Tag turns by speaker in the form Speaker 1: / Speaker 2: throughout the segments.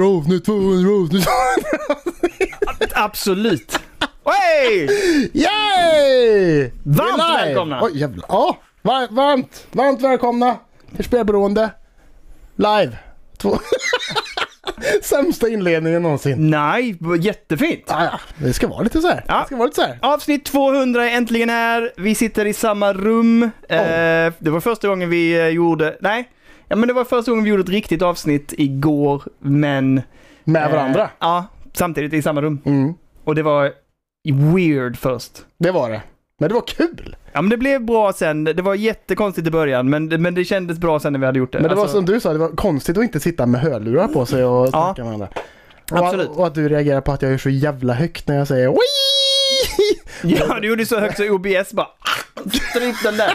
Speaker 1: 200 avsnitt.
Speaker 2: Absolut. Hey!
Speaker 1: Yay!
Speaker 2: Varmt
Speaker 1: Vi är live!
Speaker 2: välkomna!
Speaker 1: Oj, jävlar. Ja, var, varmt, varmt välkomna till Spelberoende. Live. Två. Sämsta inledningen någonsin.
Speaker 2: Nej, b- jättefint.
Speaker 1: Ah, ja, det ska vara lite så här.
Speaker 2: Ja.
Speaker 1: Det ska vara lite så här.
Speaker 2: Avsnitt 200 är äntligen här. Vi sitter i samma rum.
Speaker 1: Oh.
Speaker 2: Eh, det var första gången vi eh, gjorde... Nej, ja, men det var första gången vi gjorde ett riktigt avsnitt igår, men...
Speaker 1: Med varandra.
Speaker 2: Eh, ja, samtidigt i samma rum.
Speaker 1: Mm,
Speaker 2: Och det var weird först.
Speaker 1: det var det. Men det var kul.
Speaker 2: Ja, men det blev bra sen. Det var jättekonstigt i början, men, men det kändes bra sen när vi hade gjort det.
Speaker 1: Men det var
Speaker 2: Alltså-
Speaker 1: som du sa, det var konstigt att inte sitta med hörlurar på sig och snacka med varandra. Och,
Speaker 2: Absolut.
Speaker 1: och att du reagerar på att jag är så jävla högt när jag säger Wii!
Speaker 2: Ja, du gjorde så högt så OBS bara... Stryp den där.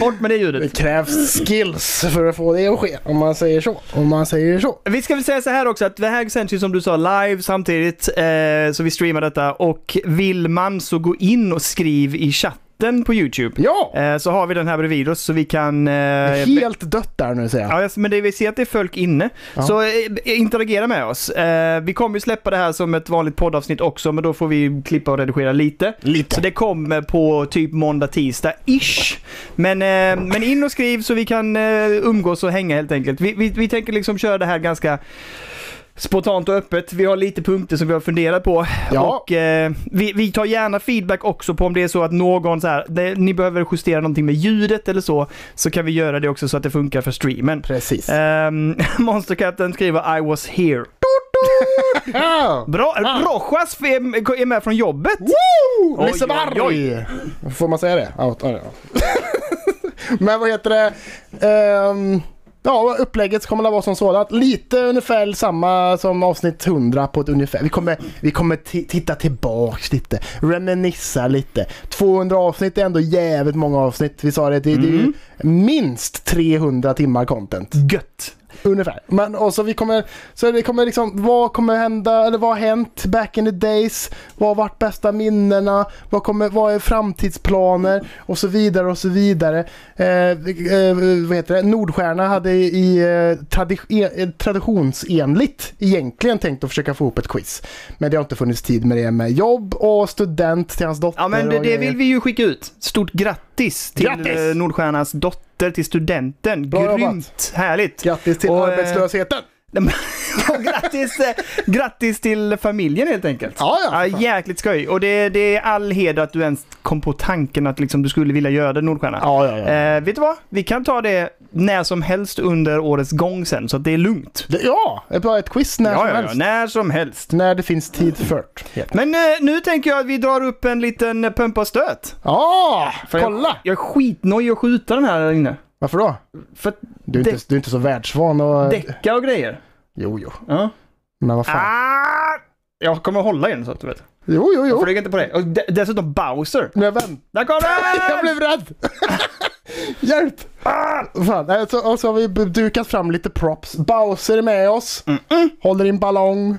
Speaker 2: Bort med det ljudet.
Speaker 1: Det krävs skills för att få det att ske, om man säger så. Om man säger så.
Speaker 2: Vi ska väl säga så här också att det här sänds ju som du sa live samtidigt, eh, så vi streamar detta. Och vill man så gå in och skriv i chatten på YouTube.
Speaker 1: Ja!
Speaker 2: Eh, så har vi den här bredvid oss så vi kan... Eh,
Speaker 1: Helt dött där nu säger jag.
Speaker 2: Ja, alltså, men det vi ser att det är folk inne.
Speaker 1: Ja.
Speaker 2: Så eh, interagera med oss. Eh, vi kommer ju släppa det här som ett vanligt poddavsnitt också, men då får vi klippa och redigera lite. Så
Speaker 1: Lite.
Speaker 2: det kommer på typ måndag, tisdag, ish. Men, eh, men in och skriv så vi kan eh, umgås och hänga helt enkelt. Vi, vi, vi tänker liksom köra det här ganska spontant och öppet. Vi har lite punkter som vi har funderat på.
Speaker 1: Ja.
Speaker 2: Och eh, vi, vi tar gärna feedback också på om det är så att någon så här, det, ni behöver justera någonting med ljudet eller så, så kan vi göra det också så att det funkar för streamen.
Speaker 1: Precis.
Speaker 2: Um, Monsterkatten skriver I was here.
Speaker 1: Ja.
Speaker 2: Bra! Rojas är med från jobbet!
Speaker 1: Woo!
Speaker 2: Oj,
Speaker 1: Liseberg!
Speaker 2: oj, oj.
Speaker 1: Får man säga det? Ja, ja, ja. Men vad heter det? Ehm, ja, upplägget kommer att vara som sådant. Lite ungefär samma som avsnitt 100 på ett ungefär. Vi kommer, vi kommer ti- titta tillbaks lite, reminissa lite. 200 avsnitt är ändå jävligt många avsnitt. Vi sa det, det, det är ju minst 300 timmar content.
Speaker 2: Gött!
Speaker 1: Ungefär. Men och så vi kommer, så det kommer liksom, vad kommer hända, eller vad har hänt back in the days? Vad har varit bästa minnena? Vad, kommer, vad är framtidsplaner? Och så vidare och så vidare. Eh, eh, vad heter det? Nordstjärna hade i eh, tradi- e- eh, traditionsenligt egentligen tänkt att försöka få ihop ett quiz. Men det har inte funnits tid med det med jobb och student till hans dotter.
Speaker 2: Ja men det,
Speaker 1: och
Speaker 2: det
Speaker 1: grejer.
Speaker 2: vill vi ju skicka ut. Stort grattis till
Speaker 1: Grattis!
Speaker 2: eh, Nordstjärnas dotter, till studenten.
Speaker 1: Bra
Speaker 2: Grymt
Speaker 1: jobbat.
Speaker 2: härligt!
Speaker 1: Grattis till
Speaker 2: Och, eh,
Speaker 1: arbetslösheten!
Speaker 2: Nej, men- och grattis, eh, grattis till familjen helt enkelt.
Speaker 1: Ja, ja.
Speaker 2: jäkligt skoj. Och det, det är all heder att du ens kom på tanken att liksom du skulle vilja göra det Nordstjärna.
Speaker 1: Ja, ja, ja.
Speaker 2: Eh, vet du vad? Vi kan ta det när som helst under årets gång sen, så att det är lugnt.
Speaker 1: Det- Ja, det är bara ett quiz när
Speaker 2: Ja,
Speaker 1: som
Speaker 2: ja, ja,
Speaker 1: helst.
Speaker 2: när som helst.
Speaker 1: När det finns tid för det.
Speaker 2: Men eh, nu tänker jag att vi drar upp en liten eh, pumpa och stöt.
Speaker 1: Ja,
Speaker 2: För
Speaker 1: kolla!
Speaker 2: Jag, jag är skitnojig att skjuta den här där inne.
Speaker 1: Varför då?
Speaker 2: För att
Speaker 1: Du är,
Speaker 2: Däck.
Speaker 1: inte, du är inte så världsvan och...
Speaker 2: däcka och grejer.
Speaker 1: Jo, jo.
Speaker 2: Ja.
Speaker 1: Men vad fan.
Speaker 2: Ah! Jag kommer hålla i den så att du vet.
Speaker 1: Jo, jo, jo.
Speaker 2: Flyg inte på det. Och de- dessutom Bowser.
Speaker 1: Men vänta,
Speaker 2: Där kom
Speaker 1: jag
Speaker 2: den!
Speaker 1: blev rädd! Hjälp! Ah, fan. Nej, Så, och så har vi b- dukat fram lite props. Bowser är med oss.
Speaker 2: Mm.
Speaker 1: Håller i en ballong.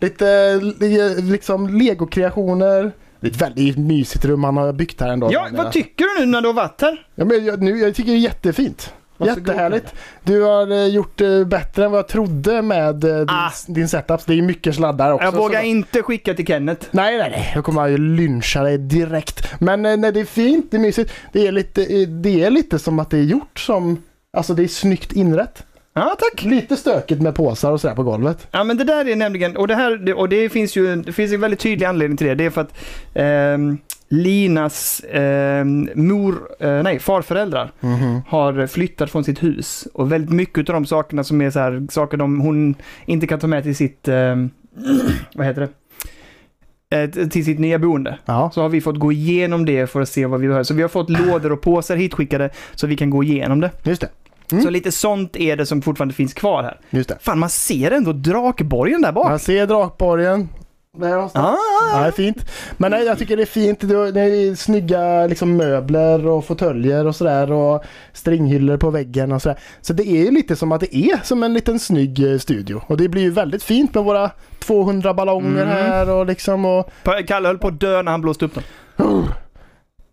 Speaker 1: Lite li- liksom legokreationer. Det är ett väldigt mysigt rum han har byggt här ändå.
Speaker 2: Ja, vad tycker du nu när du har varit här?
Speaker 1: Ja, men jag, nu, jag tycker det är jättefint.
Speaker 2: Varsågod,
Speaker 1: Jättehärligt. Du har eh, gjort eh, bättre än vad jag trodde med eh, din,
Speaker 2: Ah.
Speaker 1: din setup. Det är ju mycket sladdar också.
Speaker 2: Jag vågar
Speaker 1: så-
Speaker 2: inte skicka till Kenneth.
Speaker 1: Nej, nej, nej. Jag kommer ju lyncha dig direkt. Men eh, nej, det är fint, det är mysigt. Det är lite, eh, det är lite som att det är gjort som... Alltså det är snyggt inrett.
Speaker 2: Ja, tack.
Speaker 1: Lite stökigt med påsar och sådär på golvet.
Speaker 2: Ja, men det där är nämligen, och det, här, det- och det finns ju det finns en väldigt tydlig anledning till det. Det är för att ehm, Linas ehm, mor, eh, nej, farföräldrar har flyttat från sitt hus. Och väldigt mycket av de sakerna som är så här, saker de, hon inte kan ta med till sitt, ehm, vad heter det, Eh, t- till sitt nya boende.
Speaker 1: Ja.
Speaker 2: Så har vi fått gå igenom det för att se vad vi behöver. Så vi har fått lådor och påsar hitskickade så vi kan gå igenom det.
Speaker 1: Just det. Mm.
Speaker 2: Så lite sånt är det som fortfarande finns kvar här.
Speaker 1: Just det.
Speaker 2: Fan, man ser ändå Drakborgen där bak.
Speaker 1: Man ser drakborgen. Där har
Speaker 2: Ah,
Speaker 1: Ja, det är fint. Men nej, jag tycker det är fint. Det är, det är snygga liksom, möbler och fåtöljer och sådär. Och stringhyllor på väggen och sådär. Så det är ju lite som att det är som en liten snygg eh, studio. Och det blir ju väldigt fint med våra 200 ballonger
Speaker 2: Mm.
Speaker 1: här och liksom och...
Speaker 2: Pa- Kalle höll på att dö när han blåste upp den.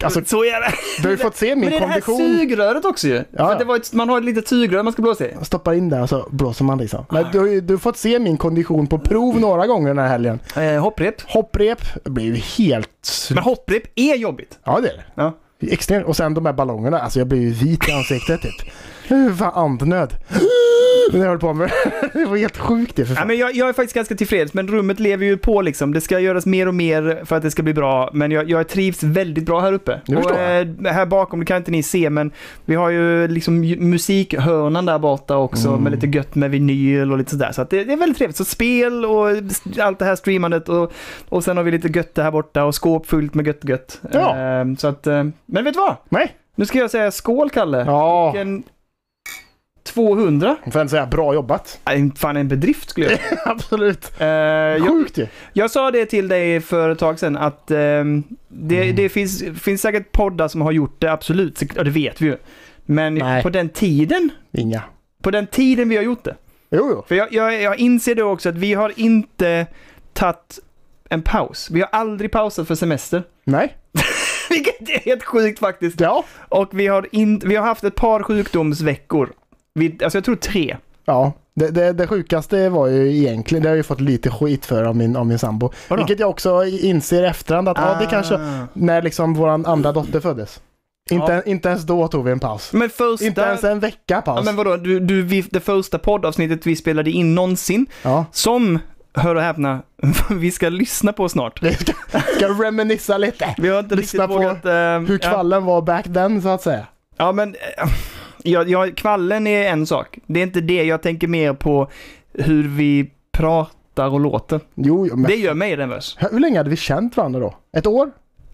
Speaker 1: Alltså,
Speaker 2: så är det.
Speaker 1: du har ju fått se
Speaker 2: Men
Speaker 1: min
Speaker 2: det är det här
Speaker 1: kondition.
Speaker 2: sugröret också ju. För att det var ett, man har ett litet sugrör man ska blåsa i.
Speaker 1: Jag Stoppar in där och så blåser man liksom. Men du, har ju- du har fått se min kondition på prov några gånger den här helgen.
Speaker 2: Eh, hopprep.
Speaker 1: Hopprep det blir ju helt... sl-
Speaker 2: Men hopprep är jobbigt.
Speaker 1: Ja det är det.
Speaker 2: Ja.
Speaker 1: Extremt. Och sen de här ballongerna, alltså jag blev ju vit i ansiktet typ. Hur fan andnöd. Men jag höll på med det. var helt sjukt det för
Speaker 2: Ja,
Speaker 1: fan.
Speaker 2: men jag, jag är faktiskt ganska tillfreds, men rummet lever ju på liksom. Det ska göras mer och mer för att det ska bli bra, men jag, jag trivs väldigt bra här uppe.
Speaker 1: Det
Speaker 2: och,
Speaker 1: förstår jag.
Speaker 2: eh, här bakom, det kan inte ni se, men vi har ju liksom ju- musikhörnan där borta också
Speaker 1: Mm.
Speaker 2: med lite gött med vinyl och lite sådär. Så att det, det är väldigt trevligt. Så spel och s- allt det här streamandet och, och sen har vi lite gött här borta och skåp fullt med gött gött.
Speaker 1: Ja.
Speaker 2: Eh, så att, eh, men vet du vad?
Speaker 1: Nej.
Speaker 2: Nu ska jag säga skål, Kalle.
Speaker 1: Ja,
Speaker 2: Vilken 200?
Speaker 1: jag får ändå säga bra jobbat.
Speaker 2: Nej, Äh, Fan, en bedrift skulle jag säga.
Speaker 1: Absolut.
Speaker 2: Eh, jag-
Speaker 1: Sjukt ju.
Speaker 2: jag sa det till dig för ett tag sedan att ehm, det,
Speaker 1: Mm.
Speaker 2: det finns, finns säkert poddar som har gjort det, absolut. Ja, det vet vi ju. Men
Speaker 1: Nej.
Speaker 2: på den tiden,
Speaker 1: Inga.
Speaker 2: på den tiden vi har gjort det.
Speaker 1: Jo, jo.
Speaker 2: För jag, jag, jag inser då också att vi har inte tagit en paus. Vi har aldrig pausat för semester.
Speaker 1: Nej.
Speaker 2: Vilket är helt sjukt faktiskt.
Speaker 1: Ja.
Speaker 2: Och vi har, in, vi har haft ett par sjukdomsveckor. Vi, alltså jag tror tre.
Speaker 1: Ja. Det, det, det sjukaste var ju egentligen, det har jag ju fått lite skit för av min, av min sambo.
Speaker 2: Vadå?
Speaker 1: Vilket jag också inser i efterhand att ja, det kanske,
Speaker 2: Ah.
Speaker 1: när liksom våran andra dotter föddes. Inte,
Speaker 2: Ja.
Speaker 1: inte ens då tog vi en paus.
Speaker 2: Men första...
Speaker 1: Inte ens en vecka
Speaker 2: ja,
Speaker 1: paus.
Speaker 2: men vadå, du, du, vi, det första poddavsnittet vi spelade in någonsin
Speaker 1: Ja.
Speaker 2: Som, hör och häpna, vi ska lyssna på snart.
Speaker 1: Vi ska, ska reminissa lite.
Speaker 2: Vi har inte
Speaker 1: Lyssna
Speaker 2: riktigt
Speaker 1: på
Speaker 2: vågat... eh,
Speaker 1: Hur kvallen var back then så att säga.
Speaker 2: Ja, ja men, eh, ja, ja, kvallen är en sak. Det är inte det, jag tänker mer på hur vi pratar och låter.
Speaker 1: Jo, jo, men
Speaker 2: Det gör mig nervös.
Speaker 1: hur länge hade vi känt varandra då? Ett år?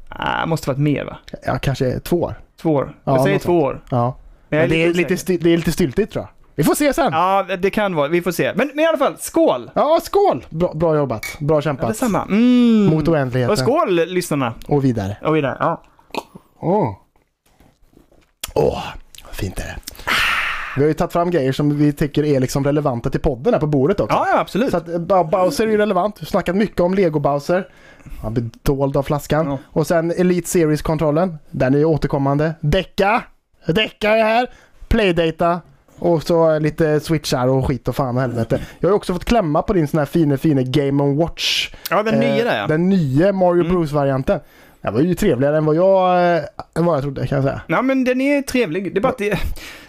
Speaker 2: Ah, måste varit mer va?
Speaker 1: Ja, kanske två år.
Speaker 2: Två år.
Speaker 1: Ja,
Speaker 2: Jag säger
Speaker 1: något
Speaker 2: två år.
Speaker 1: Ja.
Speaker 2: Men jag
Speaker 1: Men det, är
Speaker 2: osäker.
Speaker 1: lite sty- det är lite styltigt tror jag. Vi får se sen. Ja,
Speaker 2: Ja, det kan vara. Vi får se. Men, men i alla fall, skål!
Speaker 1: skål! Bra, bra jobbat. Bra
Speaker 2: Ja,
Speaker 1: kämpat.
Speaker 2: detsamma. Mm.
Speaker 1: Mot oändligheten.
Speaker 2: och skål lyssnarna!
Speaker 1: Och vidare.
Speaker 2: Och vidare. Ja.
Speaker 1: Åh, oh. fint är det. Vi har ju tagit fram grejer som vi tycker är liksom relevanta till podden här på bordet också.
Speaker 2: ja, ja absolut.
Speaker 1: Så att eh, Ba- Bowser är ju relevant. Vi har snackat mycket om Lego Bowser. Han blir dold av flaskan.
Speaker 2: Ja.
Speaker 1: Och sen Elite Series-kontrollen. Den är ju återkommande. Däcka! Däcka är här! Playdata. Och så lite switchar och skit och fan och helvete. Jag har ju också fått klämma på din sån här fine, fine Game on Watch. eh,
Speaker 2: ja, Eh, den nya där ja.
Speaker 1: Den nya Mario
Speaker 2: Mm.
Speaker 1: Bros-varianten. Den var ju trevligare än vad jag, eh, än vad jag trodde kan jag säga.
Speaker 2: Ja men den är trevlig. Det är bara att det,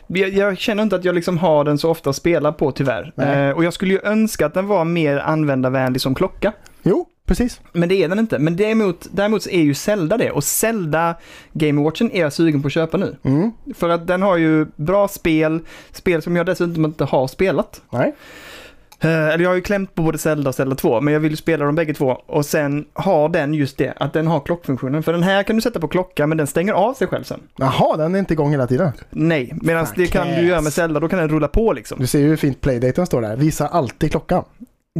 Speaker 2: jag, jag känner inte att jag liksom har den så ofta att spela på tyvärr.
Speaker 1: Nej.
Speaker 2: Eh, och jag skulle ju önska att den var mer användarvänlig som klocka.
Speaker 1: Jo, precis.
Speaker 2: Men det är den inte. Men däremot, däremot så är ju Zelda det. Och Zelda Game Watchen är jag sugen på att köpa nu.
Speaker 1: Mm.
Speaker 2: För att den har ju bra spel, spel som jag dessutom inte har spelat.
Speaker 1: Nej.
Speaker 2: Eh, eller jag har ju klämt på både Zelda och Zelda 2, men jag vill ju spela dem bägge två. Och sen har den just det, att den har klockfunktionen. För den här kan du sätta på klocka, men den stänger av sig själv sen.
Speaker 1: Jaha, den är inte igång hela tiden.
Speaker 2: Nej, medan
Speaker 1: Fuck
Speaker 2: det kan du göra med
Speaker 1: yes.
Speaker 2: Zelda, då kan den rulla på liksom.
Speaker 1: Du ser ju hur fint Playdaten står där. Visa alltid klockan.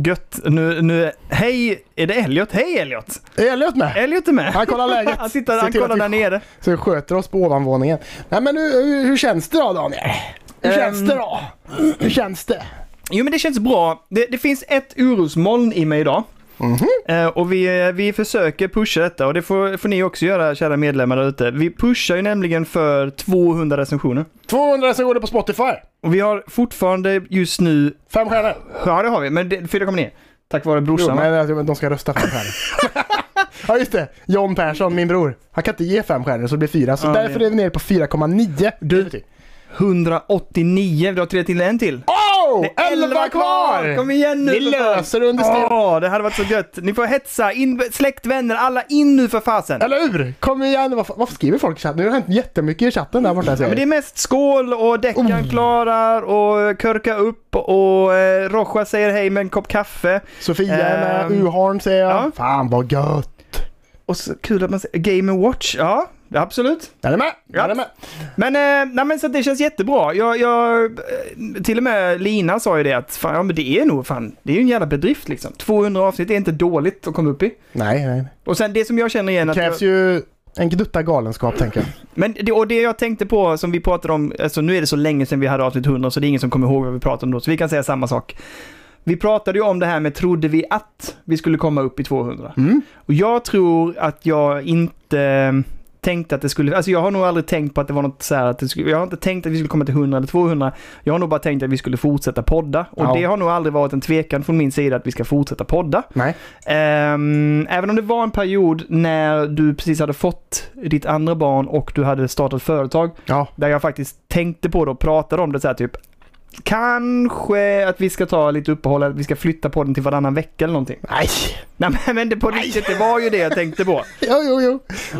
Speaker 2: Gött, nu, nu, hej, är det Elliot? Hej Elliot!
Speaker 1: Är Elliot med?
Speaker 2: Elliot är med!
Speaker 1: Han kollar läget.
Speaker 2: Han, sitter,
Speaker 1: Se
Speaker 2: han
Speaker 1: till
Speaker 2: kollar
Speaker 1: att vi-
Speaker 2: där nere.
Speaker 1: Så vi sköter oss på ovanvåningen. Nej men hur, hur, hur känns det då Daniel? Hur
Speaker 2: Ehm.
Speaker 1: känns det då? Hur känns det?
Speaker 2: Jo men det känns bra. Det, det finns ett orosmoln i mig idag.
Speaker 1: Mhm.
Speaker 2: Eh, och vi, vi försöker pusha detta och det får, får ni också göra kära medlemmar där ute. Vi pushar ju nämligen för 200 recensioner.
Speaker 1: 200 recensioner på Spotify.
Speaker 2: Och vi har fortfarande just nu,
Speaker 1: Fem stjärnor.
Speaker 2: ja det har vi, men det- 4,9. Tack vare
Speaker 1: Jo,
Speaker 2: brorsan va?
Speaker 1: men jag- de ska rösta fem stjärnor. ja just det. John Persson, min bror. Han kan inte ge fem stjärnor så det blir fyra. Så
Speaker 2: Ja,
Speaker 1: därför
Speaker 2: det-
Speaker 1: är vi nere på 4,9.
Speaker 2: Du- 189, vi har tre till en till.
Speaker 1: Oh!
Speaker 2: Det är
Speaker 1: 11 kvar!
Speaker 2: Kom igen nu!
Speaker 1: Vi
Speaker 2: för fan.
Speaker 1: löser det under steget.
Speaker 2: Åh, det hade varit så gött. Ni får hetsa, in, släkt, vänner, alla in nu för fasen.
Speaker 1: Eller hur? Kom igen. Varför, varför skriver folk i chatten? Nu har det hänt jättemycket i chatten där borta.
Speaker 2: Ja,
Speaker 1: ser Oh.
Speaker 2: men det är
Speaker 1: jag.
Speaker 2: mest skål och däckan klarar och körka upp och eh, Rocha säger hej med en kopp kaffe.
Speaker 1: Sofia är med.
Speaker 2: Ehm.
Speaker 1: Uharn säger jag.
Speaker 2: Ja.
Speaker 1: Fan vad gött.
Speaker 2: Och så kul att man säger Game Watch, ja absolut.
Speaker 1: Den är med. Den
Speaker 2: Ja.
Speaker 1: är med.
Speaker 2: Men, eh, nej, men så att det känns jättebra. Jag, jag, eh, till och med Lina sa ju det att fan, ja, men det är nog fan, det är ju en jävla bedrift liksom. 200 avsnitt är inte dåligt att komma upp i.
Speaker 1: Nej, nej.
Speaker 2: Och sen det som jag känner igen
Speaker 1: Det
Speaker 2: att... jag-
Speaker 1: krävs ju en gnutta galenskap tänker jag.
Speaker 2: Men det, och det jag tänkte på som vi pratade om, alltså nu är det så länge sedan vi hade avsnitt 100 så det är ingen som kommer ihåg vad vi pratade om då, så vi kan säga samma sak. Vi pratade ju om det här med trodde vi att vi skulle komma upp i 200?
Speaker 1: Mm.
Speaker 2: Och jag tror att jag inte tänkte att det skulle, alltså jag har nog aldrig tänkt på att det var något så här att det skulle, jag har inte tänkt att vi skulle komma till 100 eller 200. Jag har nog bara tänkt att vi skulle fortsätta podda och
Speaker 1: Ja.
Speaker 2: det har nog aldrig varit en tvekan från min sida att vi ska fortsätta podda.
Speaker 1: Nej.
Speaker 2: Ehm, även om det var en period när du precis hade fått ditt andra barn och du hade startat företag
Speaker 1: Ja.
Speaker 2: där jag faktiskt tänkte på det och pratade om det så här typ Kanske att vi ska ta lite uppehåll, att vi ska flytta på den till varannan vecka eller någonting.
Speaker 1: Nej.
Speaker 2: Nej men- men det på riktigt, det var ju det jag tänkte på.
Speaker 1: Jo, jo, jo.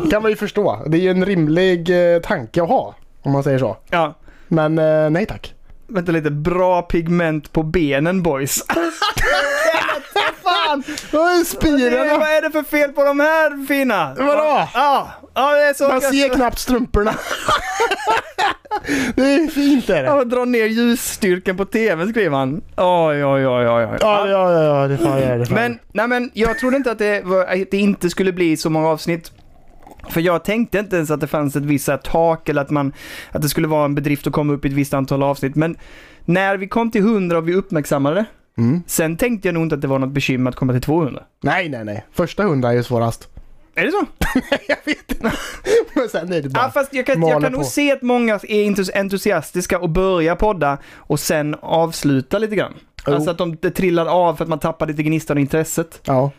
Speaker 1: kan man ju förstå. Det är ju en rimlig eh, tanke att ha. Om man säger så.
Speaker 2: Ja.
Speaker 1: Men eh, nej tack.
Speaker 2: Vänta lite, bra pigment på benen boys. Fan!
Speaker 1: Oj,
Speaker 2: Det, är-
Speaker 1: Spirorna!
Speaker 2: vad är det för fel på de här fina?
Speaker 1: Vadå?
Speaker 2: Ja, ja det är så...
Speaker 1: Man ser knappt strumporna. det är fint är det.
Speaker 2: Ja, dra ner ljusstyrkan på tvn skriver han. Oj, oj, oj, oj, oj.
Speaker 1: Ja, ja, ja, ja, det får jag göra. det får jag
Speaker 2: Men, nej men jag trodde inte att det, var, att det inte skulle bli så många avsnitt. För jag tänkte inte ens att det fanns ett visst så här tak eller att, man, att det skulle vara en bedrift att komma upp i ett visst antal avsnitt. Men när vi kom till 100 och vi uppmärksammade det,
Speaker 1: göra. Mm.
Speaker 2: sen tänkte jag nog inte att det var något bekymmer att komma till 200.
Speaker 1: Nej, nej, nej. Första hundra är ju svårast.
Speaker 2: Är det så?
Speaker 1: jag vet inte. Men sen är det
Speaker 2: Ja,
Speaker 1: bara...
Speaker 2: fast jag kan,
Speaker 1: maler
Speaker 2: jag kan
Speaker 1: på.
Speaker 2: nog se att många är entus- entusiastiska och börjar podda och sen avsluta lite grann.
Speaker 1: Jo.
Speaker 2: Alltså att de det trillar av för att man tappar lite gnistan och intresset.
Speaker 1: Ja.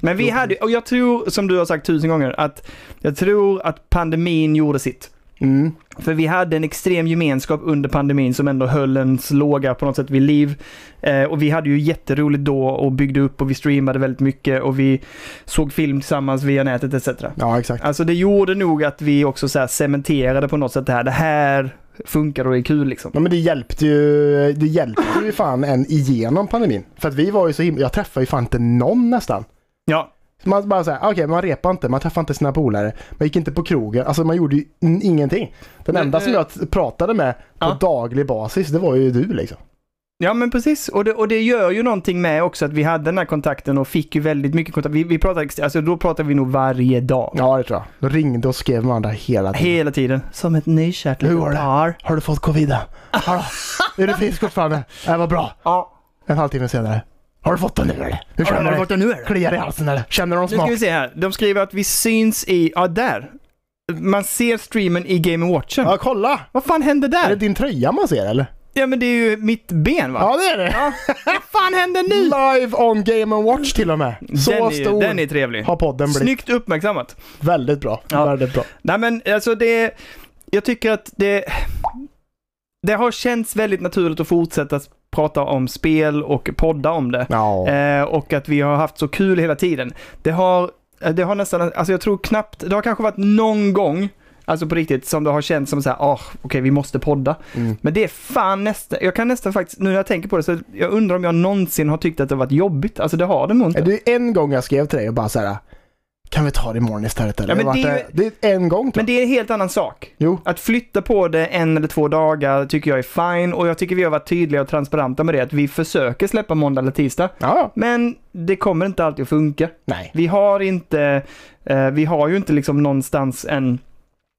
Speaker 2: Men vi hade, och jag tror, som du har sagt tusen gånger, att jag tror att pandemin gjorde sitt.
Speaker 1: Mm.
Speaker 2: För vi hade en extrem gemenskap under pandemin som ändå höll ens låga på något sätt vid liv. Eh, och vi hade ju jätteroligt då och byggde upp och vi streamade väldigt mycket och vi såg film tillsammans via nätet etc.
Speaker 1: Ja, exakt.
Speaker 2: Alltså det gjorde nog att vi också så här cementerade på något sätt det här. Det här funkar och det är kul liksom.
Speaker 1: Ja, men det hjälpte ju, det hjälpte ju fan en igenom pandemin. För att vi var ju så himla, jag träffade ju fan inte någon nästan.
Speaker 2: Ja,
Speaker 1: Man bara såhär, okej man repade inte, man träffade inte sina polare, man gick inte på krogen, alltså man gjorde ju n- ingenting. Den
Speaker 2: Men,
Speaker 1: enda som
Speaker 2: eh,
Speaker 1: jag t- pratade med på
Speaker 2: ja.
Speaker 1: daglig basis, det var ju du liksom.
Speaker 2: ja men precis. Och det, och det gör ju någonting med också att vi hade den här kontakten och fick ju väldigt mycket kontakt. Vi, vi pratade, ex- alltså då pratade vi nog varje dag.
Speaker 1: Ja, det tror jag. Då ringde och skrev med varandra hela tiden.
Speaker 2: Hela tiden. Som ett nykärt
Speaker 1: Hur
Speaker 2: litet
Speaker 1: var det?
Speaker 2: par.
Speaker 1: Har du fått covid? Har du, är du frisk fortfarande? Det var bra.
Speaker 2: Ja.
Speaker 1: En halvtimme senare. Har du fått den nu eller? Hur
Speaker 2: Har
Speaker 1: känner
Speaker 2: du
Speaker 1: du?
Speaker 2: fått det nu eller?
Speaker 1: Kliar i halsen eller? Känner du någon
Speaker 2: Nu ska
Speaker 1: smak?
Speaker 2: vi se här. De skriver att vi syns i, ja där. Man ser streamen i Game Watchen.
Speaker 1: Ja, kolla!
Speaker 2: Vad fan hände
Speaker 1: Är det
Speaker 2: där?
Speaker 1: din tröja man ser eller?
Speaker 2: Ja men det är ju mitt ben va?
Speaker 1: Ja, det är det!
Speaker 2: Vad fan hände nu?
Speaker 1: Live on Game Watch till och med. Så
Speaker 2: den, är,
Speaker 1: stor
Speaker 2: den är trevlig.
Speaker 1: har podden blivit.
Speaker 2: Snyggt uppmärksammat.
Speaker 1: Väldigt bra.
Speaker 2: Ja.
Speaker 1: Väldigt bra.
Speaker 2: Nej men alltså det, jag tycker att det, det har känts väldigt naturligt att fortsätta s- prata om spel och podda om det.
Speaker 1: Ja.
Speaker 2: Eh, och att vi har haft så kul hela tiden. Det har, eh, det har nästan, alltså jag tror knappt, det har kanske varit någon gång, alltså på riktigt, som det har känts som så här, ah, okej vi måste podda.
Speaker 1: Mm.
Speaker 2: Men det är fan nästan, jag kan nästan faktiskt, nu när jag tänker på det så jag undrar om jag någonsin har tyckt att det har varit jobbigt. Alltså det har det nog inte.
Speaker 1: Det är en gång jag skrev till dig och bara så här. Kan vi ta det imorgon istället eller?
Speaker 2: Ja, men
Speaker 1: Jag
Speaker 2: det är
Speaker 1: vart, eh, det är en gång tror
Speaker 2: Men
Speaker 1: jag.
Speaker 2: det är en helt annan sak.
Speaker 1: Jo.
Speaker 2: Att flytta på det en eller två dagar tycker jag är fine och jag tycker vi har varit tydliga och transparenta med det att vi försöker släppa måndag eller tisdag.
Speaker 1: Ja, ja.
Speaker 2: Men det kommer inte alltid att funka.
Speaker 1: Nej.
Speaker 2: Vi har inte, eh, vi har ju inte liksom någonstans en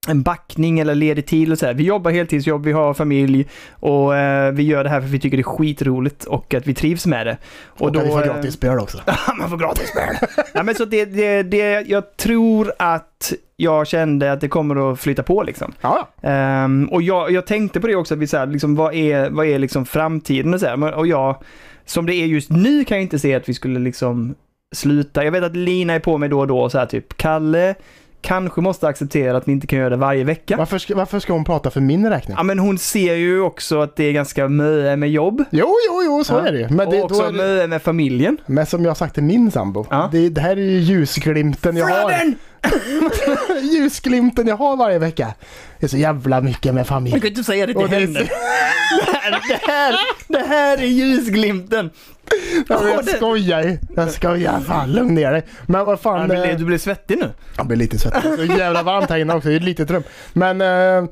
Speaker 2: en backning eller ledig tid och så här. Vi jobbar heltidsjobb, vi har familj och eh, vi gör det här för att vi tycker det är skitroligt och att vi trivs med det.
Speaker 1: Och, då... vi får
Speaker 2: eh,
Speaker 1: gratis spel också.
Speaker 2: man får gratis spel. ja, men så det, det, det, jag tror att jag kände att det kommer att flytta på liksom.
Speaker 1: Ja,
Speaker 2: Ehm, och jag, jag tänkte på det också, att vi så här, liksom, vad är, vad är liksom framtiden och så här. Men- Och jag, som det är just nu kan jag inte se att vi skulle liksom sluta. Jag vet att Lina är på mig då och då och så här typ, Kalle kanske måste acceptera att ni inte kan göra det varje vecka.
Speaker 1: Varför, ska, varför ska hon prata för min räkning?
Speaker 2: Ja men hon ser ju också att det är ganska möe med jobb.
Speaker 1: Jo, jo, jo, så
Speaker 2: Ja.
Speaker 1: är det ju. Men,
Speaker 2: och
Speaker 1: det, då
Speaker 2: också
Speaker 1: är det,
Speaker 2: möe med familjen.
Speaker 1: men som jag sagt till min sambo,
Speaker 2: Ja.
Speaker 1: det, det här är ju ljusglimten jag har.
Speaker 2: Flöden!
Speaker 1: ljusglimten jag har varje vecka. Det är så jävla mycket med
Speaker 2: Jag
Speaker 1: familj.
Speaker 2: kan inte säga det till
Speaker 1: Och det är
Speaker 2: henne. Det här, det, här, det här är ljusglimten.
Speaker 1: Ja, men
Speaker 2: Och
Speaker 1: jag
Speaker 2: det-
Speaker 1: skojar ju. Jag skojar. Fan, lugn ner dig. Men vad
Speaker 2: Ja,
Speaker 1: fan.
Speaker 2: du, blir,
Speaker 1: eh,
Speaker 2: du blir svettig nu.
Speaker 1: Jag blir lite svettig. Så jävla varmt här inne också. Det är ett litet rum. Men, eh,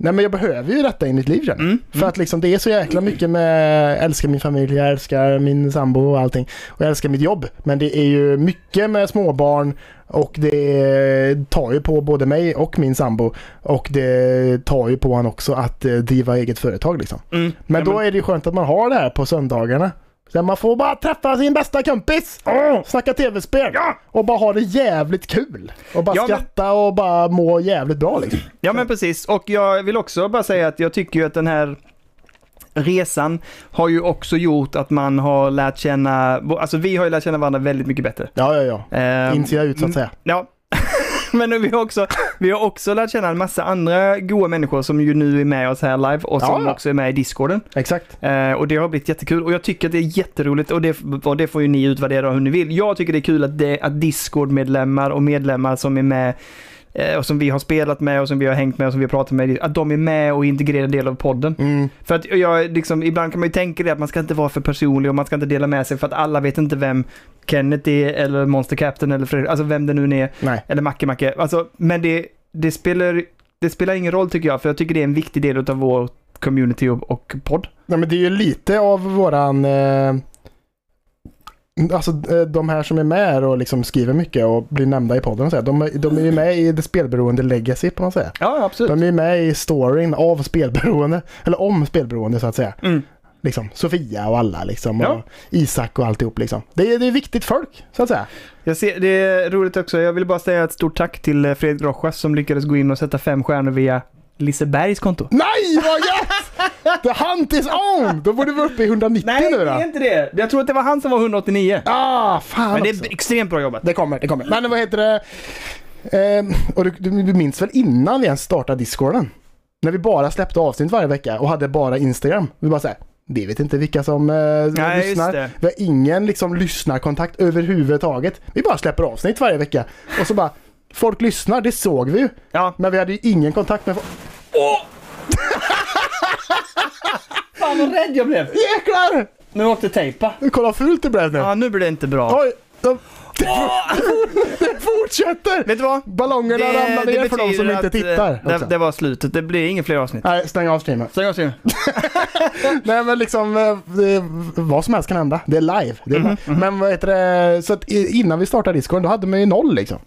Speaker 1: nej men jag behöver ju detta i mitt liv känner jag.
Speaker 2: Mm.
Speaker 1: För att liksom det är så jäkla mycket med, jag älskar min familj, jag älskar min sambo och allting. Och jag älskar mitt jobb. Men det är ju mycket med småbarn och det tar ju på både mig och min sambo. Och det tar ju på han också att eh, driva eget företag liksom.
Speaker 2: Mm.
Speaker 1: Men
Speaker 2: Ja,
Speaker 1: då är det ju skönt att man har det här på söndagarna. Så man får bara träffa sin bästa kompis,
Speaker 2: Åh!
Speaker 1: snacka tv-spel
Speaker 2: Ja!
Speaker 1: och bara ha det jävligt kul. Och bara
Speaker 2: Ja, men-
Speaker 1: skratta och bara må jävligt bra liksom.
Speaker 2: Ja men precis, och jag vill också bara säga att jag tycker ju att den här resan har ju också gjort att man har lärt känna, alltså vi har ju lärt känna varandra väldigt mycket bättre.
Speaker 1: Ja, ja, ja. Mm.
Speaker 2: Ehm,
Speaker 1: Inser jag ut så att säga.
Speaker 2: Ja. Men vi har, också, vi har också lärt känna en massa andra goa människor som ju nu är med oss här live och som
Speaker 1: Ja.
Speaker 2: också är med i discorden.
Speaker 1: Exakt.
Speaker 2: Eh, och det har blivit jättekul och jag tycker att det är jätteroligt och det, och det får ju ni utvärdera hur ni vill. Jag tycker det är kul att, det, att Discord-medlemmar och medlemmar som är med eh, och som vi har spelat med och som vi har hängt med och som vi har pratat med, att de är med och integrerar en del av podden.
Speaker 1: Mm.
Speaker 2: För att jag liksom, ibland kan man ju tänka det att man ska inte vara för personlig och man ska inte dela med sig för att alla vet inte vem Kenneth är eller Monster Captain eller Fredrik, alltså vem det nu än är,
Speaker 1: Nej.
Speaker 2: eller Macke Macke. Alltså, men det, det, spelar, det spelar ingen roll tycker jag, för jag tycker det är en viktig del av vår community och, och podd.
Speaker 1: Nej, men det är ju lite av våran... Eh, alltså eh, de här som är med här och liksom skriver mycket och blir nämnda i podden och så här, de, är- de är ju med i det spelberoende legacy på man säga.
Speaker 2: Ja, absolut.
Speaker 1: De är ju med i storyn av spelberoende, eller om spelberoende så att säga.
Speaker 2: Mm.
Speaker 1: Liksom, Sofia och alla liksom,
Speaker 2: Ja.
Speaker 1: och Isak och alltihop liksom. Det är, det är viktigt folk, så att säga.
Speaker 2: Jag ser, det är roligt också. Jag vill bara säga ett stort tack till eh, Fredrik Rojas som lyckades gå in och sätta fem stjärnor via Lisebergs konto.
Speaker 1: Nej, vad gött! The hunt is on! Då borde vi vara uppe i 190 nu då.
Speaker 2: inte det. Jag tror att det var han som var 189.
Speaker 1: Ah, fan
Speaker 2: Men det
Speaker 1: också.
Speaker 2: är extremt bra jobbat.
Speaker 1: Det kommer, det kommer. Men vad heter det? Ehm, och du, du, du minns väl innan vi ens startade discorden? När vi bara släppte avsnitt varje vecka och hade bara Instagram. Vi bara såhär, vi vet inte vilka som eh,
Speaker 2: Nej, just
Speaker 1: lyssnar.
Speaker 2: det.
Speaker 1: Vi har ingen liksom lyssnarkontakt överhuvudtaget. Vi bara släpper avsnitt varje vecka. Och så bara, folk lyssnar, det såg vi ju.
Speaker 2: Ja.
Speaker 1: Men vi hade ju ingen kontakt med folk.
Speaker 2: Fan vad rädd jag blev.
Speaker 1: Jäklar!
Speaker 2: Nu åkte tejpa.
Speaker 1: Kolla vad fult det blev nu.
Speaker 2: Ja, nu blir det inte bra.
Speaker 1: Oj! de- Det, det fortsätter!
Speaker 2: Vet du vad?
Speaker 1: Ballongerna ramlar ner för de som
Speaker 2: betyder
Speaker 1: inte
Speaker 2: att, eh,
Speaker 1: tittar. alltså.
Speaker 2: Det,
Speaker 1: också.
Speaker 2: det var slutet. Det blir inget fler avsnitt.
Speaker 1: Nej, stäng av streamen.
Speaker 2: Stäng av streamen.
Speaker 1: Nej men liksom, eh, det, vad som helst kan hända. Det är live. Det är Men vad heter det, så att i- innan vi startade Discord då hade man ju noll liksom.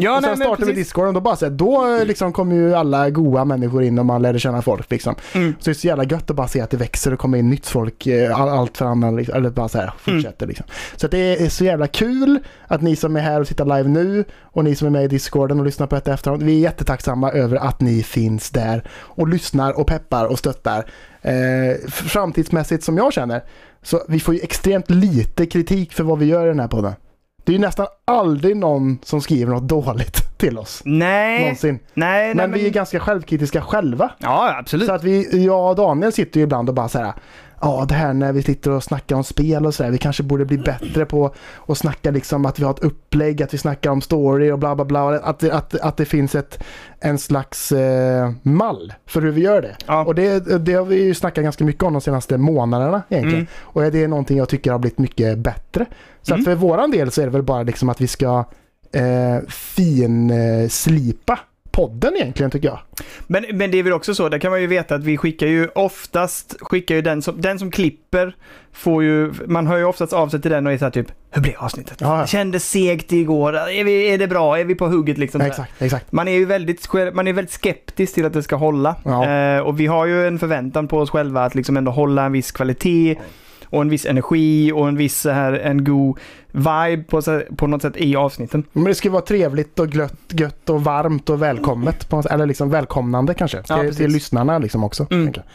Speaker 2: Ja,
Speaker 1: och sen
Speaker 2: nej, men
Speaker 1: startade vi
Speaker 2: precis.
Speaker 1: Discord och då bara så här, då eh, liksom kom ju alla goa människor in och man lärde känna folk liksom.
Speaker 2: Mm.
Speaker 1: Så det är så jävla gött att bara se att det växer och kommer in nytt folk, eh, all, allt för annan, liksom, eller bara
Speaker 2: Mm.
Speaker 1: så här, fortsätter liksom. Så att det är så jävla kul att ni som är här och tittar live nu och ni som är med i Discorden och lyssnar på detta efteråt, vi är jättetacksamma över att ni finns där och lyssnar och peppar och stöttar. Eh, f- framtidsmässigt som jag känner, så vi får ju extremt lite kritik för vad vi gör i den här podden. Det är ju nästan aldrig någon som skriver något dåligt till oss.
Speaker 2: Nej.
Speaker 1: Någonsin. Men,
Speaker 2: Nej, nej,
Speaker 1: vi är ganska självkritiska själva.
Speaker 2: Ja, absolut.
Speaker 1: Så att vi, jag och Daniel sitter ju ibland och bara så här. Ja, det här när vi sitter och snackar om spel och sådär. Vi kanske borde bli bättre på att snacka liksom att vi har ett upplägg, att vi snackar om story och bla bla bla. Att, det- att, att det finns ett, en slags eh, mall för hur vi gör det.
Speaker 2: Ja.
Speaker 1: Och det, det har vi ju snackat ganska mycket om de senaste månaderna egentligen.
Speaker 2: Mm.
Speaker 1: Och det är någonting jag tycker har blivit mycket bättre. Så
Speaker 2: Mm.
Speaker 1: att för våran del så är det väl bara liksom att vi ska eh, finslipa podden egentligen tycker jag.
Speaker 2: Men, men det är väl också så, där kan man ju veta att vi skickar ju oftast, skickar ju den som, den som klipper, får ju, man hör ju oftast av sig till den och är såhär typ, hur blev avsnittet?
Speaker 1: Ja, ja.
Speaker 2: Kändes segt igår, är, vi, är det bra, är vi på hugget liksom?
Speaker 1: Exakt, exakt.
Speaker 2: Man är ju väldigt, själv- man är väldigt skeptisk till att det ska hålla.
Speaker 1: Ja.
Speaker 2: Eh, och vi har ju en förväntan på oss själva att liksom ändå hålla en viss kvalitet och en viss energi och en viss så här, en god vibe på, så- på något sätt i avsnitten.
Speaker 1: Men det ska ju vara trevligt och glött, gött och varmt och välkommet. På något, sätt. eller liksom välkomnande kanske.
Speaker 2: Ja,
Speaker 1: Till,
Speaker 2: precis.
Speaker 1: till lyssnarna liksom också.
Speaker 2: Mm.
Speaker 1: tänker jag.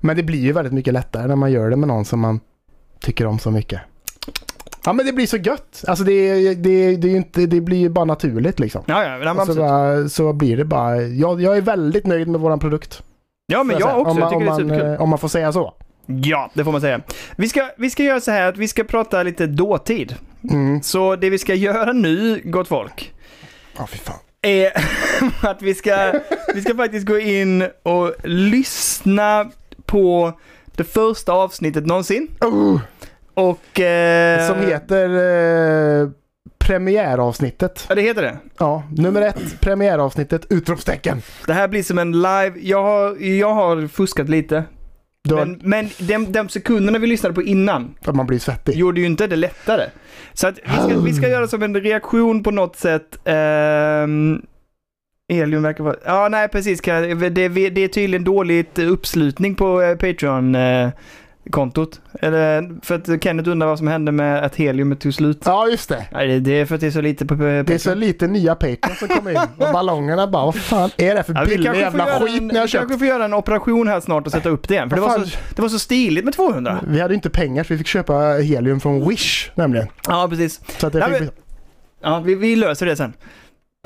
Speaker 1: Men det blir ju väldigt mycket lättare när man gör det med någon som man tycker om så mycket. Ja men det blir så gött. Alltså det, är- det, är- det, är ju inte, det blir ju bara naturligt liksom.
Speaker 2: Ja, ja, nej, men
Speaker 1: Så,
Speaker 2: absolut.
Speaker 1: bara, så blir det bara. Jag, jag är väldigt nöjd med våran produkt.
Speaker 2: ja men
Speaker 1: får säga.
Speaker 2: jag också,
Speaker 1: om,
Speaker 2: jag
Speaker 1: man-
Speaker 2: tycker
Speaker 1: om,
Speaker 2: det är
Speaker 1: man,
Speaker 2: superkul.
Speaker 1: eh, om man får säga så.
Speaker 2: Ja, det får man säga. Vi ska, vi ska göra så här att vi ska prata lite dåtid.
Speaker 1: Mm.
Speaker 2: Så det vi ska göra nu, gott folk,
Speaker 1: Ja fy fan.
Speaker 2: är att vi ska, vi ska faktiskt gå in och lyssna på det första avsnittet någonsin.
Speaker 1: Oh,
Speaker 2: Och... Eh,
Speaker 1: som heter eh, premiäravsnittet.
Speaker 2: Ja, det heter det.
Speaker 1: Ja, nummer ett, premiäravsnittet, utropstecken.
Speaker 2: Det här blir som en live, jag har, jag har fuskat lite.
Speaker 1: Då
Speaker 2: Men, men de, de sekunderna vi lyssnade på innan
Speaker 1: att man blir svettig.
Speaker 2: gjorde ju inte det lättare. Så att vi ska, vi ska
Speaker 1: Ah.
Speaker 2: göra som en reaktion på något sätt. Ehm, Elion verkar vara... Ja, nej precis. kan jag- Det, det är tydligen dåligt uppslutning på eh, Patreon. eh, kontot. Eller, för att Kenneth undrar vad som hände med att heliumet tog slut.
Speaker 1: Ja, just det.
Speaker 2: Nej, det- det är för att det är så lite på... eh, på
Speaker 1: Det är så lite nya Patreon som kommer in och ballongerna bara vad fan är det för
Speaker 2: Ja,
Speaker 1: billig jävla
Speaker 2: göra
Speaker 1: skit
Speaker 2: en,
Speaker 1: ni har
Speaker 2: vi
Speaker 1: köpt?
Speaker 2: kanske får göra en operation här snart och sätta upp det igen. För det
Speaker 1: Vad
Speaker 2: var,
Speaker 1: fan? Mm.
Speaker 2: så, det var så stiligt med 200.
Speaker 1: Vi hade ju inte pengar så vi fick köpa helium från Wish nämligen.
Speaker 2: Ja, precis.
Speaker 1: Så att det
Speaker 2: Nej,
Speaker 1: fick...
Speaker 2: men- Ja, vi, vi löser det sen.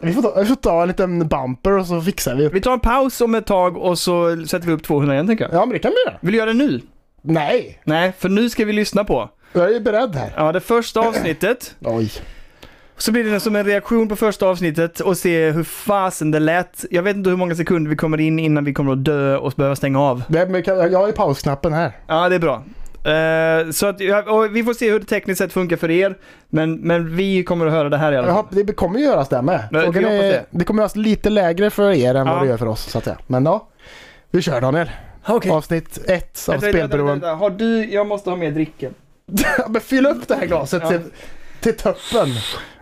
Speaker 1: vi, får ta, vi får ta en liten bumper och så fixar vi.
Speaker 2: Vi tar en paus om ett tag och så sätter vi upp 200 igen tänker jag.
Speaker 1: Ja men det kan vi göra.
Speaker 2: Vill du göra det nu?
Speaker 1: Nej,
Speaker 2: Nej, för nu ska vi lyssna på.
Speaker 1: jag är ju beredd här.
Speaker 2: Ja, det första avsnittet.
Speaker 1: Oj.
Speaker 2: Så blir det som en reaktion på första avsnittet och se hur fasen det lät. Jag vet inte hur många sekunder vi kommer in innan vi kommer att dö och behöva stänga av.
Speaker 1: Det, men kan, jag har ju pausknappen här.
Speaker 2: Ja, det är bra. Eh, så att, ja, och vi får se hur det tekniskt sett funkar för er. Men, men vi kommer att höra det här i alla
Speaker 1: Jag
Speaker 2: fall.
Speaker 1: hop- det kommer ju göras där med.
Speaker 2: Men vi
Speaker 1: Frågan
Speaker 2: hoppas
Speaker 1: är-
Speaker 2: det.
Speaker 1: det kommer göras lite lägre för er än
Speaker 2: Ja.
Speaker 1: vad det gör för oss så att säga. Men ja, vi kör Daniel.
Speaker 2: Okej.
Speaker 1: Avsnitt ett av
Speaker 2: Vänta, vänta, vänta,
Speaker 1: spelberoende.
Speaker 2: vänta. Har du, jag måste ha med dricken.
Speaker 1: Ja, men fyll upp det här glaset
Speaker 2: Ja.
Speaker 1: till, till toppen.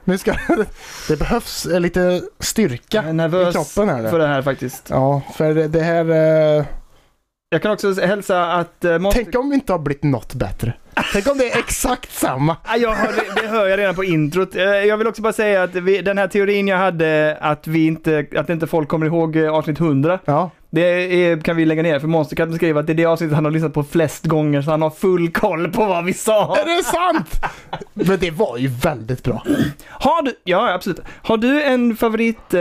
Speaker 1: Nu ska, det behövs eh, lite
Speaker 2: Jag
Speaker 1: styrka
Speaker 2: är nervös
Speaker 1: i kroppen här. nu.
Speaker 2: för det här faktiskt.
Speaker 1: Ja, för det det här... eh,
Speaker 2: Jag kan också hälsa att... eh, Monster-
Speaker 1: Tänk om vi inte har blivit något bättre. Tänk om det är exakt samma.
Speaker 2: Ja, Jag hör, det- det hör jag redan på introt. Eh, Jag vill också bara säga att vi, den här teorin jag hade att, vi inte, att inte folk kommer ihåg eh, avsnitt 100,
Speaker 1: Ja,
Speaker 2: det är, kan vi lägga ner för Monsterkatten skriver att det är det avsnittet han har lyssnat på flest gånger så han har full koll på vad vi sa.
Speaker 1: är det sant? Men det var ju väldigt bra.
Speaker 2: Har du, ja absolut. Har du en favorit, eh,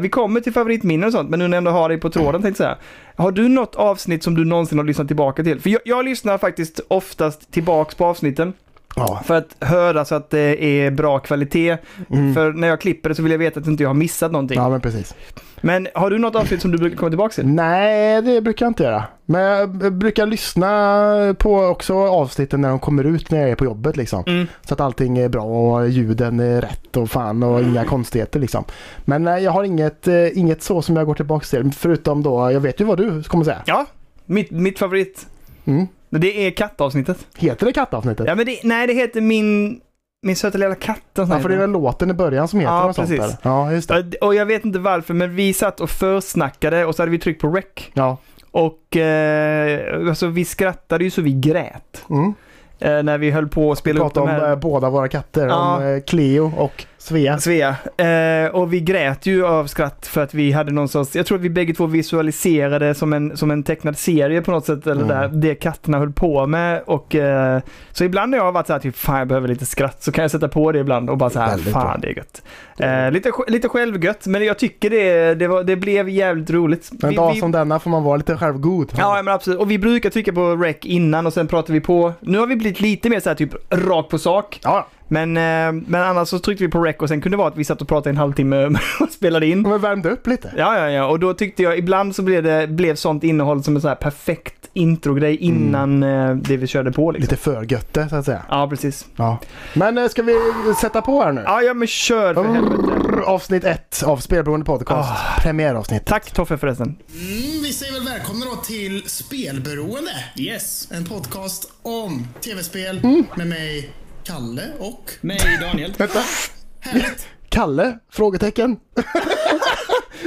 Speaker 2: vi kommer till favoritminnen och sånt, men nu när jag ändå har dig på tråden tänkte jag säga. Har du något avsnitt som du någonsin har lyssnat tillbaka till? För jag, jag lyssnar faktiskt oftast tillbaks på avsnitten
Speaker 1: Ja,
Speaker 2: för att höra så att det är bra kvalitet.
Speaker 1: mm.
Speaker 2: För när jag klipper det så vill jag veta att inte jag har missat någonting.
Speaker 1: ja men precis.
Speaker 2: Men har du något avsnitt som du brukar komma tillbaka till?
Speaker 1: Nej, det brukar jag inte göra. Men jag brukar lyssna på också avsnitten när de kommer ut när jag är på jobbet liksom.
Speaker 2: Mm.
Speaker 1: Så att allting är bra och ljuden är rätt och fan och inga konstigheter liksom. Men nej, jag har inget, eh, inget så som jag går tillbaka till. Förutom då, jag vet ju vad du kommer säga.
Speaker 2: Ja, mitt, mitt favorit.
Speaker 1: Mm.
Speaker 2: Det är kattavsnittet.
Speaker 1: Heter det kattavsnittet?
Speaker 2: Ja, men det, nej, det heter Min, min söta lilla katt. och sånt
Speaker 1: Ja,
Speaker 2: här.
Speaker 1: för det är väl låten i början som heter
Speaker 2: Ja,
Speaker 1: något sånt
Speaker 2: precis.
Speaker 1: där. Ja, just det.
Speaker 2: Och jag vet inte varför, men vi satt och försnackade och så hade vi tryckt på rec.
Speaker 1: Ja.
Speaker 2: Och eh, alltså, vi skrattade ju så vi grät.
Speaker 1: Mm.
Speaker 2: Eh, när vi höll på att spela upp
Speaker 1: Prata
Speaker 2: de
Speaker 1: om eh,
Speaker 2: här...
Speaker 1: båda våra katter,
Speaker 2: Ja.
Speaker 1: om eh, Cleo och Svea.
Speaker 2: Svea. Eh, och vi grät ju av skratt för att vi hade någon sorts, jag tror att vi bägge två visualiserade som en, som en tecknad serie på något sätt, eller
Speaker 1: Mm.
Speaker 2: där, det katterna höll på med. Och, eh, så ibland när jag har varit så här, typ fan jag behöver lite skratt, så kan jag sätta på det ibland och bara så här,
Speaker 1: Väldigt
Speaker 2: fan
Speaker 1: bra.
Speaker 2: det är gött.
Speaker 1: Det är-
Speaker 2: Eh, lite, sj- lite självgött, men jag tycker det, det, var, det blev jävligt roligt.
Speaker 1: En
Speaker 2: Vi-
Speaker 1: dag
Speaker 2: vi-
Speaker 1: som denna får man vara lite självgod.
Speaker 2: Ja, ja, men absolut. Och vi brukar trycka på rec innan och sen pratar vi på. Nu har vi blivit lite mer så här typ rakt på sak.
Speaker 1: ja.
Speaker 2: Men, eh, men annars så tryckte vi på rec och sen kunde det vara att vi satt och pratade en halvtimme och spelade in.
Speaker 1: Men värmde upp lite.
Speaker 2: Ja, ja, ja. Och då tyckte jag ibland så blev det blev sånt innehåll som en så här perfekt introgrej innan eh, det vi körde på liksom.
Speaker 1: Lite för götte så att säga.
Speaker 2: Ja, precis.
Speaker 1: Ja. Men eh, ska vi sätta på här nu?
Speaker 2: Ja, ja, men kör för helvete. Ah.
Speaker 1: Avsnitt ett av Spelberoende Podcast. Premiäravsnitt.
Speaker 2: Tack Toffe förresten.
Speaker 1: Mm, vi säger väl välkomna då till Spelberoende.
Speaker 3: Yes.
Speaker 1: En podcast om tv-spel med mig, Kalle och...
Speaker 3: Mig Daniel.
Speaker 1: Härligt. Kalle? Frågetecken.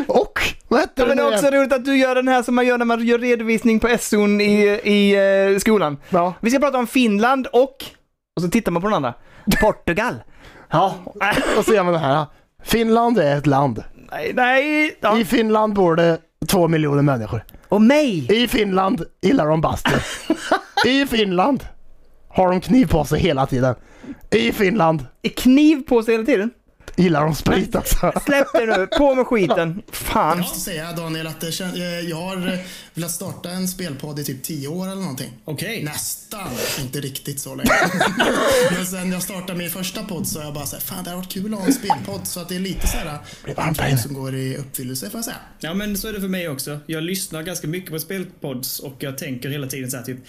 Speaker 1: och? Vad hette
Speaker 2: Ja, men det
Speaker 1: nu
Speaker 2: är också
Speaker 1: igen?
Speaker 2: roligt att du gör den här som man gör när man gör redovisning på SO'n i, i eh, skolan.
Speaker 1: Ja.
Speaker 2: Vi ska prata om Finland och... Och så tittar man på den andra. Portugal. Ja.
Speaker 1: Och så gör man det här. Finland är ett land.
Speaker 2: Nej, nej. Ja.
Speaker 1: I Finland bor det två miljoner människor.
Speaker 2: Och mig.
Speaker 1: I Finland gillar de bastu. I Finland har de kniv på sig hela tiden. I Finland
Speaker 2: I Kniv på sig hela tiden.
Speaker 1: gillar de sprit alltså.
Speaker 2: Släpp det nu. På med skiten. Fan.
Speaker 4: Jag måste säga Daniel att det kän- eh, jag har eh, velat starta en spelpodd i typ 10 år eller någonting.
Speaker 3: Okej.
Speaker 4: Nästan, inte riktigt så länge. Men sen jag startade min första podd så har jag bara såhär, fan det har varit kul att ha en spelpodd. Så att det är lite såhär, en
Speaker 1: varmt här
Speaker 4: dröm
Speaker 1: inne.
Speaker 4: som går i uppfyllelse får jag säga.
Speaker 3: Ja men så är det för mig också. Jag lyssnar ganska mycket på spelpods och jag tänker hela tiden så här typ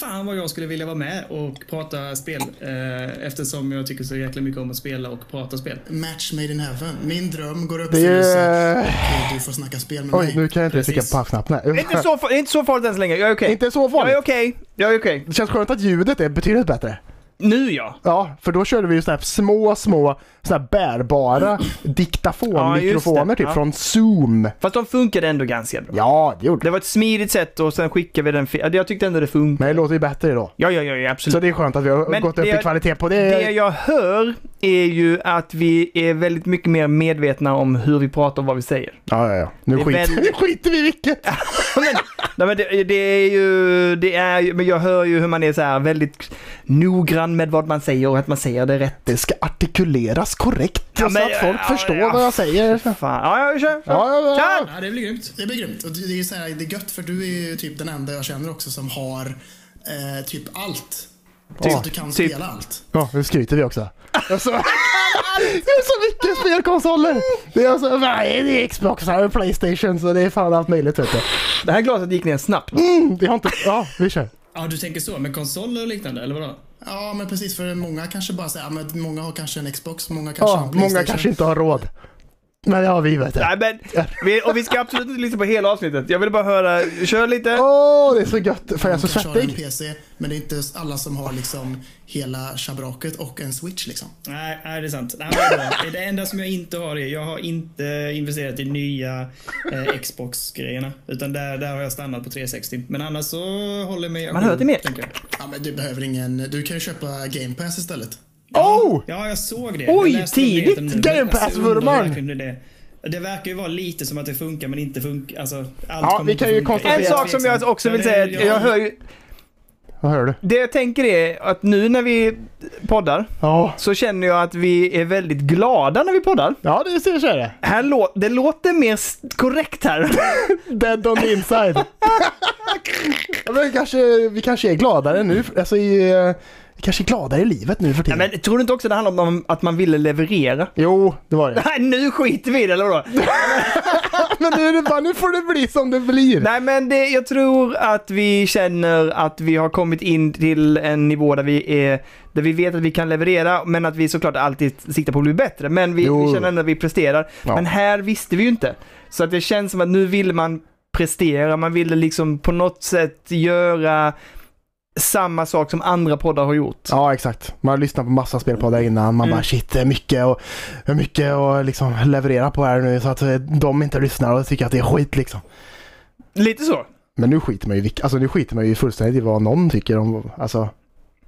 Speaker 3: Fan vad jag skulle vilja vara med och prata spel eh, eftersom jag tycker så jäkla mycket om att spela och prata spel.
Speaker 4: Match made in heaven. Min dröm går i
Speaker 1: Det är ju...
Speaker 4: uppfyllelse.
Speaker 1: eh,
Speaker 4: Och Du får snacka spel med
Speaker 1: Oj,
Speaker 4: mig.
Speaker 1: nu kan jag inte
Speaker 3: Precis.
Speaker 1: trycka på knappen.
Speaker 2: Det är inte så, far- det är inte så farligt än så länge. Jag är okej.
Speaker 1: Inte så
Speaker 2: Jag
Speaker 1: farligt.
Speaker 2: är okej. Jag är okej.
Speaker 1: Det känns skönt att ljudet är betydligt bättre.
Speaker 2: Nu ja!
Speaker 1: Ja, för då körde vi ju såna här små, små, såna här bärbara
Speaker 2: Ja, just
Speaker 1: diktafonmikrofoner
Speaker 2: det.
Speaker 1: typ
Speaker 2: Ja.
Speaker 1: från Zoom.
Speaker 2: Fast de funkade ändå ganska bra.
Speaker 1: Ja, det gjorde
Speaker 2: Det
Speaker 1: det.
Speaker 2: var ett smidigt sätt och sen skickade vi den... fi- ja, Jag tyckte ändå det funkade.
Speaker 1: Men det låter ju bättre idag.
Speaker 2: Ja, ja, ja, ja
Speaker 1: Så
Speaker 2: absolut.
Speaker 1: det är skönt att vi har
Speaker 2: Men
Speaker 1: gått upp
Speaker 2: det-
Speaker 1: i kvalitet på det.
Speaker 2: Det jag hör är ju att vi är väldigt mycket mer medvetna om hur vi pratar och vad vi säger.
Speaker 1: Ja, ja, ja. Nu
Speaker 2: Det är
Speaker 1: skit...
Speaker 2: väldigt-
Speaker 1: nu skiter vi i vilket.
Speaker 2: Nej, men det, det är ju, det är ju, men jag hör ju hur man är så här väldigt noggrann med vad man säger och att man säger det rätt.
Speaker 1: Det ska artikuleras korrekt
Speaker 2: Ja,
Speaker 1: så
Speaker 2: men-
Speaker 1: att folk
Speaker 2: ja,
Speaker 1: förstår
Speaker 2: ja.
Speaker 1: vad jag säger. Ja,
Speaker 2: Fan. Ja, jag kör. kör.
Speaker 1: ja, ja.
Speaker 2: Kör!
Speaker 3: Ja, det blir grymt.
Speaker 4: Det blir grymt. Och det är, ju så här, det är gött för du är ju typ den enda jag känner också som har eh, typ allt.
Speaker 1: Typ-
Speaker 4: så att du kan
Speaker 2: typ.
Speaker 4: spela allt.
Speaker 1: ja nu skryter vi också. Jag så... Jag har så mycket spelkonsoler! Det är alltså, nej, det är Xbox, här är Playstation, så det är fan allt möjligt vet du.
Speaker 2: Det här glaset gick ner snabbt.
Speaker 1: Mm, det har inte... Ja, vi kör.
Speaker 3: Ja, du tänker så. Med konsoler och liknande, eller vadå?
Speaker 4: Ja, men precis. För många kanske bara säger, ja, men många har kanske en Xbox, många kanske har
Speaker 1: Ja,
Speaker 4: en
Speaker 1: många
Speaker 4: Playstation.
Speaker 1: kanske inte har råd. Men det har vi vet du.
Speaker 2: Nej, men, vi, och vi ska absolut inte lyssna på hela avsnittet. Jag vill bara höra, kör lite.
Speaker 1: Åh, det är så gött! Fan, jag är så
Speaker 4: kanske har en
Speaker 1: svettig.
Speaker 4: PC, men det är inte alla som har liksom hela schabraket och en switch liksom.
Speaker 3: Nej, nej, det är sant. Nej, men det, är bra. det enda som jag inte har är, jag har inte investerat i nya eh, Xbox-grejerna. Utan där, där har jag stannat på 360. Men annars så håller jag mig...
Speaker 2: Man hör inte mer.
Speaker 3: tänker jag.
Speaker 4: Ja, men du behöver ingen, du kan ju köpa Game Pass istället.
Speaker 1: Oh!
Speaker 3: Ja, jag såg det.
Speaker 2: Oj,
Speaker 3: Jag läste om det
Speaker 2: tidigt.
Speaker 3: nu, men
Speaker 1: Game
Speaker 3: alltså,
Speaker 1: Pass-vurmaren.
Speaker 3: undrar verkligen hur Det, det verkar ju vara lite som att det funkar men inte funkar. Alltså, allt
Speaker 1: Ja,
Speaker 3: kommer
Speaker 1: vi
Speaker 3: inte
Speaker 1: kan ju
Speaker 3: funka.
Speaker 1: konstatera-
Speaker 2: En sak som jag också vill säga, är att jag hör ju,
Speaker 1: Vad hör du?
Speaker 2: det jag tänker är att nu när vi poddar
Speaker 1: Ja.
Speaker 2: så känner jag att vi är väldigt glada när vi poddar.
Speaker 1: Ja, det ser så är det.
Speaker 2: Här lå- det låter mer s- korrekt här.
Speaker 1: Dead on the inside. Ja, men kanske, vi kanske är gladare nu. Alltså, i, eh, vi kanske är gladare i livet nu för
Speaker 2: Ja,
Speaker 1: tiden.
Speaker 2: men tror du inte också det handlar om att man ville leverera?
Speaker 1: Jo, det var det.
Speaker 2: Nej, nu skiter vi i det, eller vadå?
Speaker 1: Men nu, är det bara, nu får det bli som det blir.
Speaker 2: Nej, men det, jag tror att vi känner att vi har kommit in till en nivå där vi, är, där vi vet att vi kan leverera, men att vi såklart alltid siktar på att bli bättre. Men vi,
Speaker 1: Jo.
Speaker 2: vi känner ändå att vi presterar.
Speaker 1: Ja.
Speaker 2: Men här visste vi ju inte. Så att det känns som att nu vill man prestera, man ville liksom på något sätt göra samma sak som andra poddar har gjort.
Speaker 1: Ja, exakt. Man har lyssnat på massa spelpoddar innan. Man bara shit, det är mycket och det är mycket att liksom leverera på här nu så att eh, de inte lyssnar och tycker att det är skit liksom.
Speaker 2: Lite så.
Speaker 1: Men nu skiter man ju, i vilk- alltså, nu skiter man ju fullständigt i vad någon tycker om, alltså.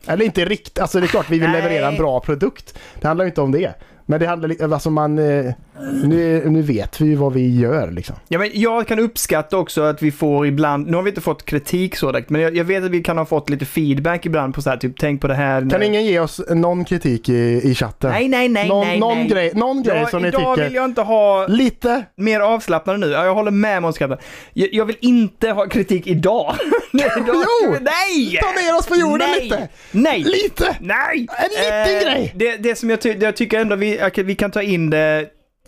Speaker 1: Eller inte riktigt, alltså det är klart vi vill
Speaker 2: Nej.
Speaker 1: leverera en bra produkt. Det handlar ju inte om det. Men det handlar li- alltså man, eh, nu, nu vet vi ju vad vi gör liksom.
Speaker 2: Ja, men jag kan uppskatta också att vi får ibland, nu har vi inte fått kritik så direkt, men jag, jag vet att vi kan ha fått lite feedback ibland på så här, typ tänk på det här.
Speaker 1: Kan ingen ge oss någon kritik i, i chatten?
Speaker 2: Nej, nej, nej,
Speaker 1: någon,
Speaker 2: nej.
Speaker 1: någon
Speaker 2: nej.
Speaker 1: grej, någon grej
Speaker 2: jag,
Speaker 1: som ni
Speaker 2: idag
Speaker 1: tycker,
Speaker 2: vill jag inte ha
Speaker 1: lite
Speaker 2: mer avslappnade nu. Ja, jag håller med Måns Kaplan. jag, jag vill inte ha kritik idag. Nej, idag ska vi- nej!
Speaker 1: Ta ner oss på jorden
Speaker 2: nej!
Speaker 1: lite!
Speaker 2: Nej!
Speaker 1: Lite!
Speaker 2: Nej! Eh,
Speaker 1: En liten grej.
Speaker 2: Det, det som jag, ty- det jag tycker ändå vi, okej, vi kan ta in det.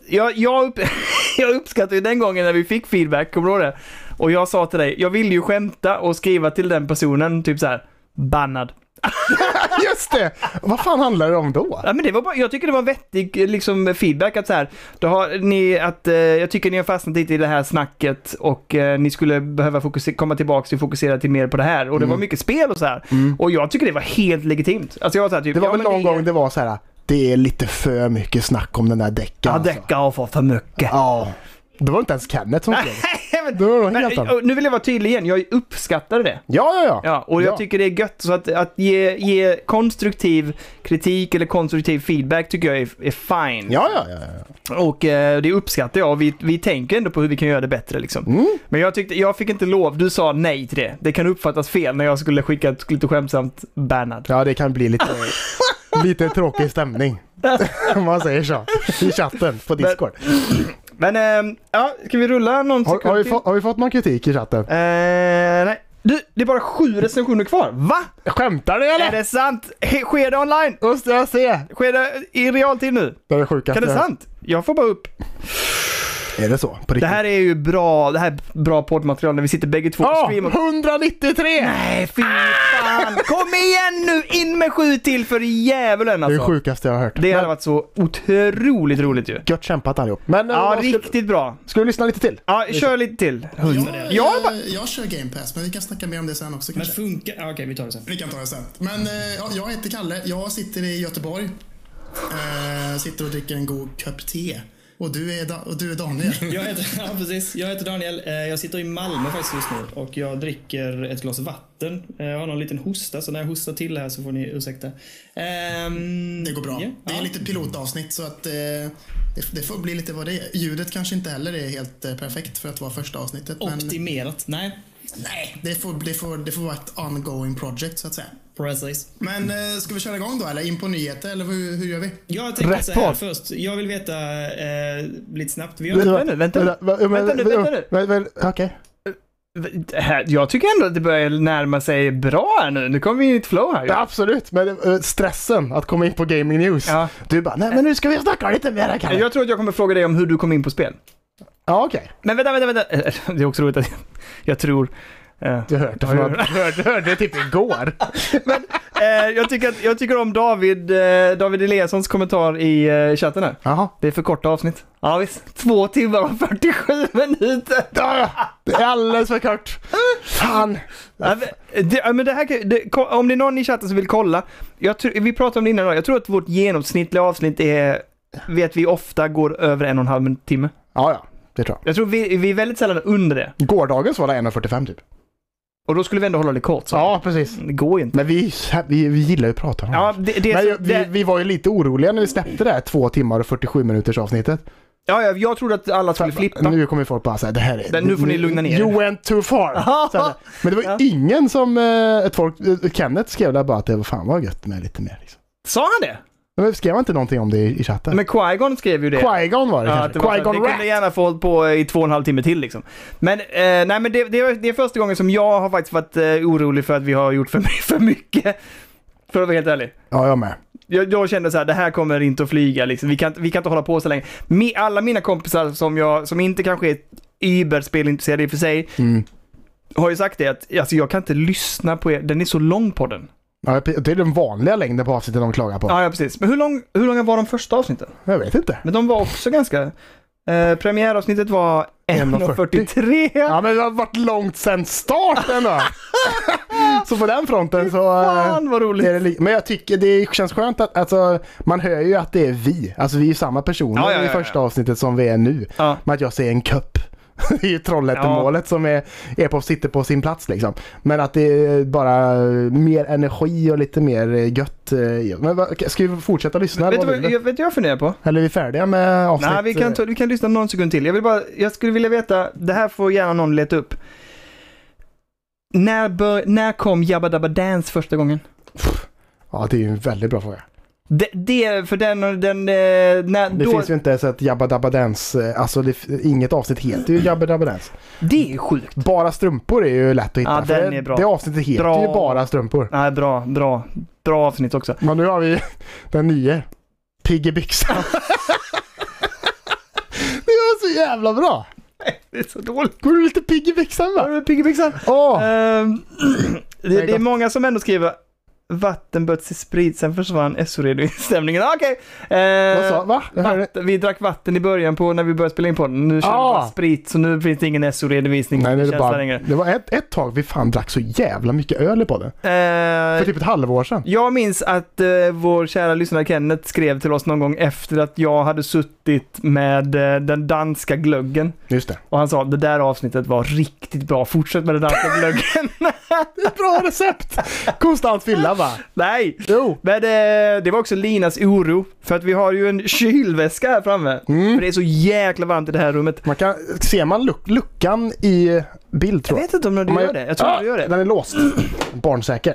Speaker 2: Jag, jag, upp, jag uppskattar ju den gången när vi fick feedback, kommer du ihåg det? Och jag sa till dig, jag ville ju skämta och skriva till den personen, typ så här, bannad.
Speaker 1: Just det! Vad fan handlar det om då?
Speaker 2: Ja, men det var bara, jag tycker det var vettig eh, liksom, feedback att så här, då har ni, att, eh, jag tycker ni har fastnat lite i det här snacket och eh, ni skulle behöva fokusera, komma tillbaka och fokusera till mer på det här. Och det var
Speaker 1: Mm.
Speaker 2: mycket spel och så här. Och jag tycker det var helt legitimt. Alltså jag var så här, typ,
Speaker 1: Det var
Speaker 2: ja,
Speaker 1: väl
Speaker 2: men
Speaker 1: någon gång det var så här. Det är lite för mycket snack om den där däcken.
Speaker 2: Ja,
Speaker 1: alltså.
Speaker 2: däckar har fått för mycket.
Speaker 1: Ja. Det var inte ens Kenneth som skrev.
Speaker 2: Nej, men-
Speaker 1: Det var någon helt
Speaker 2: Nej,
Speaker 1: annan.
Speaker 2: och nu vill jag vara tydlig igen, jag uppskattade det.
Speaker 1: Ja, ja, ja.
Speaker 2: Ja, och jag
Speaker 1: Ja.
Speaker 2: tycker det är gött. Så att, att ge, ge konstruktiv kritik eller konstruktiv feedback tycker jag är, är fine.
Speaker 1: Ja, ja, ja. ja.
Speaker 2: Och eh, det uppskattar jag. Vi, vi tänker ändå på hur vi kan göra det bättre liksom.
Speaker 1: Mm.
Speaker 2: Men jag, tyckte, jag fick inte lov. Du sa nej till det. Det kan uppfattas fel när jag skulle skicka ett lite skämtsamt Bernhard.
Speaker 1: Ja, det kan bli lite, lite tråkig stämning. Om man säger så. I chatten på Discord.
Speaker 2: Men, ehm, ja, ska vi rulla någon
Speaker 1: Har, har, vi, få, har vi fått någon kritik i chatten?
Speaker 2: Eh, nej. Du, det är bara sju recensioner kvar. Va?
Speaker 1: Skämtar du
Speaker 2: Är
Speaker 1: eller?
Speaker 2: det sant? He- Sker det online?
Speaker 1: Måste jag se?
Speaker 2: Sker det i realtid nu?
Speaker 1: Det är det sjukaste.
Speaker 2: Kan det
Speaker 1: jag-
Speaker 2: sant? Jag får bara upp.
Speaker 1: Är det så? På riktigt?
Speaker 2: Det här är ju bra, det här är bra poddmaterial när vi sitter bägge två och
Speaker 1: Ja,
Speaker 2: streamar.
Speaker 1: 193!
Speaker 2: Nej, fy fan! Kom igen nu! In med sju till för djävulen
Speaker 1: Det är det
Speaker 2: alltså!
Speaker 1: sjukaste jag har hört.
Speaker 2: Det hade
Speaker 1: Men
Speaker 2: varit så otroligt roligt ju.
Speaker 1: Gött kämpat allihop. Men
Speaker 2: Ja,
Speaker 1: eh, ska,
Speaker 2: riktigt bra.
Speaker 1: ska du lyssna lite till?
Speaker 2: Ja, kör lite till. Ja,
Speaker 4: Jag,
Speaker 2: va-
Speaker 4: jag, eh, jag kör Game Pass, men vi kan snacka mer om det sen också
Speaker 3: Men
Speaker 4: kanske.
Speaker 3: funkar... Ja, Okej, vi tar det sen.
Speaker 4: Vi kan ta det sen. Men eh, ja, jag heter Kalle, jag sitter i Göteborg. Eh, sitter och dricker en god kopp te. Och du är, da- och du är Daniel.
Speaker 3: Jag heter, ja, precis. jag heter Daniel. Eh, Jag sitter i Malmö faktiskt just nu och jag dricker ett glas vatten. Eh, Jag har någon liten hosta, så när jag hostar till här så får ni ursäkta. Ehm,
Speaker 4: Det går bra.
Speaker 3: ja,
Speaker 4: Det är
Speaker 3: ja.
Speaker 4: lite pilotavsnitt så att eh, det, det får bli lite vad det är. Ljudet kanske inte heller är helt eh, perfekt för att vara första avsnittet. Men
Speaker 3: Optimerat. Nej,
Speaker 4: nej, det får, det, får, det får vara ett ongoing project så att säga.
Speaker 3: precis.
Speaker 4: Men eh, ska vi köra igång då eller in på nyheter eller hur, hur gör vi?
Speaker 3: Jag tänker
Speaker 2: Rätt
Speaker 3: så här
Speaker 2: podd.
Speaker 3: först. Jag vill veta eh, lite snabbt. Vi har
Speaker 2: Vänta nu, vänta nu.
Speaker 1: va- men-
Speaker 2: Vänta nu, vänta nu.
Speaker 1: men- men- Okej.
Speaker 2: Det här- Jag tycker ändå att det börjar närma sig bra här nu. Nu kommer vi in i ett flow här ju.
Speaker 1: Ja, absolut, men eh, stressen att komma in på gaming news.
Speaker 2: Ja.
Speaker 1: Du bara, nej men nu ska vi snacka lite mer Kalle.
Speaker 2: Jag tror att jag kommer fråga dig om hur du kom in på spel.
Speaker 1: Ja okej,
Speaker 2: Men vänta, vänta, vänta. Eh, Det är också roligt att jag- jag tror... eh,
Speaker 1: du hörde,
Speaker 2: Ja, jag-
Speaker 1: du hörde, du hörde det typ igår.
Speaker 2: eh, jag, tycker att, jag tycker om David, eh, David Eliassons kommentar i eh, chatten här.
Speaker 1: Jaha.
Speaker 2: Det är för korta avsnitt. Ja visst. Två timmar och 47 minuter.
Speaker 1: Det är alldeles för kort. Fan.
Speaker 2: Ja, men det, ja, men det här, kan- det, ko- om det är någon i chatten som vill kolla. Jag tror, vi pratade om det innan idag. Jag tror att vårt genomsnittliga avsnitt är, vet vi ofta, går över en och en halv timme.
Speaker 1: Ja, ja, det tror
Speaker 2: Jag tror vi, vi är väldigt sällan under det.
Speaker 1: jag. Gårdagens var det 1.45 typ.
Speaker 2: Och då skulle vi ändå hålla det kort. Så.
Speaker 1: Ja, precis.
Speaker 2: Det går ju inte.
Speaker 1: Men vi, vi, vi gillar ju att prata om
Speaker 2: Ja,
Speaker 1: det.
Speaker 2: det, det, är
Speaker 1: Men
Speaker 2: så-
Speaker 1: jag- vi,
Speaker 2: det,
Speaker 1: vi var ju lite oroliga när vi släppte det här två timmar och 47 minuters avsnittet.
Speaker 2: ja, ja, jag trodde att alla skulle flippa.
Speaker 1: Nu kommer folk bara säga det här är...
Speaker 2: Men nu får ni lugna ner
Speaker 1: You
Speaker 2: er."
Speaker 1: went too far. Så här. Men det var ju
Speaker 2: Ja.
Speaker 1: ingen som... eh, Ett folk, eh, Kenneth skrev där bara att det var fan vad gött med lite mer. Liksom.
Speaker 2: Sa han det?
Speaker 1: Men skrev han inte någonting om det i, i chatten?
Speaker 2: Men Qui-Gon skrev ju det.
Speaker 1: Qui-Gon var det
Speaker 2: Ja, att
Speaker 1: kanske.
Speaker 2: det var så här,
Speaker 1: Qui-Gon
Speaker 2: det
Speaker 1: Rat.
Speaker 2: kunde gärna få hållit på i två och en halv timme till liksom. Men, eh, nej, men det, det, var- det är första gången som jag har faktiskt varit eh, orolig för att vi har gjort för, my- för mycket. För att vara helt ärlig.
Speaker 1: Ja, jag med.
Speaker 2: Jag, jag kände så här, det här kommer inte att flyga liksom. Vi kan, inte- vi kan inte hålla på så länge. Mi, alla mina kompisar som, jag, som inte kanske är Uber-spelintresserade i och för sig,
Speaker 1: Mm.
Speaker 2: har ju sagt det att alltså, jag kan inte lyssna på er. Den är så lång på den.
Speaker 1: Ja, det är den vanliga längden på avsnitten de klagar på.
Speaker 2: Ja, ja precis. Men hur, lång, hur långa var de första avsnitten?
Speaker 1: Jag vet inte.
Speaker 2: Men de var också ganska... Eh, premiäravsnittet var 1.43.
Speaker 1: Ja, men det har varit långt sen starten då. så på den fronten så... eh,
Speaker 2: Fan vad roligt!
Speaker 1: Är det li- men jag tycker det känns skönt att alltså, man hör ju att det är vi. Alltså vi är ju samma personer
Speaker 2: Ja, ja, ja,
Speaker 1: i
Speaker 2: ja.
Speaker 1: första avsnittet som vi är nu.
Speaker 2: Ja.
Speaker 1: Men att jag säger en kupp. Det är ju Trollhättemålet som är, är på, sitter på sin plats liksom. Men att det är bara mer energi och lite mer gött. eh, Men vad- ska vi fortsätta lyssna? eller
Speaker 2: Vet du
Speaker 1: vad
Speaker 2: vad
Speaker 1: vill
Speaker 2: jag, vet du vad jag funderar på?
Speaker 1: du? Eller är vi färdiga med avsnitt?
Speaker 2: Nej, vi kan, ta, vi kan lyssna någon sekund till. Jag, vill bara, jag skulle vilja veta, det här får gärna någon leta upp. När, bör, när kom Jabba Dabba Dance första gången?
Speaker 1: Ja, det är ju en väldigt bra fråga.
Speaker 2: Det, det för den, och den eh, när,
Speaker 1: Det
Speaker 2: då,
Speaker 1: finns ju inte ens ett Jabba Dabba Dance, eh, alltså det, inget avsnitt heter ju Jabba Dabba Dance.
Speaker 2: det är sjukt.
Speaker 1: Bara strumpor är ju lätt att hitta.
Speaker 2: Ja,
Speaker 1: för
Speaker 2: den
Speaker 1: det,
Speaker 2: är bra.
Speaker 1: det avsnittet heter
Speaker 2: Bra.
Speaker 1: ju bara strumpor.
Speaker 2: Nej, bra, bra, bra avsnitt också.
Speaker 1: Men nu har vi den nya. Pigg i byxan. det var så jävla bra.
Speaker 2: Det är så dåligt.
Speaker 1: Går du lite pigg i byxan va?
Speaker 2: Piggibixan.
Speaker 1: Åh!
Speaker 2: Ehm, det, det är
Speaker 1: gott.
Speaker 2: många som ändå skriver Vattenböts i sprit, sen försvann Esoredo i stämningen. Ah, Okej! Ehm,
Speaker 1: vad sa, va? Jag hörde-
Speaker 2: Vatten, vi drack vatten i början på när vi började spela in podden. Nu kör
Speaker 1: Ah.
Speaker 2: vi bara sprit, så nu finns det ingen SO-redovisning.
Speaker 1: Nej, det, är
Speaker 2: Känsla
Speaker 1: bara,
Speaker 2: längre.
Speaker 1: det var ett, ett tag vi fan drack så jävla mycket öl i podden. För
Speaker 2: Eh,
Speaker 1: typ ett halvår sedan.
Speaker 2: Jag minns att eh, vår kära lyssnare Kenneth skrev till oss någon gång efter att jag hade suttit med eh, den danska glöggen.
Speaker 1: Just det.
Speaker 2: Och han sa det där avsnittet var riktigt bra, fortsätt med den danska glöggen.
Speaker 1: Ett bra recept! Konstant fylla va?
Speaker 2: Nej!
Speaker 1: Jo.
Speaker 2: Men eh, det var också Linas oro, för att vi har ju en kylväska här framme. För det är så jäkla varmt i det här rummet.
Speaker 1: Man kan, ser man luck, luckan i bild
Speaker 2: Jag
Speaker 1: tror jag?
Speaker 2: vet inte om du
Speaker 1: Om man-
Speaker 2: gör det, jag tror
Speaker 1: Ah,
Speaker 2: du gör det.
Speaker 1: Den är låst. Barnsäker.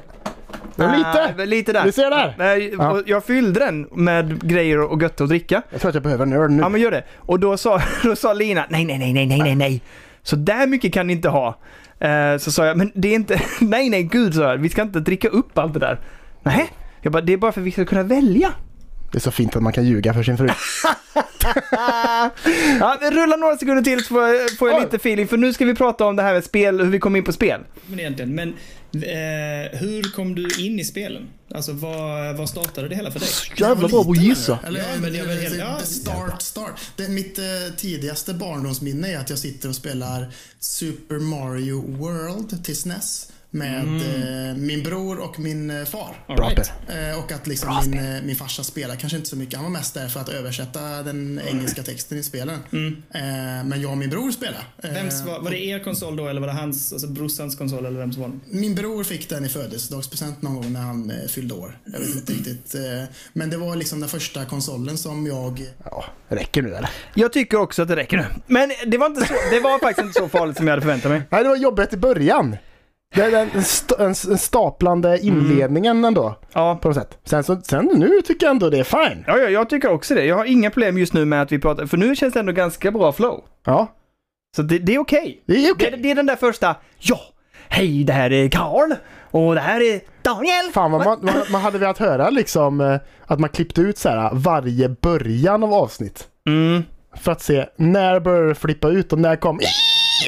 Speaker 1: Men
Speaker 2: Ah,
Speaker 1: lite!
Speaker 2: väl lite där.
Speaker 1: Vi ser där.
Speaker 2: Men,
Speaker 1: Ja.
Speaker 2: och Jag fyllde den med grejer och gött att dricka.
Speaker 1: Jag tror att jag behöver en öl nu.
Speaker 2: Ja men gör det. Och då sa, då sa Lina, nej nej nej nej nej nej nej. Så där mycket kan ni inte ha. Eh, så sa jag, men det är inte, nej nej gud sa jag, vi ska inte dricka upp allt det där. Nej. Jag bara, det är bara för att vi ska kunna välja.
Speaker 1: Det är så fint att man kan ljuga för sin fru.
Speaker 2: Ja, men rulla några sekunder till så får jag, får jag
Speaker 1: Oj.
Speaker 2: lite feeling. För nu ska vi prata om det här med spel, hur vi kom in på spel.
Speaker 3: Men egentligen, men eh, hur kom du in i spelen? Alltså vad, vad startade det hela för dig?
Speaker 1: Jävla bra på att gissa.
Speaker 4: Eller, eh,
Speaker 3: Ja, men jag vet- ja,
Speaker 4: the start, start. Det, mitt eh, tidigaste barndomsminne är att jag sitter och spelar Super Mario World till SNES med
Speaker 3: Mm.
Speaker 4: eh, min bror och min eh, far.
Speaker 3: All
Speaker 1: Bra
Speaker 3: right.
Speaker 1: Per.
Speaker 4: Eh, Och att liksom min, eh, min farsa spelar kanske inte så mycket. Han var mest där för att översätta den engelska texten i spelen. Eh, Men jag och min bror spelade. Eh,
Speaker 3: Mm. Vems var, var det er konsol då eller var det hans, alltså brorsans konsol eller vems var det?
Speaker 4: Min bror fick den i födelsedagspresent någon gång när han eh, fyllde år. Jag vet inte riktigt. eh, Men det var liksom den första konsolen som jag...
Speaker 1: Ja, räcker nu eller?
Speaker 2: Jag tycker också att det räcker nu. Men det var, inte så, det var faktiskt inte så farligt som jag hade förväntat mig.
Speaker 1: Nej, det var jobbigt i början. Det är den, st- en, en staplande
Speaker 2: Mm.
Speaker 1: inledningen ändå.
Speaker 2: Ja.
Speaker 1: På något sätt. Sen, så, sen nu tycker jag ändå det är fine.
Speaker 2: Ja, ja, jag tycker också det. Jag har inga problem just nu med att vi pratar, för nu känns det ändå ganska bra flow.
Speaker 1: Ja,
Speaker 2: Så det, det är okej.
Speaker 1: det är
Speaker 2: Det,
Speaker 1: okej.
Speaker 2: är- det är den där första, ja, hej det här är Karl och det här är Daniel.
Speaker 1: Fan vad man, man, man hade velat höra liksom eh, att man klippte ut så här eh, varje början av avsnitt.
Speaker 2: Mm.
Speaker 1: För att se när började det flippa ut och när kom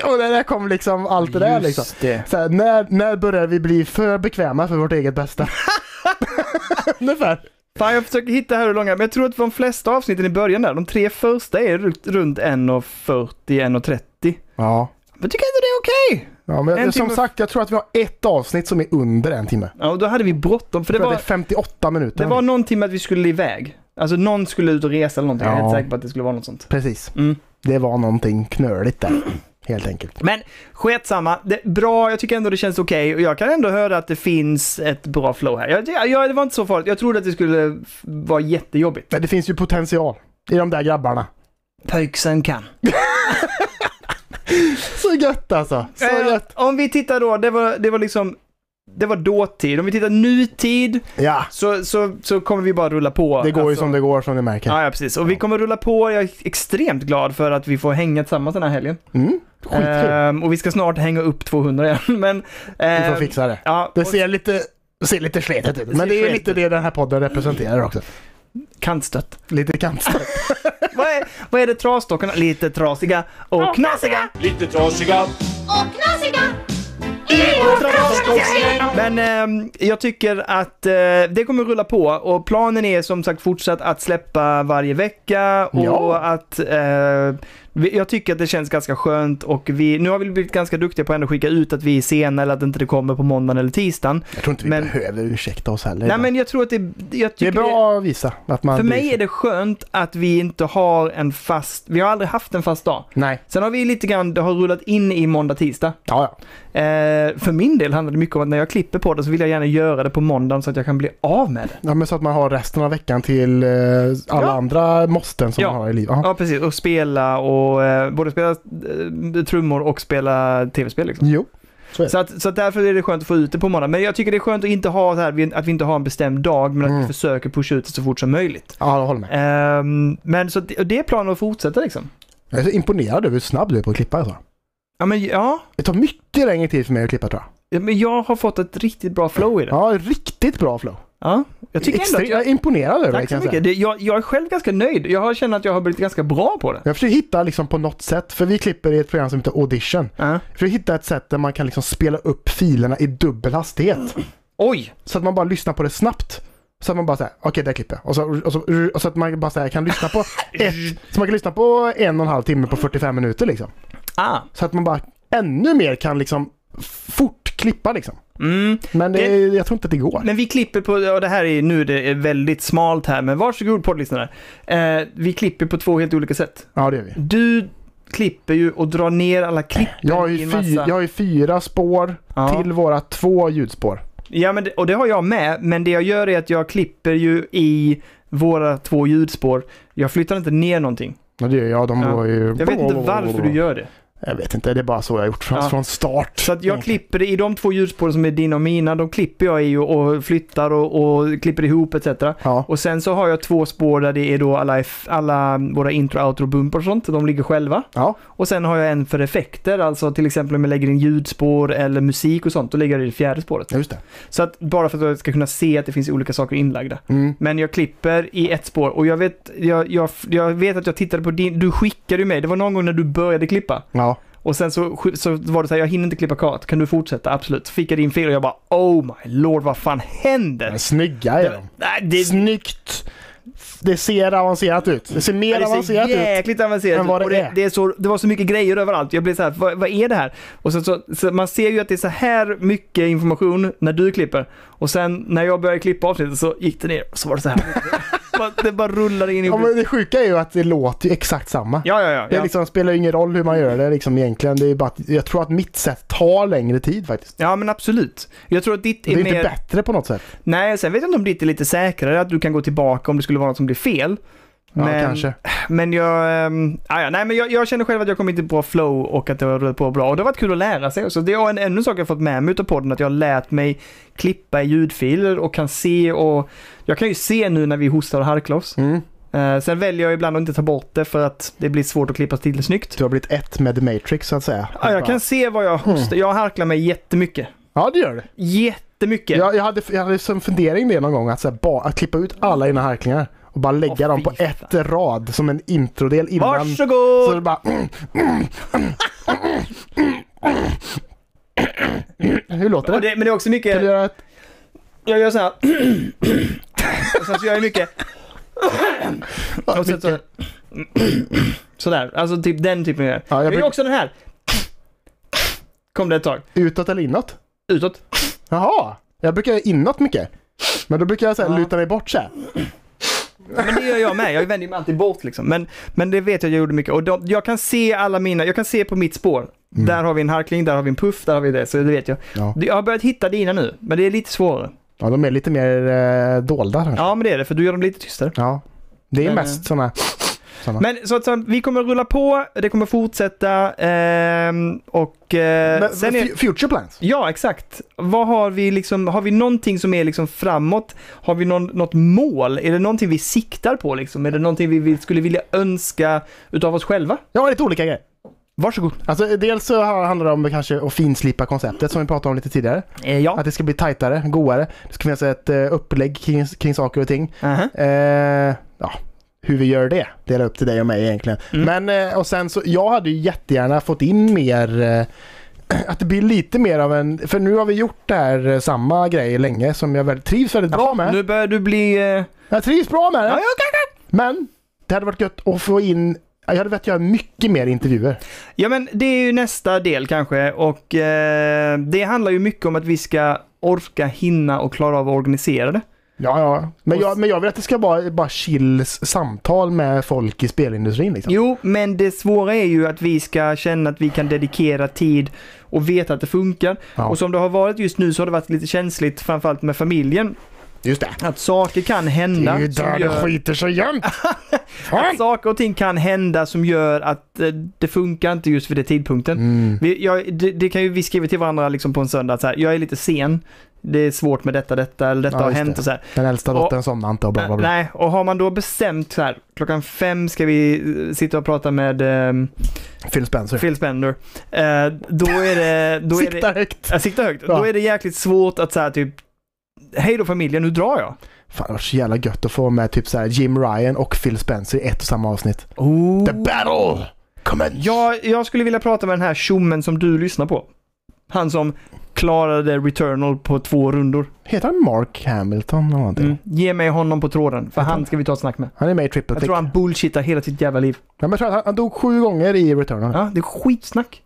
Speaker 1: och när kom liksom allt det där liksom.
Speaker 2: det.
Speaker 1: Så här, när, när börjar vi bli för bekväma för vårt eget bästa? Ungefär.
Speaker 2: Fan, jag försöker hitta här hur långa, men jag tror att de flesta avsnitten i början där, de tre första är runt- runt 1.40, 1.30.
Speaker 1: Ja.
Speaker 2: Men tycker ändå det är okej.
Speaker 1: ja men
Speaker 2: En
Speaker 1: jag, som
Speaker 2: timme-
Speaker 1: sagt, jag tror att vi har ett avsnitt som är under en timme.
Speaker 2: Ja, och då hade vi bråttom, för det
Speaker 1: Det,
Speaker 2: var,
Speaker 1: det är 58 minuter.
Speaker 2: det var någonting med att vi skulle iväg. Alltså någon skulle ut och resa eller någonting, jag är
Speaker 1: Ja.
Speaker 2: helt säker på att det skulle vara något sånt.
Speaker 1: Precis.
Speaker 2: Mm.
Speaker 1: Det var någonting knöligt där. Helt enkelt.
Speaker 2: Men sketsamma, det, bra, jag tycker ändå det känns okej och jag kan ändå höra att det finns ett bra flow här. Jag, jag, jag, det var inte så farligt, jag trodde att det skulle f- vara jättejobbigt.
Speaker 1: Men det finns ju potential i de där grabbarna.
Speaker 2: Pöjksen kan.
Speaker 1: Så gött alltså. Så
Speaker 2: Eh,
Speaker 1: gött.
Speaker 2: om vi tittar då, det var, det var liksom, det var dåtid. Om vi tittar nutid
Speaker 1: Ja,
Speaker 2: så, så, så kommer vi bara rulla på.
Speaker 1: det går ju
Speaker 2: Alltså,
Speaker 1: som det går som ni märker.
Speaker 2: Ja, ja, precis. Och vi kommer rulla på. Jag är extremt glad för att vi får hänga tillsammans den här helgen.
Speaker 1: Mm. Skitkul.
Speaker 2: Ehm, och vi ska snart hänga upp 200 igen, men...
Speaker 1: Vi
Speaker 2: ehm,
Speaker 1: får fixa det.
Speaker 2: Ja,
Speaker 1: Det
Speaker 2: och
Speaker 1: ser lite, ser lite sletigt ut. Men det är
Speaker 2: sletigt
Speaker 1: lite det den här podden representerar också.
Speaker 2: kantstött.
Speaker 1: Lite kantstött.
Speaker 2: vad, är, vad är det trasdockorna? Lite trasiga och knasiga.
Speaker 5: Lite trasiga,
Speaker 6: och knasiga. Är och knasiga.
Speaker 2: Men ehm, jag tycker att eh, det kommer rulla på och planen är som sagt fortsatt att släppa varje vecka och
Speaker 1: Ja.
Speaker 2: att eh, vi- jag tycker att det känns ganska skönt och vi, nu har vi blivit ganska duktiga på att ändå skicka ut att vi är sena eller att inte det kommer på måndagen eller tisdagen.
Speaker 1: Jag tror inte vi
Speaker 2: Men-
Speaker 1: behöver ursäkta oss heller.
Speaker 2: Nej men jag tror att det, jag
Speaker 1: det är
Speaker 2: tycker
Speaker 1: bra att visa att man
Speaker 2: det, för
Speaker 1: bryr
Speaker 2: mig
Speaker 1: sig.
Speaker 2: är det skönt att vi inte har en fast, vi har aldrig haft en fast dag.
Speaker 1: Nej,
Speaker 2: Sen har vi lite grann, det har rullat in i måndag, tisdag.
Speaker 1: ja ja.
Speaker 2: Eh, för min del handlar det mycket om att när jag klipper på det så vill jag gärna göra det på måndagen så att jag kan bli av med det.
Speaker 1: ja men så att man har resten av veckan till eh, alla
Speaker 2: Ja.
Speaker 1: andra måsten som
Speaker 2: Ja.
Speaker 1: man har i livet. Ja.
Speaker 2: Ja, precis. Och spela och eh, både spela eh, trummor och spela tv-spel liksom.
Speaker 1: Jo.
Speaker 2: Så, att, så att därför är det skönt att få ut det på måndag. Men jag tycker det är skönt att inte ha det här, vi- att vi inte har en bestämd dag men att vi
Speaker 1: Mm.
Speaker 2: försöker pusha ut det så fort som möjligt.
Speaker 1: Ja, jag håller med.
Speaker 2: Ehm, men så att, och det är planen att fortsätta liksom.
Speaker 1: Jag är så imponerad över hur snabb du är på att klippa. Alltså.
Speaker 2: Ja, men ja.
Speaker 1: Det tar mycket längre tid för mig att klippa tror jag.
Speaker 2: Ja, Men jag har fått ett riktigt bra flow i det.
Speaker 1: Ja, riktigt bra flow.
Speaker 2: Ja, jag tycker ändå
Speaker 1: Extre-
Speaker 2: att
Speaker 1: jag
Speaker 2: jag,
Speaker 1: är imponerad över det
Speaker 2: Tack
Speaker 1: kan
Speaker 2: så
Speaker 1: jag säga.
Speaker 2: mycket. Det, jag, jag är själv ganska nöjd. Jag har- känner att jag har blivit ganska bra på det.
Speaker 1: Jag försöker hitta liksom på något sätt, för vi klipper i ett program som heter Audition.
Speaker 2: Ja.
Speaker 1: Jag försöker hitta ett sätt där man kan liksom spela upp filerna i dubbel hastighet.
Speaker 2: Oj!
Speaker 1: Så att man bara lyssnar på det snabbt. Så att man bara säger, okej där klipper jag. Och så, och, så, och så att man bara så här, kan lyssna på ett, så man kan lyssna på en och en halv timme på 45 minuter liksom.
Speaker 2: Ah.
Speaker 1: Så att man bara ännu mer kan liksom fort klippa liksom.
Speaker 2: Mm.
Speaker 1: Men det,
Speaker 2: Det-
Speaker 1: jag tror inte att det går.
Speaker 2: Men vi klipper på, och det här är nu det är väldigt smalt här, men varsågod poddlyssnare. Eh, vi klipper på två helt olika sätt.
Speaker 1: Ja det gör vi.
Speaker 2: Du klipper ju och drar ner alla klipp.
Speaker 1: Jag har
Speaker 2: i
Speaker 1: ju,
Speaker 2: en
Speaker 1: fy,
Speaker 2: massa-
Speaker 1: jag har ju fyra spår
Speaker 2: Ja.
Speaker 1: till våra två ljudspår.
Speaker 2: Ja, men det, och det har jag med, men det jag gör är att jag klipper ju i våra två ljudspår. Jag flyttar inte ner någonting.
Speaker 1: Ja det gör jag. De
Speaker 2: Ja.
Speaker 1: går ju...
Speaker 2: Jag vet inte varför du gör det.
Speaker 1: Jag vet inte, det är bara så jag har gjort från,
Speaker 2: Ja.
Speaker 1: från start.
Speaker 2: Så att jag klipper det i de två ljusspåren som är dina och mina, de klipper jag i och, och flyttar och, och klipper ihop etc.
Speaker 1: Ja.
Speaker 2: Och sen så har jag två spår där det är då alla, eff- alla våra intro, outro, bumper och sånt. De ligger själva.
Speaker 1: Ja.
Speaker 2: Och sen har jag en för effekter, alltså till exempel om jag lägger in ljudspår eller musik och sånt, då lägger jag det i det fjärde spåret.
Speaker 1: ja, just det.
Speaker 2: Så att bara för att jag ska kunna se att det finns olika saker inlagda.
Speaker 1: Mm.
Speaker 2: Men jag klipper i ett spår och jag vet, jag, jag, jag vet att jag tittade på din, du skickade ju mig, det var någon gång när du började klippa.
Speaker 1: Ja.
Speaker 2: Och sen så, sk- så var det så här, jag hinner inte klippa klart, kan du fortsätta? Absolut. Så fick jag din fil och jag bara, oh my lord, vad fan händer?
Speaker 1: Men snygga Eh. är de.
Speaker 2: Nej, det,
Speaker 1: Snyggt. Det ser avancerat ut. Det ser mer
Speaker 2: det ser
Speaker 1: avancerat ut.
Speaker 2: jäkligt avancerat
Speaker 1: än
Speaker 2: ut.
Speaker 1: vad det
Speaker 2: Och det,
Speaker 1: är.
Speaker 2: det, är så, det var så mycket grejer överallt. Jag blev så här, vad, vad är det här? Och sen så, så man ser ju att det är så här mycket information när du klipper. Och sen när jag började klippa avsnittet så gick det ner och så var det så här. Bara- det bara rullade in i...
Speaker 1: Ja, men det sjuka är ju att det låter ju exakt samma.
Speaker 2: Ja, ja, ja.
Speaker 1: Det
Speaker 2: ja.
Speaker 1: liksom spelar ju ingen roll hur man gör det liksom egentligen. Det är bara att, jag tror att mitt sätt tar längre tid faktiskt.
Speaker 2: Ja men absolut. Jag tror att ditt
Speaker 1: Det
Speaker 2: är,
Speaker 1: är inte
Speaker 2: mer...
Speaker 1: bättre på något sätt.
Speaker 2: Nej, sen vet jag inte om ditt är lite säkrare, att du kan gå tillbaka om det skulle vara något som blir fel.
Speaker 1: Ja,
Speaker 2: Men-
Speaker 1: kanske.
Speaker 2: Men jag, ehm, ah, ja, nej, men jag, jag känner själv att jag kom inte på flow och att det har rullat på bra. Och det har varit kul att lära sig också. Det är en, ännu en sak jag fått med mig utav podden, att jag har lärt mig klippa i ljudfiler och kan se och... Jag kan ju se nu när vi hostar och harklar oss.
Speaker 1: Mm.
Speaker 2: Eh, sen väljer jag ibland att inte ta bort det för att det blir svårt att klippa till det snyggt.
Speaker 1: Du har blivit ett med The Matrix så att säga.
Speaker 2: Ja, jag kan se vad jag
Speaker 1: Mm.
Speaker 2: hostar. Jag harklar mig jättemycket.
Speaker 1: Ja, det gör det.
Speaker 2: Jättemycket.
Speaker 1: Jag, jag hade, jag hade som fundering det någon gång, att, så här, bara, att klippa ut alla dina harklingar och bara lägga
Speaker 2: Åh,
Speaker 1: dem på
Speaker 2: fy
Speaker 1: ett rad som en introdel innan. Så det
Speaker 2: Varsågod!
Speaker 1: bara... Hur låter
Speaker 2: Och
Speaker 1: det?
Speaker 2: det, men det är också mycket...
Speaker 1: Kan du göra ett...
Speaker 2: Jag gör så här. Och sen så gör jag mycket. Och sen så... Sådär, alltså typ den typen jag gör.
Speaker 1: Ja, jag
Speaker 2: jag gör
Speaker 1: brukar-
Speaker 2: också den här. Kom det ett tag.
Speaker 1: Utåt eller inåt?
Speaker 2: Utåt.
Speaker 1: Jaha! Jag brukar göra inåt mycket. Men då brukar jag så här,
Speaker 2: Ja.
Speaker 1: luta mig bort så här.
Speaker 2: Men det gör jag med, jag vänder mig alltid bort liksom. Men, men det vet jag, jag gjorde mycket. Och de, jag kan se alla mina, jag kan se på mitt spår. Där har vi en harkling, där har vi en puff, där har vi det. Så det vet jag.
Speaker 1: Ja.
Speaker 2: Jag har börjat hitta dina nu, men det är lite svårare.
Speaker 1: Ja, de är lite mer eh, dolda kanske.
Speaker 2: Ja men det är det, för du gör dem lite tystare.
Speaker 1: Ja. Det är
Speaker 2: Men, eh,
Speaker 1: mest sådana...
Speaker 2: Men så att så, vi kommer rulla på, det kommer fortsätta ehm, och... Eh,
Speaker 1: Men,
Speaker 2: sen är-
Speaker 1: fu- Future plans?
Speaker 2: Ja, exakt. Vad har vi liksom, har vi någonting som är liksom framåt? Har vi någon, något mål? Är det någonting vi siktar på liksom? Är det någonting vi vill, skulle vilja önska utav oss själva?
Speaker 1: Jag har lite olika grejer.
Speaker 2: Varsågod.
Speaker 1: Alltså, dels så handlar det om kanske att finslipa konceptet som vi pratade om lite tidigare.
Speaker 2: Eh, ja.
Speaker 1: Att det ska bli tajtare, godare. Det ska finnas ett eh, upplägg kring, kring saker och ting.
Speaker 2: Aha.
Speaker 1: Eh, ja, hur vi gör det, det är upp till dig och mig egentligen.
Speaker 2: Mm.
Speaker 1: Men, eh, och sen så, jag hade ju jättegärna fått in mer, eh, att det blir lite mer av en, för nu har vi gjort det här eh, samma grej länge som jag väl, trivs väldigt bra med.
Speaker 2: Nu börjar du bli... Eh, ja,
Speaker 1: Jag trivs bra med det.
Speaker 2: ja, okej.
Speaker 1: Men, det hade varit gött att få in, jag hade velat göra mycket mer intervjuer.
Speaker 2: ja, men det är ju nästa del kanske och eh, det handlar ju mycket om att vi ska orka, hinna och klara av att organisera det.
Speaker 1: Ja, ja. Men
Speaker 2: Och-
Speaker 1: jag, men jag vill att det ska vara bara chill samtal med folk i spelindustrin liksom.
Speaker 2: Jo, men det svåra är ju att vi ska känna att vi kan dedikera tid och veta att det funkar.
Speaker 1: Ja.
Speaker 2: Och som det har varit just nu så har det varit lite känsligt, framförallt med familjen,
Speaker 1: Just det.
Speaker 2: att saker kan
Speaker 1: Det är
Speaker 2: hända.
Speaker 1: ju
Speaker 2: som
Speaker 1: där det
Speaker 2: gör-
Speaker 1: skiter sig jämt. Fan.
Speaker 2: att saker och ting kan hända som gör att eh, det funkar inte just vid den tidpunkten.
Speaker 1: Mm.
Speaker 2: Vi, jag, det, det kan ju, vi skriver till varandra liksom på en söndag att så här, jag är lite sen, det är svårt med detta, detta, eller detta
Speaker 1: Ja,
Speaker 2: har
Speaker 1: just
Speaker 2: hänt
Speaker 1: det.
Speaker 2: och så här.
Speaker 1: Den äldsta dottern somnade inte och bla bla bla.
Speaker 2: Nej, och har man då bestämt så här, klockan fem ska vi eh, sitta och prata med ehm,
Speaker 1: Phil Spencer.
Speaker 2: Phil Spender. Eh, då är det... Då är
Speaker 1: Sikta
Speaker 2: det
Speaker 1: högt.
Speaker 2: ja, sikta högt.
Speaker 1: Ja.
Speaker 2: Då är det jäkligt svårt att säga typ Hej då familjen, nu drar jag.
Speaker 1: Fan det var så jävla gött att få med typ så här Jim Ryan och Phil Spencer i ett och samma avsnitt. Oh. The
Speaker 2: Oh.
Speaker 1: battle! Commence!
Speaker 2: Jag, jag skulle vilja prata med den här tjommen som du lyssnar på. Han som klarade Returnal på två rundor.
Speaker 1: Heter han Mark Hamilton eller någonting?
Speaker 2: Mm. Ge mig honom på tråden, för han ska vi ta ett snack med.
Speaker 1: Han är med i Triple
Speaker 2: Jag
Speaker 1: Click.
Speaker 2: tror han bullshittar hela sitt jävla liv.
Speaker 1: Ja, men jag tror att han, han dog sju gånger i Returnal.
Speaker 2: Ja, det är skitsnack.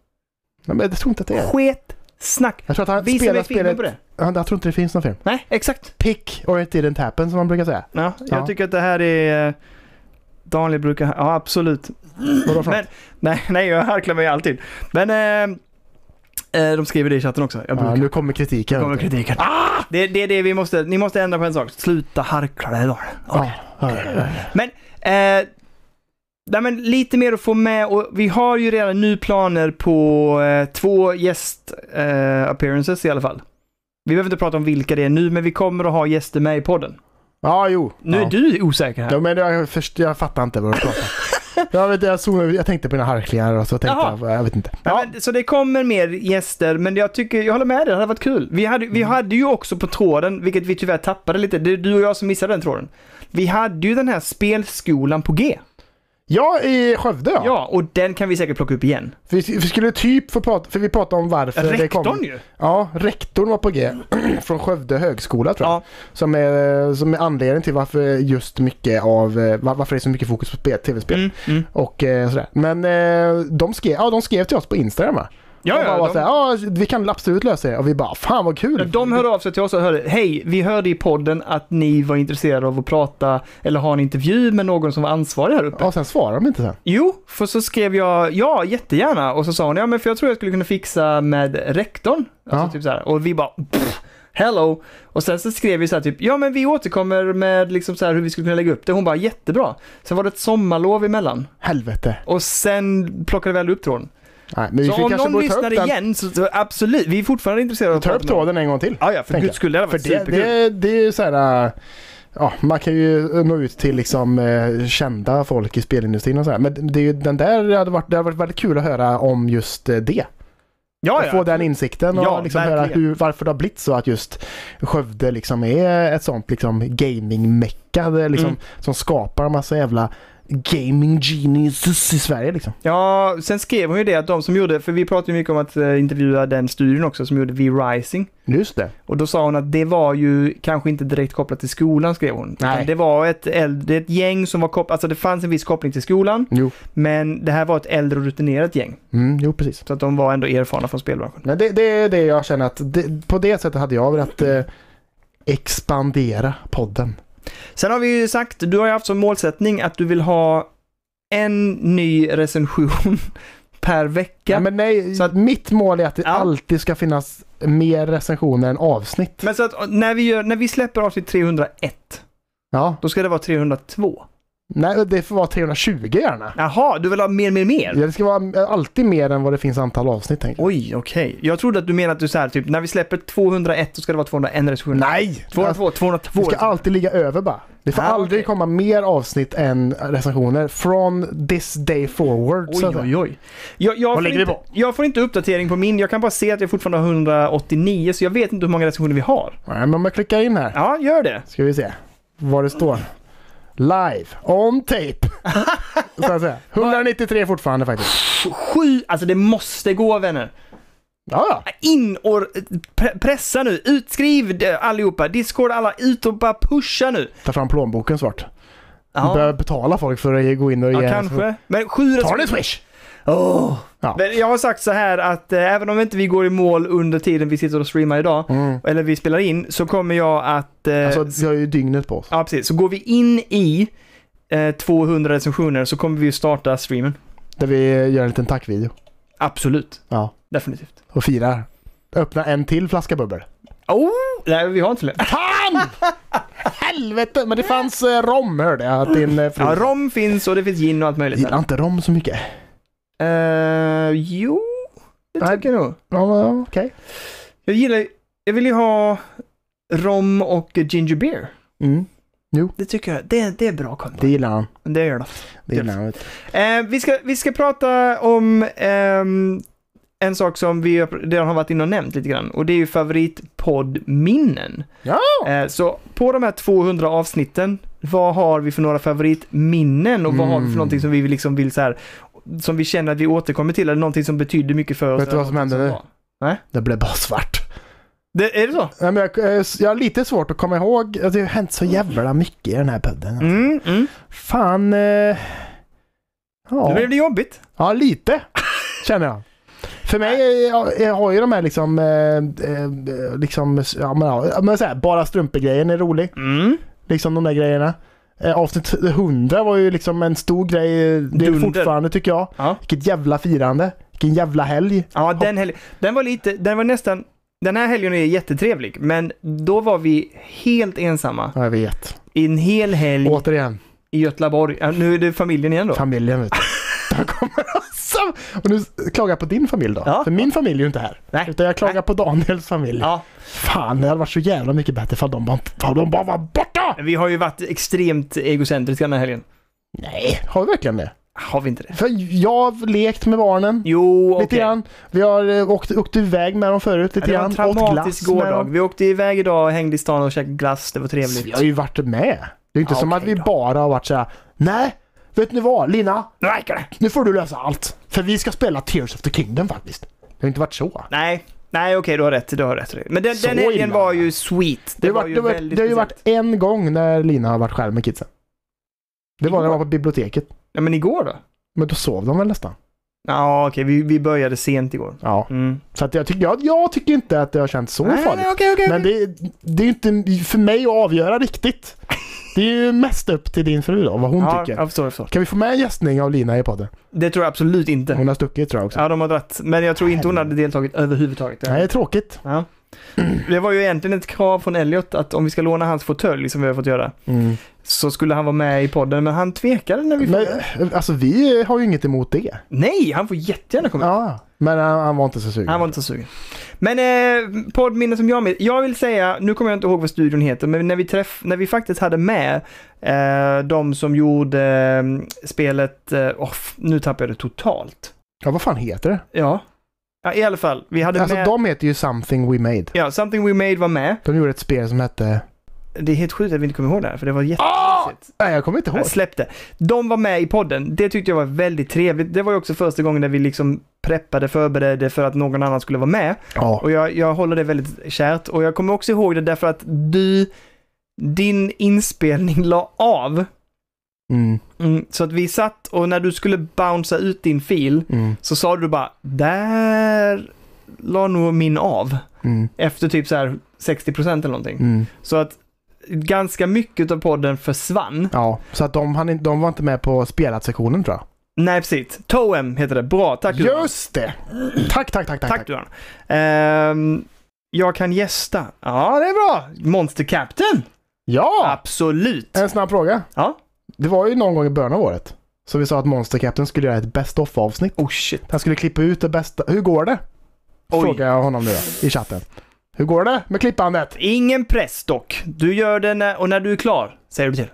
Speaker 1: Nej, men jag tror inte att det är.
Speaker 2: Sketsnack.
Speaker 1: Jag tror att han
Speaker 2: Visa
Speaker 1: spelar
Speaker 2: mig filmen
Speaker 1: spelet...
Speaker 2: på det.
Speaker 1: Han, jag tror inte det finns någon film.
Speaker 2: Nej, exakt.
Speaker 1: Pick or it didn't happen som man brukar säga.
Speaker 2: Ja, jag
Speaker 1: Ja.
Speaker 2: tycker att det här är... eh, Daniel brukar... Ja, absolut.
Speaker 1: Vadå för
Speaker 2: Men,
Speaker 1: något?
Speaker 2: nej, nej, jag harklar mig alltid. Men eh, eh, de skriver det i chatten också. Jag
Speaker 1: ja,
Speaker 2: brukar.
Speaker 1: nu kommer kritiken.
Speaker 2: kommer kritiken. Ah! Det, det är det vi måste, ni måste ändra på en sak. Sluta harkla dig då.
Speaker 1: Ja, ja, ja, ja.
Speaker 2: Men eh, nej, men lite mer att få med och vi har ju redan nu planer på eh, två gäst eh, appearances i alla fall. Vi behöver inte prata om vilka det är nu, men vi kommer att ha gäster med i podden.
Speaker 1: Ja, jo.
Speaker 2: Nu
Speaker 1: ja.
Speaker 2: är du osäker här.
Speaker 1: Ja, men jag, först, jag fattar inte vad du pratar om. jag, vet, jag, zonade- jag tänkte på dina harklingar och så tänkte
Speaker 2: Jaha.
Speaker 1: jag, jag vet inte.
Speaker 2: Ja. Men, så det kommer mer gäster, men jag tycker, jag håller med dig, det hade varit kul. Vi hade,
Speaker 1: Mm.
Speaker 2: vi hade ju också på tråden, vilket vi tyvärr tappade lite, det är du och jag som missade den tråden. Vi hade ju den här spelskolan på G.
Speaker 1: Ja, i Skövde ja.
Speaker 2: Ja, och den kan vi säkert plocka upp igen.
Speaker 1: Vi, vi skulle typ få prata, för vi pratade om varför det kom.
Speaker 2: Rektorn ju!
Speaker 1: Ja, rektorn var på G. från Skövde högskola tror jag.
Speaker 2: Ja,
Speaker 1: Som, är, som är anledningen till varför just mycket av, eh, var- varför det är så mycket fokus på spel, tv-spel.
Speaker 2: mm, mm.
Speaker 1: Och eh, sådär. Men eh, de skrev, ja, de skrev till oss på Instagram va?
Speaker 2: ja,
Speaker 1: de bara var
Speaker 2: ja de,
Speaker 1: såhär, ja alltså, vi kan absolut lösa det. Och vi bara, fan vad kul!
Speaker 2: ja, de hörde av sig till oss och hörde, hej, vi hörde i podden att ni var intresserade av att prata eller ha en intervju med någon som var ansvarig här uppe.
Speaker 1: Ja, sen svarar de inte sen.
Speaker 2: Jo, för så skrev jag ja, jättegärna. Och så sa hon, ja men för jag tror jag skulle kunna fixa med rektorn. Alltså
Speaker 1: Ja.
Speaker 2: typ så här. Och vi bara, pff, hello. Och sen så skrev vi så här typ, ja men vi återkommer med liksom så här hur vi skulle kunna lägga upp det. Hon bara, jättebra. Sen var det ett sommarlov emellan.
Speaker 1: Helvete.
Speaker 2: Och sen plockade vi aldrig upp tråden.
Speaker 1: Nej, men vi
Speaker 2: Så
Speaker 1: får
Speaker 2: om
Speaker 1: kanske
Speaker 2: någon
Speaker 1: borde ta upp
Speaker 2: lyssnar
Speaker 1: den.
Speaker 2: igen, så, så absolut, vi är fortfarande intresserade av
Speaker 1: Ta upp
Speaker 2: prata med
Speaker 1: tråden en gång till.
Speaker 2: dem. Ja, ja, för
Speaker 1: tänker
Speaker 2: guds skull, det hade
Speaker 1: För
Speaker 2: varit
Speaker 1: det,
Speaker 2: superkul.
Speaker 1: det, det är ju så här... äh, Ja, man kan ju nå ut till liksom eh, kända folk i spelindustrin och så här. Men det är ju den där, det hade varit, det hade varit väldigt kul att höra om just eh, det.
Speaker 2: ja,
Speaker 1: att få
Speaker 2: ja.
Speaker 1: den insikten och
Speaker 2: Ja,
Speaker 1: liksom höra
Speaker 2: verkligen.
Speaker 1: hur, varför det har blivit så att just Skövde liksom är ett sånt liksom gaming-mecka det är liksom,
Speaker 2: Mm.
Speaker 1: som skapar en massa jävla gaming geniuses i Sverige liksom.
Speaker 2: ja, sen skrev hon ju det att de som gjorde, för vi pratade ju mycket om att eh, intervjua den studion också som gjorde V-Rising.
Speaker 1: Just det.
Speaker 2: Och då sa hon att det var ju kanske inte direkt kopplat till skolan skrev hon. Utan
Speaker 1: Nej.
Speaker 2: Det var ett, äldre, det är ett gäng som var kopplat, alltså det fanns en viss koppling till skolan.
Speaker 1: Jo,
Speaker 2: Men det här var ett äldre och rutinerat gäng.
Speaker 1: mm, jo precis.
Speaker 2: Så att de var ändå erfarna från spelbranschen.
Speaker 1: Men det, det är det jag känner att det, på det sättet hade jag velat eh, expandera podden.
Speaker 2: Sen har vi ju sagt, du har ju haft som målsättning att du vill ha en ny recension per vecka.
Speaker 1: Ja.
Speaker 2: men...
Speaker 1: Men nej,
Speaker 2: Så att-
Speaker 1: mitt mål är att det
Speaker 2: Ja.
Speaker 1: alltid ska finnas mer recensioner än avsnitt.
Speaker 2: så att när vi, gör, när vi släpper avsnitt 301,
Speaker 1: Ja,
Speaker 2: då ska det vara 302.
Speaker 1: nej, det får vara 320 gärna.
Speaker 2: Jaha, du vill ha mer, mer, mer?
Speaker 1: Ja, Det ska vara alltid mer än vad det finns antal avsnitt tänker jag.
Speaker 2: Oj, okej. Jag trodde att du menade att du så här, typ, när vi släpper 201 så ska det vara 201 recensioner.
Speaker 1: Nej!
Speaker 2: 202, 202.
Speaker 1: Det Alltså, ska alltid ligga över bara. Det får
Speaker 2: Ah,
Speaker 1: aldrig
Speaker 2: okej.
Speaker 1: komma mer avsnitt än recensioner. Från this day forward. så att
Speaker 2: Oj,
Speaker 1: säga.
Speaker 2: oj, oj. Jag, jag,
Speaker 1: Vad
Speaker 2: får
Speaker 1: ligger
Speaker 2: inte,
Speaker 1: vi på?
Speaker 2: jag får inte uppdatering på min. Jag kan bara se att jag fortfarande har 189, så jag vet inte hur många recensioner vi har.
Speaker 1: Nej, men om jag klickar in här.
Speaker 2: Ja, gör det.
Speaker 1: Ska vi se vad det står. Live, on tape. Så att säga. 193 fortfarande faktiskt.
Speaker 2: Sju, alltså det måste gå vänner.
Speaker 1: Ja, ja.
Speaker 2: In och eh, pre pressa nu, utskriv det, allihopa, Discord alla, ut och bara pusha nu.
Speaker 1: Ta fram plånboken svart. Vi
Speaker 2: Ja,
Speaker 1: behöver betala folk för att gå in och
Speaker 2: ja
Speaker 1: ge.
Speaker 2: kanske. Men sju
Speaker 1: Ta
Speaker 2: recensioner.
Speaker 1: det swish!
Speaker 2: Åh.
Speaker 1: Ja.
Speaker 2: Men jag har sagt så här att eh, även om inte vi går i mål under tiden vi sitter och streamar idag,
Speaker 1: Mm.
Speaker 2: eller vi spelar in, så kommer jag att... eh,
Speaker 1: Alltså, vi har ju dygnet på oss.
Speaker 2: Ja, precis. Så går vi in i eh, 200 recensioner så kommer vi ju starta streamen.
Speaker 1: Där vi gör en liten tackvideo.
Speaker 2: Absolut.
Speaker 1: Ja.
Speaker 2: Definitivt.
Speaker 1: Och firar. Öppna en till flaska bubbel.
Speaker 2: Oh! Nej, vi har inte fler.
Speaker 1: Fan! Helvete! Men det fanns eh, rom hörde jag att din eh, fru...
Speaker 2: Ja, rom finns och det finns gin och allt möjligt.
Speaker 1: Gillar inte rom så mycket.
Speaker 2: Uh, jo, det
Speaker 1: Nej.
Speaker 2: tycker jag nog.
Speaker 1: Ja, men, okej.
Speaker 2: Jag gillar ju- Jag vill ju ha rom och ginger beer.
Speaker 1: Mm.
Speaker 2: Det tycker jag. Det, det är bra content.
Speaker 1: Det gillar han.
Speaker 2: Det gör det.
Speaker 1: Det gillar han.
Speaker 2: Eh, vi, ska, vi ska prata om ehm, en sak som vi redan har varit inne och nämnt lite grann och det är ju favoritpoddminnen.
Speaker 1: Ja!
Speaker 2: Eh, så på de här 200 avsnitten, vad har vi för några favoritminnen och vad har vi
Speaker 1: Mm.
Speaker 2: för någonting som vi liksom vill så här, som vi känner att vi återkommer till eller någonting som betyder mycket för oss.
Speaker 1: Vet du vad som hände nu?
Speaker 2: var?
Speaker 1: Det blev bara svart.
Speaker 2: Det, är det så?
Speaker 1: Nej, men jag, eh, jag har lite svårt att komma ihåg. Det har ju hänt så jävla mycket i den här podden.
Speaker 2: Mm, mm.
Speaker 1: Fan. Eh,
Speaker 2: Nu
Speaker 1: ja.
Speaker 2: blev det jobbigt.
Speaker 1: ja, lite känner jag. För mig, eh, jag, jag har ju de här liksom, eh, eh, liksom ja, men, ja, men så här, bara strumpegrejen är rolig.
Speaker 2: Mm.
Speaker 1: Liksom de där grejerna. Eh, avsnitt 100 var ju liksom en stor grej. eh, Det är
Speaker 2: Dunder.
Speaker 1: fortfarande tycker jag.
Speaker 2: Ja.
Speaker 1: Vilket jävla firande. Vilken jävla helg.
Speaker 2: Ja, den helgen. Den var lite, den var nästan, den här helgen är jättetrevlig, men då var vi helt ensamma
Speaker 1: Ja, jag vet.
Speaker 2: i en hel helg
Speaker 1: Återigen.
Speaker 2: i Göteborg. Ja, nu är det familjen igen då.
Speaker 1: Familjen vet du. Där kommer alltså. Och nu klagar jag på din familj då.
Speaker 2: Ja.
Speaker 1: För min familj är ju inte här.
Speaker 2: Nej.
Speaker 1: Utan jag klagar
Speaker 2: Nej.
Speaker 1: på Daniels familj.
Speaker 2: Ja,
Speaker 1: Fan, det hade varit så jävla mycket bättre ifall de bara, ifall de bara var borta!
Speaker 2: vi har ju varit extremt egocentriska den här helgen.
Speaker 1: Nej, har vi verkligen det?
Speaker 2: Har vi inte det?
Speaker 1: För jag har lekt med barnen.
Speaker 2: Jo, okej.
Speaker 1: Lite grann. Vi har eh, åkt, åkt iväg med dem förut
Speaker 2: Ja,
Speaker 1: lite
Speaker 2: Det var
Speaker 1: grann.
Speaker 2: en
Speaker 1: Åt
Speaker 2: traumatisk
Speaker 1: glass med
Speaker 2: gårdag.
Speaker 1: dem.
Speaker 2: Vi åkte iväg idag och hängde i stan och käkade glass. Det var trevligt.
Speaker 1: Vi har ju varit med. Det är inte
Speaker 2: Ja,
Speaker 1: som att
Speaker 2: okej
Speaker 1: vi
Speaker 2: då.
Speaker 1: bara har varit såhär, nej, vet ni vad Lina?
Speaker 2: Nu räcker det!
Speaker 1: Nu får du lösa allt. För vi ska spela Tears of the Kingdom faktiskt. Det har inte varit så.
Speaker 2: Nej, nej okej, du har rätt. Du har rätt. Men den,
Speaker 1: Så
Speaker 2: den helgen
Speaker 1: illa.
Speaker 2: var ju sweet.
Speaker 1: Det,
Speaker 2: Det,
Speaker 1: har
Speaker 2: var,
Speaker 1: varit-
Speaker 2: ju
Speaker 1: det, har varit-
Speaker 2: väldigt
Speaker 1: det har ju
Speaker 2: speciellt.
Speaker 1: varit en gång när Lina har varit själv med kidsen. Det var när jag var på biblioteket.
Speaker 2: Ja, men igår då?
Speaker 1: Men då sov de väl nästan.
Speaker 2: Ja, okej, vi, vi började sent igår.
Speaker 1: Ja.
Speaker 2: Mm.
Speaker 1: Så att jag, tycker, jag, jag tycker inte att det har känts så
Speaker 2: Nej,
Speaker 1: farligt.
Speaker 2: nej, okej, okej.
Speaker 1: Men
Speaker 2: okej.
Speaker 1: det, det är inte för mig att avgöra riktigt. Det är ju mest upp till din fru då, vad hon
Speaker 2: Ja,
Speaker 1: tycker.
Speaker 2: jag förstår, jag förstår.
Speaker 1: Kan vi få med en gästning av Lina i podden?
Speaker 2: Det tror jag absolut inte.
Speaker 1: Hon har stuckit tror jag också.
Speaker 2: Ja, de har dratt. Men jag tror inte hon hade deltagit överhuvudtaget.
Speaker 1: Nej, det är tråkigt.
Speaker 2: Ja. Det var ju egentligen ett krav från Elliot att om vi ska låna hans fåtölj som vi har fått göra så skulle han vara med i podden men han tvekade när vi
Speaker 1: Men,
Speaker 2: frågade.
Speaker 1: alltså vi har ju inget emot det.
Speaker 2: Mm. Nej, han får jättegärna komma.
Speaker 1: Ja, men han, han var inte så sugen.
Speaker 2: Han var inte så sugen. Men eh, poddminnen som jag minns. Jag vill säga, nu kommer jag inte ihåg vad studion heter, men när vi, träff, när vi faktiskt hade med eh, de som gjorde eh, spelet, eh, oh, f- nu tappar jag det totalt.
Speaker 1: Ja, vad fan heter det?
Speaker 2: Ja. ja, i alla fall. Vi hade
Speaker 1: alltså
Speaker 2: med,
Speaker 1: de heter ju Something We Made.
Speaker 2: ja, Something We Made var med.
Speaker 1: De gjorde ett spel som hette...
Speaker 2: Det är helt sjukt att vi inte kommer ihåg det här, för det var jätte...
Speaker 1: Ah! Nej, jag kommer inte ihåg.
Speaker 2: Jag släppte. De var med i podden. Det tyckte jag var väldigt trevligt. Det var ju också första gången där vi liksom preppade, förberedde för att någon annan skulle vara med.
Speaker 1: Ja.
Speaker 2: Och jag, jag håller det väldigt kärt. Och jag kommer också ihåg det därför att du, din inspelning la av.
Speaker 1: Mm,
Speaker 2: Mm, så att vi satt och när du skulle bouncea ut din fil
Speaker 1: mm,
Speaker 2: så sa du bara där la nog min av.
Speaker 1: mm,
Speaker 2: Efter typ så här 60% eller någonting.
Speaker 1: mm.
Speaker 2: Så att ganska mycket av podden försvann.
Speaker 1: Ja, så att de, hann, inte- de var inte med på spelat-sektionen tror jag.
Speaker 2: Nej, precis. Toem heter det. Bra, tack Johan.
Speaker 1: Just det! Tack, tack, tack, tack.
Speaker 2: Tack, Johan. Ehm, jag kan gästa. Ja, det är bra. Monster Captain.
Speaker 1: Ja! Eh.
Speaker 2: Absolut.
Speaker 1: En snabb fråga.
Speaker 2: Ja.
Speaker 1: Det var ju någon gång i början av året som vi sa att Monster Captain skulle göra ett best of-avsnitt.
Speaker 2: Oh shit.
Speaker 1: Han skulle klippa ut det bästa. Hur går det?
Speaker 2: Oj.
Speaker 1: Frågar jag honom nu då, i chatten. Hur går det med klippandet?
Speaker 2: Ingen press dock. Du gör det när, och när du är klar, säger du till.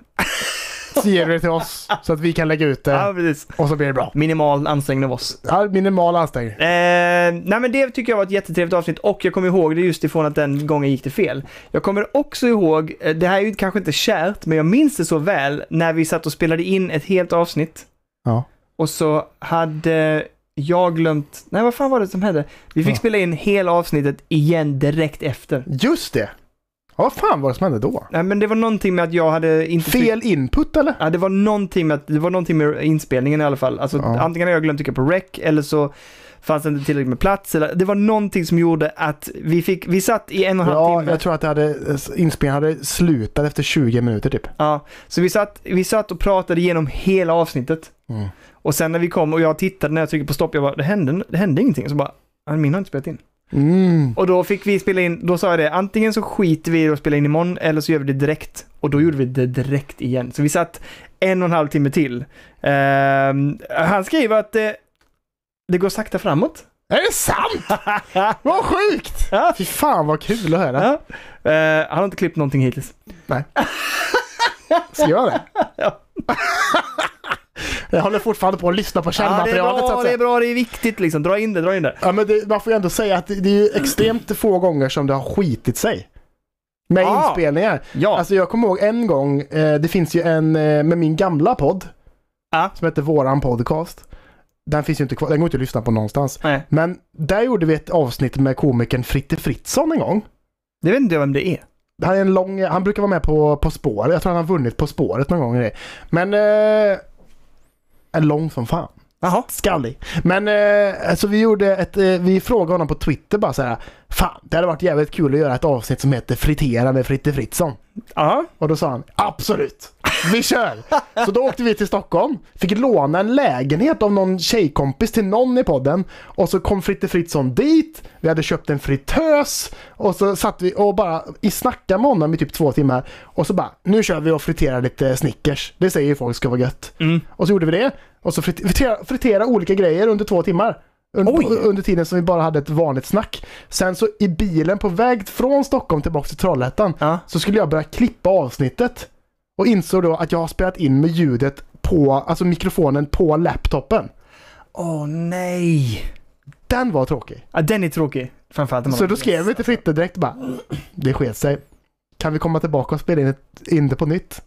Speaker 1: Så ger du det till oss så att vi kan lägga ut
Speaker 2: Ja,
Speaker 1: det
Speaker 2: precis.
Speaker 1: och så blir det bra.
Speaker 2: Minimal ansträngning av oss.
Speaker 1: Ja, Minimal ansträngning.
Speaker 2: Eh, nej men det tycker jag var ett jättetrevligt avsnitt och jag kommer ihåg det just ifrån att den gången gick det fel. Jag kommer också ihåg, eh, det här är ju kanske inte kärt, men jag minns det så väl när vi satt och spelade in ett helt avsnitt.
Speaker 1: Ja.
Speaker 2: Och så hade jag glömt, nej vad fan var det som hände? Vi fick
Speaker 1: Ja.
Speaker 2: spela in hela avsnittet igen direkt efter.
Speaker 1: Just det! Ja, vad fan var det som hände då?
Speaker 2: Nej men det var någonting med att jag hade inte tryckt-
Speaker 1: Fel input eller?
Speaker 2: Ja, det var någonting med, att- det var någonting med inspelningen i alla fall. Alltså,
Speaker 1: Ja.
Speaker 2: Antingen har jag glömt trycka på rec eller så fanns det inte tillräckligt med plats. Eller, det var någonting som gjorde att vi fick, vi satt i en och en halv
Speaker 1: Ja,
Speaker 2: timme.
Speaker 1: jag tror att det hade, inspelningen hade slutat efter 20 minuter typ.
Speaker 2: Ja, så vi satt, vi satt och pratade igenom hela avsnittet.
Speaker 1: Mm.
Speaker 2: Och sen när vi kom och jag tittade när jag tryckte på stopp, jag bara, det hände, det hände ingenting. Så bara, "Ja, min har inte spelat in.
Speaker 1: Mm.
Speaker 2: Och då fick vi spela in, då sa jag det, antingen så skiter vi i att spela in imorgon eller så gör vi det direkt. Och då gjorde vi det direkt igen. Så vi satt en och en halv timme till. Ehm, han skriver att eh, det går sakta framåt.
Speaker 1: Är det sant? Vad sjukt!
Speaker 2: Ja.
Speaker 1: Fy fan vad kul att höra.
Speaker 2: Ja. Eh, han har inte klippt någonting hittills.
Speaker 1: Ska jag det?
Speaker 2: Ja.
Speaker 1: Jag håller fortfarande på att lyssna på källmaterialet så
Speaker 2: det,
Speaker 1: att
Speaker 2: är bra, det är
Speaker 1: säga.
Speaker 2: bra, det är viktigt liksom. Dra in det, dra in det.
Speaker 1: Ja, men det, man får ju ändå säga att det, det är ju extremt få gånger som det har skitit sig. Med
Speaker 2: Ja.
Speaker 1: inspelningar.
Speaker 2: Ja,
Speaker 1: Alltså jag kommer ihåg en gång, eh, det finns ju en eh, med min gamla podd.
Speaker 2: Ja.
Speaker 1: Som heter Våran Podcast. Den finns ju inte kvar, den går inte att lyssna på någonstans.
Speaker 2: nej.
Speaker 1: Men där gjorde vi ett avsnitt med komikern Fritte Fritzson en gång.
Speaker 2: Det vet inte jag vem det är.
Speaker 1: Han, är en lång, han brukar vara med på På spåret. Jag tror han har vunnit På spåret någon gång. i det. Men... Eh, är lång som fan.
Speaker 2: Jaha.
Speaker 1: Skallig. Men eh, alltså vi gjorde ett... Eh, vi frågade honom på Twitter bara så här. Fan, det hade varit jävligt kul att göra ett avsnitt som heter Fritera med Fritte Fritzson.
Speaker 2: Ja.
Speaker 1: Och då sa han absolut. vi kör! Så då åkte vi till Stockholm, fick låna en lägenhet av någon tjejkompis till någon i podden. Och så kom Fritte Fritzson dit, vi hade köpt en fritös och så satt vi och bara i snacka med honom i typ två timmar. Och så bara, nu kör vi och friterar lite Snickers. Det säger ju folk ska vara gött.
Speaker 2: Mm.
Speaker 1: Och så gjorde vi det. Och så frit- fritera, fritera olika grejer under två timmar. Un-
Speaker 5: Oj.
Speaker 1: Under tiden som vi bara hade ett vanligt snack. Sen så i bilen på väg från Stockholm tillbaka till Trollhättan
Speaker 2: Ja.
Speaker 1: så skulle jag börja klippa avsnittet. Och insåg då att jag har spelat in med ljudet på, alltså mikrofonen på laptopen.
Speaker 2: Åh nej!
Speaker 1: Den var tråkig.
Speaker 2: Ja, den är tråkig. Framförallt när man...
Speaker 1: Så då skrev vi till Fritte direkt bara Det sket sig. Kan vi komma tillbaka och spela in, ett, in det på nytt?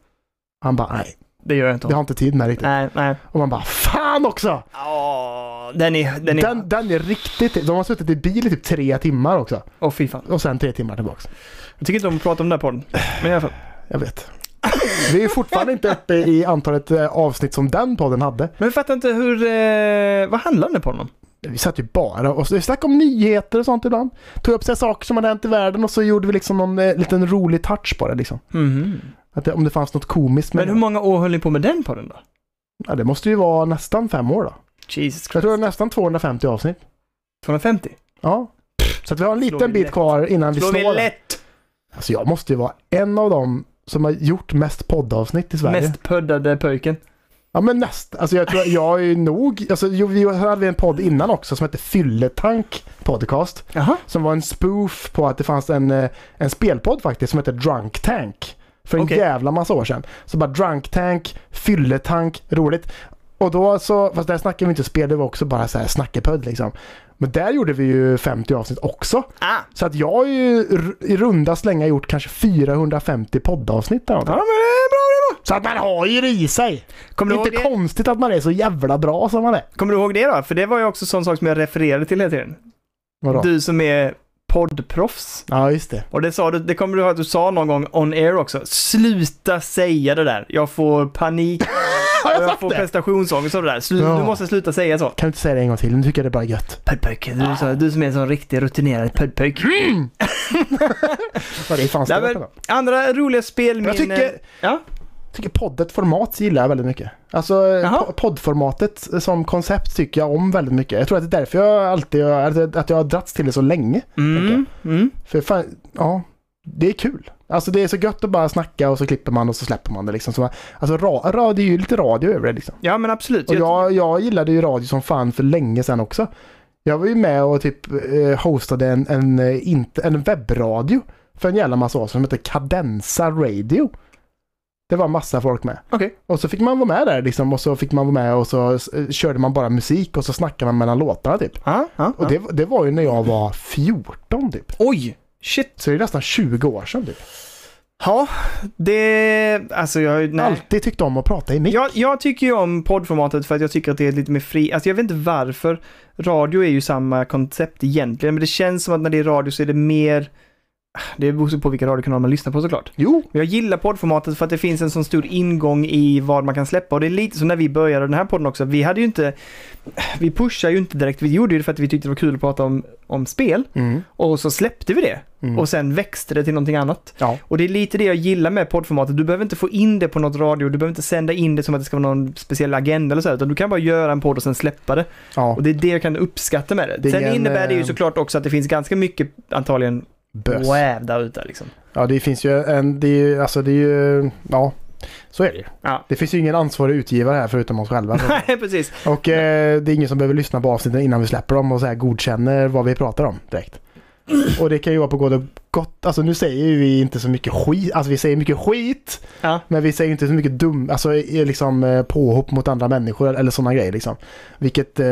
Speaker 1: Han bara nej,
Speaker 2: Det gör jag inte.
Speaker 1: det har inte tid med riktigt.
Speaker 2: Nej, nej.
Speaker 1: Och man bara fan också!
Speaker 2: Åh, den är... Den är...
Speaker 1: Den, den är riktigt... De har suttit i bil i typ tre timmar också.
Speaker 2: Åh fy fan.
Speaker 1: Och sen tre timmar tillbaks.
Speaker 2: Jag tycker inte om att prata om den där podden. Men i alla fall.
Speaker 1: Jag vet. Vi är fortfarande inte uppe i antalet eh, avsnitt som den podden hade.
Speaker 2: Men jag fattar inte hur... Eh, vad handlar den där podden om?
Speaker 1: Vi satt ju bara och vi snackade om nyheter och sånt ibland. Tog upp så här saker som hade hänt i världen och så gjorde vi liksom någon eh, liten rolig touch på det liksom.
Speaker 2: Mhm.
Speaker 1: Att det, om det fanns något komiskt med
Speaker 2: Men hur
Speaker 1: det.
Speaker 2: många år höll ni på med den podden då?
Speaker 1: Ja, det måste ju vara nästan fem år då.
Speaker 2: Jesus Christ.
Speaker 1: Jag tror det är nästan 250 avsnitt.
Speaker 2: 250?
Speaker 1: Ja. Så att vi har en
Speaker 2: Slår
Speaker 1: liten
Speaker 2: vi
Speaker 1: bit
Speaker 2: lätt.
Speaker 1: kvar innan vi
Speaker 2: Slår vi
Speaker 1: slår det.
Speaker 2: lätt!
Speaker 1: Alltså jag måste ju vara en av dem som har gjort mest poddavsnitt i Sverige.
Speaker 2: Mest pöddade pöjken.
Speaker 1: Ja men näst. Alltså jag tror jag är ju nog. Alltså jo, vi hade en podd innan också som hette Fylletank Podcast.
Speaker 2: Jaha.
Speaker 1: Som var en spoof på att det fanns en, eh, en spelpodd faktiskt som hette Drunk Tank. För en
Speaker 2: Okej.
Speaker 1: jävla massa år sedan. Så bara Drunk Tank, Fylletank, roligt. Och då så, fast där snackade vi inte spel, det var också bara så här snackepödd liksom. Men där gjorde vi ju 50 avsnitt också.
Speaker 2: Ah!
Speaker 1: Så att jag har ju r- i runda slängar gjort kanske 450 poddavsnitt eller
Speaker 2: Ja, men
Speaker 1: något.
Speaker 2: det är bra, det är bra!
Speaker 1: Så att man har ju det i sig.
Speaker 2: Kommer du,
Speaker 1: inte
Speaker 2: ihåg det?
Speaker 1: konstigt att man är så jävla bra som man är.
Speaker 2: Kommer du ihåg det då? För det var ju också sån sak som jag refererade till hela tiden.
Speaker 1: Vadå?
Speaker 2: Du som är poddproffs.
Speaker 1: Ja, just det.
Speaker 2: Och det sa du, det kommer du ihåg att du sa någon gång on air också. Sluta säga det där. Jag får panik.
Speaker 1: Har jag
Speaker 2: jag
Speaker 1: sagt
Speaker 2: får
Speaker 1: det?
Speaker 2: prestationsångest av det där. Slu,
Speaker 1: Ja.
Speaker 2: Du måste sluta säga så.
Speaker 1: Kan du inte säga det en gång till? Nu tycker jag det är bara gött.
Speaker 2: Pöddpöjk. Du, sa- du som är en sån riktig rutinerad pöddpöjk.
Speaker 1: Vad det är fan
Speaker 2: Nej,
Speaker 1: stört
Speaker 2: men,
Speaker 1: ändå.
Speaker 2: andra roliga eh, spelminnen.
Speaker 1: Jag tycker-
Speaker 2: Ja?
Speaker 1: Jag tycker poddet format gillar jag väldigt mycket. Alltså
Speaker 2: Jaha.
Speaker 1: po- poddformatet eh, som koncept tycker jag om väldigt mycket. Jag tror att det är därför jag alltid har- att jag har dragits till det så länge.
Speaker 2: Mm, mm.
Speaker 1: För fan, ja, det är kul. Alltså det är så gött att bara snacka och så klipper man och så släpper man det liksom. Så, alltså ra, ra, det är ju lite radio över det liksom.
Speaker 2: Ja men absolut.
Speaker 1: Och
Speaker 2: Jag-
Speaker 1: jag, jag gillade ju radio som fan för länge sedan också. Jag var ju med och typ eh, hostade en, en, eh, inte, en webbradio för en jävla massa år sedan som hette Cadenza Radio. Det var massa folk med.
Speaker 2: Okej.
Speaker 1: Och så fick man vara med där liksom och så fick man vara med och så eh, körde man bara musik och så snackade man mellan låtarna typ.
Speaker 2: Ja, ja,
Speaker 1: Och
Speaker 2: ja.
Speaker 1: det, det var ju när jag var 14 typ.
Speaker 2: Oj! Shit.
Speaker 1: Så det är nästan 20 år sedan typ.
Speaker 2: Ja, det... Alltså jag... Nej.
Speaker 1: Alltid tyckte om att prata i mick.
Speaker 2: Jag, jag tycker ju om poddformatet för att jag tycker att det är lite mer fri, alltså jag vet inte varför. Radio är ju samma koncept egentligen, men det känns som att när det är radio så är det mer, Ah, det beror på vilka radiokanaler man lyssnar på såklart.
Speaker 1: Jo,
Speaker 2: Men jag gillar poddformatet för att det finns en sån stor ingång i vad man kan släppa och det är lite som när vi började den här podden också, vi hade ju inte, vi pushade ju inte direkt, vi gjorde ju det för att vi tyckte det var kul att prata om, om spel
Speaker 1: Mm.
Speaker 2: och så släppte vi det
Speaker 1: Mm.
Speaker 2: och sen växte det till någonting annat.
Speaker 1: Ja.
Speaker 2: Och det är lite det jag gillar med poddformatet. Du behöver inte få in det på något radio, du behöver inte sända in det som att det ska vara någon speciell agenda eller så, här, utan du kan bara göra en podd och sen släppa det.
Speaker 1: ja.
Speaker 2: Och det är det jag kan uppskatta med det.
Speaker 1: Det är
Speaker 2: sen
Speaker 1: en,
Speaker 2: innebär det ju
Speaker 1: eh,
Speaker 2: såklart också att det finns ganska mycket antagligen
Speaker 1: Bös.
Speaker 2: wab där ute liksom.
Speaker 1: Ja, det finns ju en... Det är ju, alltså det är ju... Ja, så är det ju.
Speaker 2: Ja.
Speaker 1: Det finns ju ingen ansvarig utgivare här förutom oss själva.
Speaker 2: Nej, precis.
Speaker 1: och eh, det är ingen som behöver lyssna på avsnitten innan vi släpper dem och så här godkänner vad vi pratar om direkt. Och det kan ju vara på gott och gott. Alltså nu säger ju vi inte så mycket skit. Alltså vi säger mycket skit.
Speaker 2: Ja.
Speaker 1: Men vi säger inte så mycket dum, alltså eh, liksom eh, påhopp mot andra människor eller sådana grejer liksom. Vilket eh,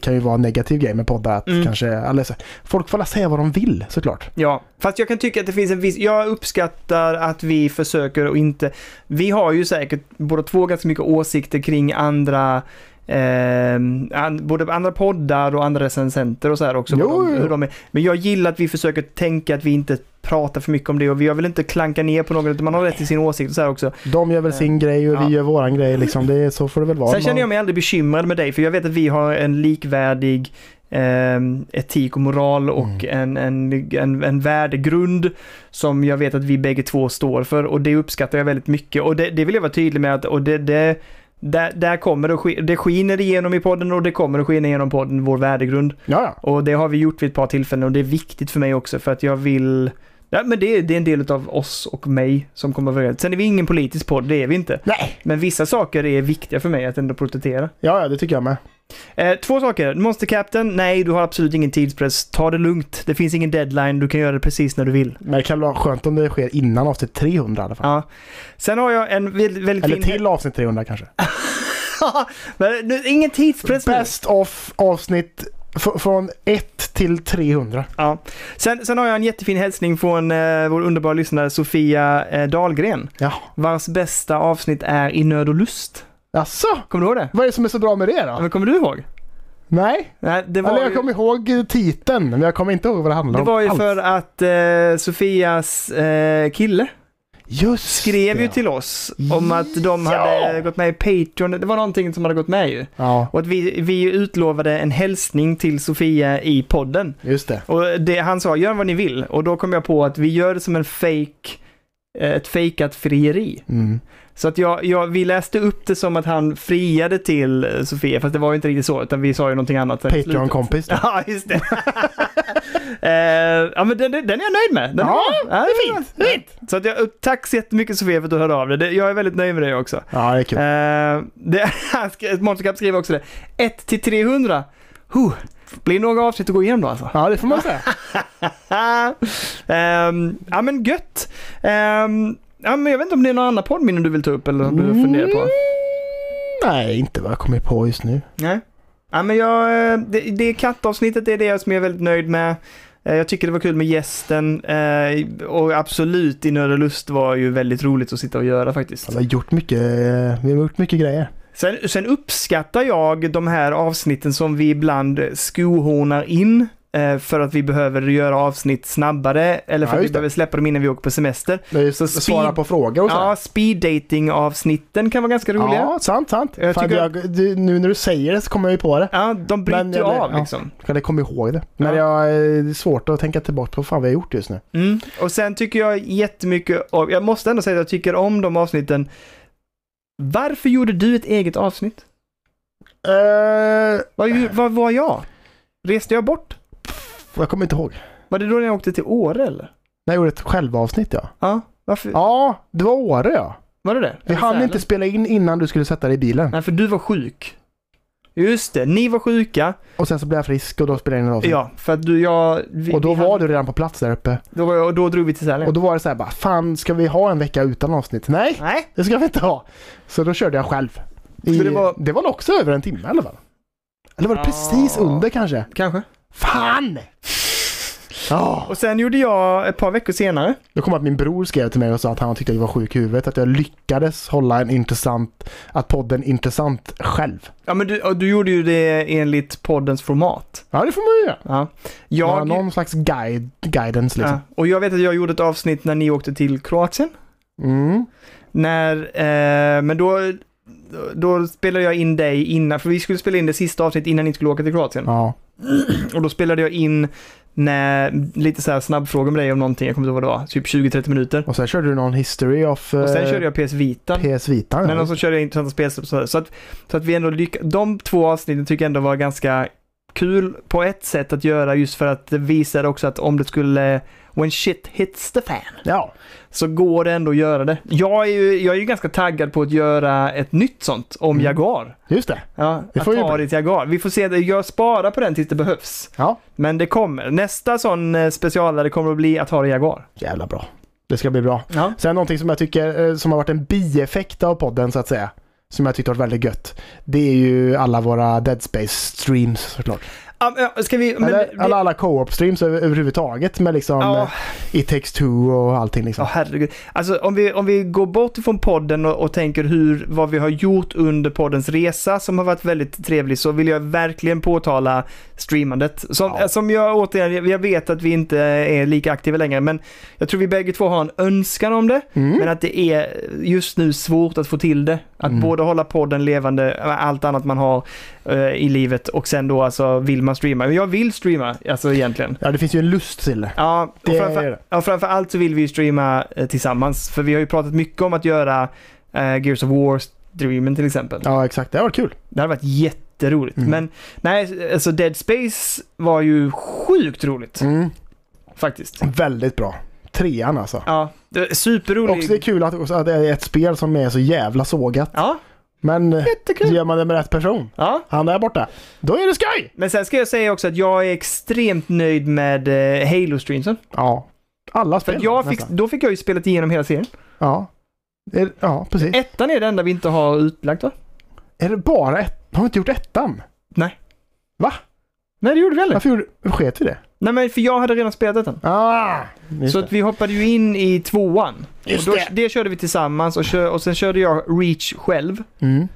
Speaker 1: kan ju vara en negativ grej med poddar att
Speaker 2: Mm.
Speaker 1: kanske, eller så, folk får alla säga vad de vill såklart.
Speaker 2: Ja, fast jag kan tycka att det finns en viss, jag uppskattar att vi försöker och inte, vi har ju säkert båda två ganska mycket åsikter kring andra Eh, an, både andra poddar och andra recensenter och så här också.
Speaker 1: Jo,
Speaker 2: vad de,
Speaker 1: jo.
Speaker 2: Hur de är. Men jag gillar att vi försöker tänka att vi inte pratar för mycket om det och vi- jag vill inte klanka ner på någon utan man har rätt till sin åsikt och så här också.
Speaker 1: De gör väl sin grej och
Speaker 2: Ja.
Speaker 1: vi gör våran grej liksom. Det, är- så får det väl vara.
Speaker 2: Sen känner jag mig aldrig bekymrad med dig för jag vet att vi har en likvärdig ehm, etik och moral och en, en, en, en värdegrund som jag vet att vi bägge två står för och det uppskattar jag väldigt mycket och det, det vill jag vara tydlig med att och det, det där, där kommer det, att ske- det skiner igenom i podden och det kommer att skina igenom podden, vår värdegrund.
Speaker 1: Ja, ja.
Speaker 2: Och det har vi gjort vid ett par tillfällen och det är viktigt för mig också för att jag vill... Ja, men det, det är en del av oss och mig som kommer överens. Sen är vi ingen politisk podd, det är vi inte.
Speaker 1: Nej.
Speaker 2: Men vissa saker är viktiga för mig att ändå protestera.
Speaker 1: Ja, ja, det tycker jag med.
Speaker 2: Eh, två saker. Monster Captain, nej du har absolut ingen tidspress. Ta det lugnt. Det finns ingen deadline, du kan göra det precis när du vill.
Speaker 1: Men det kan vara skönt om det sker innan avsnitt 300 i alla fall.
Speaker 2: Ja. Sen har jag en väldigt, väldigt
Speaker 1: Eller
Speaker 2: fin...
Speaker 1: till avsnitt 300 kanske.
Speaker 2: Men nu- ingen tidspress nu.
Speaker 1: Best of avsnitt f- från 1 till 300.
Speaker 2: Ja. Sen, sen har jag en jättefin hälsning från eh, vår underbara lyssnare Sofia eh, Dahlgren.
Speaker 1: Ja.
Speaker 2: Vars bästa avsnitt är I nöd och lust.
Speaker 1: Jaså?
Speaker 2: Kommer du ihåg det?
Speaker 1: Vad är det som är så bra med det då?
Speaker 2: Men kommer du ihåg?
Speaker 1: Nej,
Speaker 2: Nej, det var
Speaker 1: eller jag
Speaker 2: ju-
Speaker 1: kommer ihåg titeln men jag kommer inte ihåg vad det handlade
Speaker 2: Det
Speaker 1: om.
Speaker 2: var ju
Speaker 1: alls.
Speaker 2: för att eh, Sofias eh, kille
Speaker 1: Just
Speaker 2: skrev
Speaker 1: det.
Speaker 2: ju till oss om att de
Speaker 1: Ja.
Speaker 2: hade gått med i Patreon. Det var någonting som hade gått med ju.
Speaker 1: Ja,
Speaker 2: Och att vi, vi utlovade en hälsning till Sofia i podden.
Speaker 1: just det.
Speaker 2: Och det, han sa, gör vad ni vill. Och då kom jag på att vi gör det som en fake, eh, ett fejkat frieri.
Speaker 1: Mm.
Speaker 2: Så att jag, jag, vi läste upp det som att han friade till eh, Sofia, fast det var ju inte riktigt så, utan vi sa ju någonting annat. sen i slutet.
Speaker 1: Patreon-kompis. då.
Speaker 2: Ja, just det. eh, ja, men den, den den är jag nöjd med. Den
Speaker 1: Ja,
Speaker 2: det är fint. Så att jag, tack så jättemycket Sofia för att du hörde av dig. Det- Jag är väldigt nöjd med det också.
Speaker 1: Ja, det är kul.
Speaker 2: Eh, det, han skrev- Monstercap skriver också det. 1 till 300. Huh. Blir några avsnitt att gå igenom då alltså.
Speaker 1: Ja, det får man säga.
Speaker 2: Ehm, ja men gött. Ehm, ja, men jag vet inte om det är några andra poddminnen du vill ta upp eller som du funderar på?
Speaker 1: Mm, Nej, inte vad jag kommer på just nu.
Speaker 2: Nej. Ja, men jag, eh, det, det kattavsnittet det är det som jag är väldigt nöjd med. Eh, Jag tycker det var kul med gästen eh, och absolut i Nöd och Lust var ju väldigt roligt att sitta och göra faktiskt.
Speaker 1: Vi har gjort mycket, vi har gjort mycket grejer.
Speaker 2: Sen, sen uppskattar jag de här avsnitten som vi ibland skohornar in eh, för att vi behöver göra avsnitt snabbare eller för
Speaker 1: Ja,
Speaker 2: att vi
Speaker 1: just det.
Speaker 2: behöver släppa dem innan vi åker på semester.
Speaker 1: Det är just
Speaker 2: Så
Speaker 1: att svara
Speaker 2: speed-
Speaker 1: på frågor och sådär.
Speaker 2: Ja, speed dating avsnitten kan vara ganska roliga. Ja,
Speaker 1: Ja, sant, sant.
Speaker 2: Jag
Speaker 1: Fan,
Speaker 2: tycker-
Speaker 1: jag, du, nu när du säger det så kommer jag ju på det.
Speaker 2: de bryter
Speaker 1: Men,
Speaker 2: ju
Speaker 1: eller-
Speaker 2: av
Speaker 1: ja.
Speaker 2: liksom.
Speaker 1: Kan jag komma ihåg det. Men
Speaker 2: Ja.
Speaker 1: jag, eh, det är svårt att tänka tillbaka på vad fan vi har gjort just nu.
Speaker 2: Mm. Och sen tycker jag jättemycket om, jag måste ändå säga att jag tycker om de avsnitten. Varför gjorde du ett eget avsnitt?
Speaker 1: Eh,
Speaker 2: Vad, ju- vad var jag? Reste jag bort?
Speaker 1: jag kommer inte ihåg.
Speaker 2: Var det då när jag åkte till Åre eller?
Speaker 1: När jag gjorde ett självavsnitt ja.
Speaker 2: Ja, varför?
Speaker 1: Ja, det var Åre ja.
Speaker 2: Var det det?
Speaker 1: Vi
Speaker 2: Eller
Speaker 1: hann
Speaker 2: Sälen?
Speaker 1: inte spela in innan du skulle sätta dig i bilen.
Speaker 2: Nej, för du var sjuk. Just det, ni var sjuka.
Speaker 1: Och sen så blev jag frisk och då spelade jag in ett avsnitt.
Speaker 2: Ja, för att du, jag... Vi,
Speaker 1: Och då
Speaker 2: vi
Speaker 1: var
Speaker 2: hade-
Speaker 1: du redan på plats där uppe.
Speaker 2: Då, var jag, och då drog vi till Sälen.
Speaker 1: Och då var det så här bara, fan ska vi ha en vecka utan avsnitt? Nej,
Speaker 2: Nej,
Speaker 1: det ska vi inte ha. Så då körde jag själv. I,
Speaker 2: Så
Speaker 1: det,
Speaker 2: det
Speaker 1: var...
Speaker 2: var-
Speaker 1: det var nog också över en timme i alla fall. Eller var det
Speaker 2: Ja.
Speaker 1: precis under kanske?
Speaker 2: kanske.
Speaker 1: Fan! Ja.
Speaker 2: Och sen gjorde jag ett par veckor senare.
Speaker 1: Då kom att min bror skrev till mig och sa att han tyckte att jag var sjuk i huvudet. Att jag lyckades hålla en intressant, att podden intressant själv.
Speaker 2: Ja, men du, och du gjorde ju det enligt poddens format.
Speaker 1: Ja, det får man ju göra.
Speaker 2: Ja.
Speaker 1: Jag...
Speaker 2: Jag,
Speaker 1: Någon slags guide, guidance liksom.
Speaker 2: ja. Och jag vet att jag gjorde ett avsnitt när ni åkte till Kroatien.
Speaker 1: Mm.
Speaker 2: När, eh, men då, då spelade jag in dig innan, för vi skulle spela in det sista avsnittet innan ni skulle åka till Kroatien.
Speaker 1: Ja.
Speaker 2: Och då spelade jag in när, lite så här snabbfrågor med dig om någonting, jag kommer inte ihåg vad det var, typ 20-30 minuter.
Speaker 1: Och sen körde du någon history of
Speaker 2: Och sen
Speaker 1: eh,
Speaker 2: körde jag PS Vita.
Speaker 1: PS Vita.
Speaker 2: Men alltså-
Speaker 1: ja.
Speaker 2: och så körde jag intressanta spel. Så, så, att, så att vi ändå lyckades. De två avsnitten tycker jag ändå var ganska kul på ett sätt att göra just för att det visade också att om det skulle When shit hits the fan
Speaker 1: ja.
Speaker 2: så går det ändå att göra det. Jag är ju, jag är ju ganska taggad på att göra ett nytt sånt om
Speaker 1: Mm.
Speaker 2: Jaguar.
Speaker 1: Just det.
Speaker 2: Ja,
Speaker 1: Det får ju
Speaker 2: Ataris Jaguar. Vi får se, det. jag sparar på den tills det behövs.
Speaker 1: Ja.
Speaker 2: Men det kommer. Nästa sån eh, specialare kommer att bli Atari Jaguar.
Speaker 1: Jävla bra. Det ska bli bra.
Speaker 2: Ja.
Speaker 1: Sen någonting som jag tycker eh, som har varit en bieffekt av podden så att säga. Som jag tyckte har varit väldigt gött. Det är ju alla våra Dead Space streams såklart.
Speaker 2: Ah, men, ja, ska vi... Men,
Speaker 1: Eller,
Speaker 2: vi-
Speaker 1: alla, alla co-op streams över, överhuvudtaget med liksom
Speaker 2: Ja.
Speaker 1: eh, It takes two och allting
Speaker 2: Ja,
Speaker 1: liksom.
Speaker 2: herregud. Alltså om vi, om vi går bort ifrån podden och, och tänker hur, vad vi har gjort under poddens resa som har varit väldigt trevlig så vill jag verkligen påtala streamandet. Som,
Speaker 1: Ja.
Speaker 2: som jag återigen, jag vet att vi inte är lika aktiva längre men jag tror vi bägge två har en önskan om det men
Speaker 1: Mm.
Speaker 2: att det är just nu svårt att få till det. Att
Speaker 1: Mm.
Speaker 2: både hålla podden levande, allt äh, annat man har, eh, i livet och sen då alltså vill man streama. Men Jag vill streama, alltså egentligen.
Speaker 1: Ja, det finns ju en lust till det.
Speaker 2: Ja, och
Speaker 1: Det
Speaker 2: framför,
Speaker 1: är det.
Speaker 2: ja, framför allt så vill vi ju streama eh, tillsammans. För vi har ju pratat mycket om att göra eh, Gears of War-streamen till exempel.
Speaker 1: Ja, exakt. Det har varit kul.
Speaker 2: Det hade varit jätteroligt.
Speaker 1: Mm.
Speaker 2: Men nej, alltså Dead Space var ju sjukt roligt
Speaker 1: Mm.
Speaker 2: faktiskt.
Speaker 1: Väldigt bra. Trean alltså.
Speaker 2: Ja, det var superrolig.
Speaker 1: Också det är kul att, också att det är ett spel som är så jävla sågat.
Speaker 2: Ja,
Speaker 1: Men eh,
Speaker 2: jättekul.
Speaker 1: gör man det med rätt person,
Speaker 2: Ja.
Speaker 1: han där borta, då är det skoj!
Speaker 2: Men sen ska jag säga också att jag är extremt nöjd med eh, Halo-streamsen.
Speaker 1: Ja. Alla
Speaker 2: För
Speaker 1: spel
Speaker 2: att jag fick,
Speaker 1: nästan.
Speaker 2: då fick jag ju spelat igenom hela serien.
Speaker 1: Ja. Är, ja, precis.
Speaker 2: Ettan är det enda vi inte har utlagt va?
Speaker 1: Är det bara ett? Har vi inte gjort ettan?
Speaker 2: Nej, det gjorde vi aldrig.
Speaker 1: Varför gjorde... sket vi det?
Speaker 2: Nej, men för jag hade redan spelat ettan.
Speaker 1: Ah! Just
Speaker 2: Så
Speaker 1: det.
Speaker 2: att vi hoppade ju in i tvåan.
Speaker 1: Just
Speaker 2: och då,
Speaker 1: det.
Speaker 2: körde vi tillsammans och, kö- och sen körde jag Reach själv.
Speaker 1: Mm.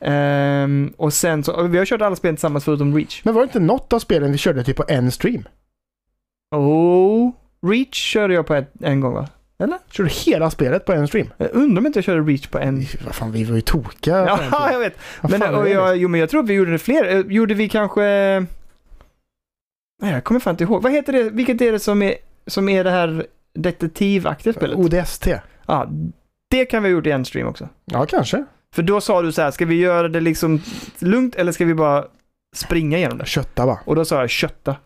Speaker 2: Ehm, och sen så, och vi har kört alla spel tillsammans förutom Reach.
Speaker 1: Men var det inte något av spelen vi körde typ på en stream?
Speaker 2: Oh, Reach körde jag på ett, en gång va?
Speaker 1: Körde hela spelet på en stream?
Speaker 2: Jag undrar om inte jag körde Reach på en.
Speaker 1: Vad fan, vi var ju tokiga.
Speaker 2: Ja, jag vet.
Speaker 1: Vad
Speaker 2: Men,
Speaker 1: fan är
Speaker 2: och
Speaker 1: det?
Speaker 2: jag, jo, men jag tror att vi gjorde det fler. Eh, Gjorde vi kanske... Nej, jag kommer fan inte ihåg. Vad heter det? Vilket är det som är, som är det här detektivaktiga spelet?
Speaker 1: ODST.
Speaker 2: Ja, det kan vi ha gjort i en stream också.
Speaker 1: Ja, kanske.
Speaker 2: För då sa du så här, ska vi göra det liksom lugnt eller ska vi bara springa igenom det?
Speaker 1: Kötta va?
Speaker 2: Och då sa jag kötta.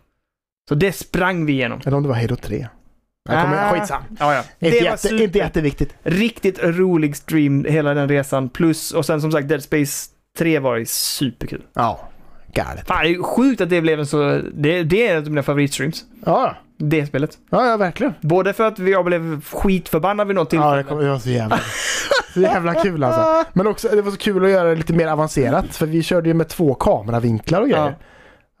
Speaker 2: Så det sprang vi igenom.
Speaker 1: Eller om det var Halo 3. Jag kommer,
Speaker 2: Ah.
Speaker 1: Skitsam.
Speaker 2: Ja, ja.
Speaker 1: Inte,
Speaker 2: Det var
Speaker 1: jätte, inte
Speaker 2: super.
Speaker 1: jätteviktigt.
Speaker 2: Riktigt rolig stream hela den resan. Plus, och sen som sagt Dead Space 3 var ju superkul.
Speaker 1: Ja, galet.
Speaker 2: Fan, det är ju sjukt att det blev en så... Det, det är en av mina favoritstreams.
Speaker 1: Ja,
Speaker 2: Det spelet.
Speaker 1: ja, ja verkligen.
Speaker 2: Både för att jag blev skitförbannad vid något tillfälle.
Speaker 1: Ja, det, kom, det var så jävla, så jävla kul alltså. Men också, det var så kul att göra det lite mer avancerat. För vi körde ju med två kameravinklar och grejer.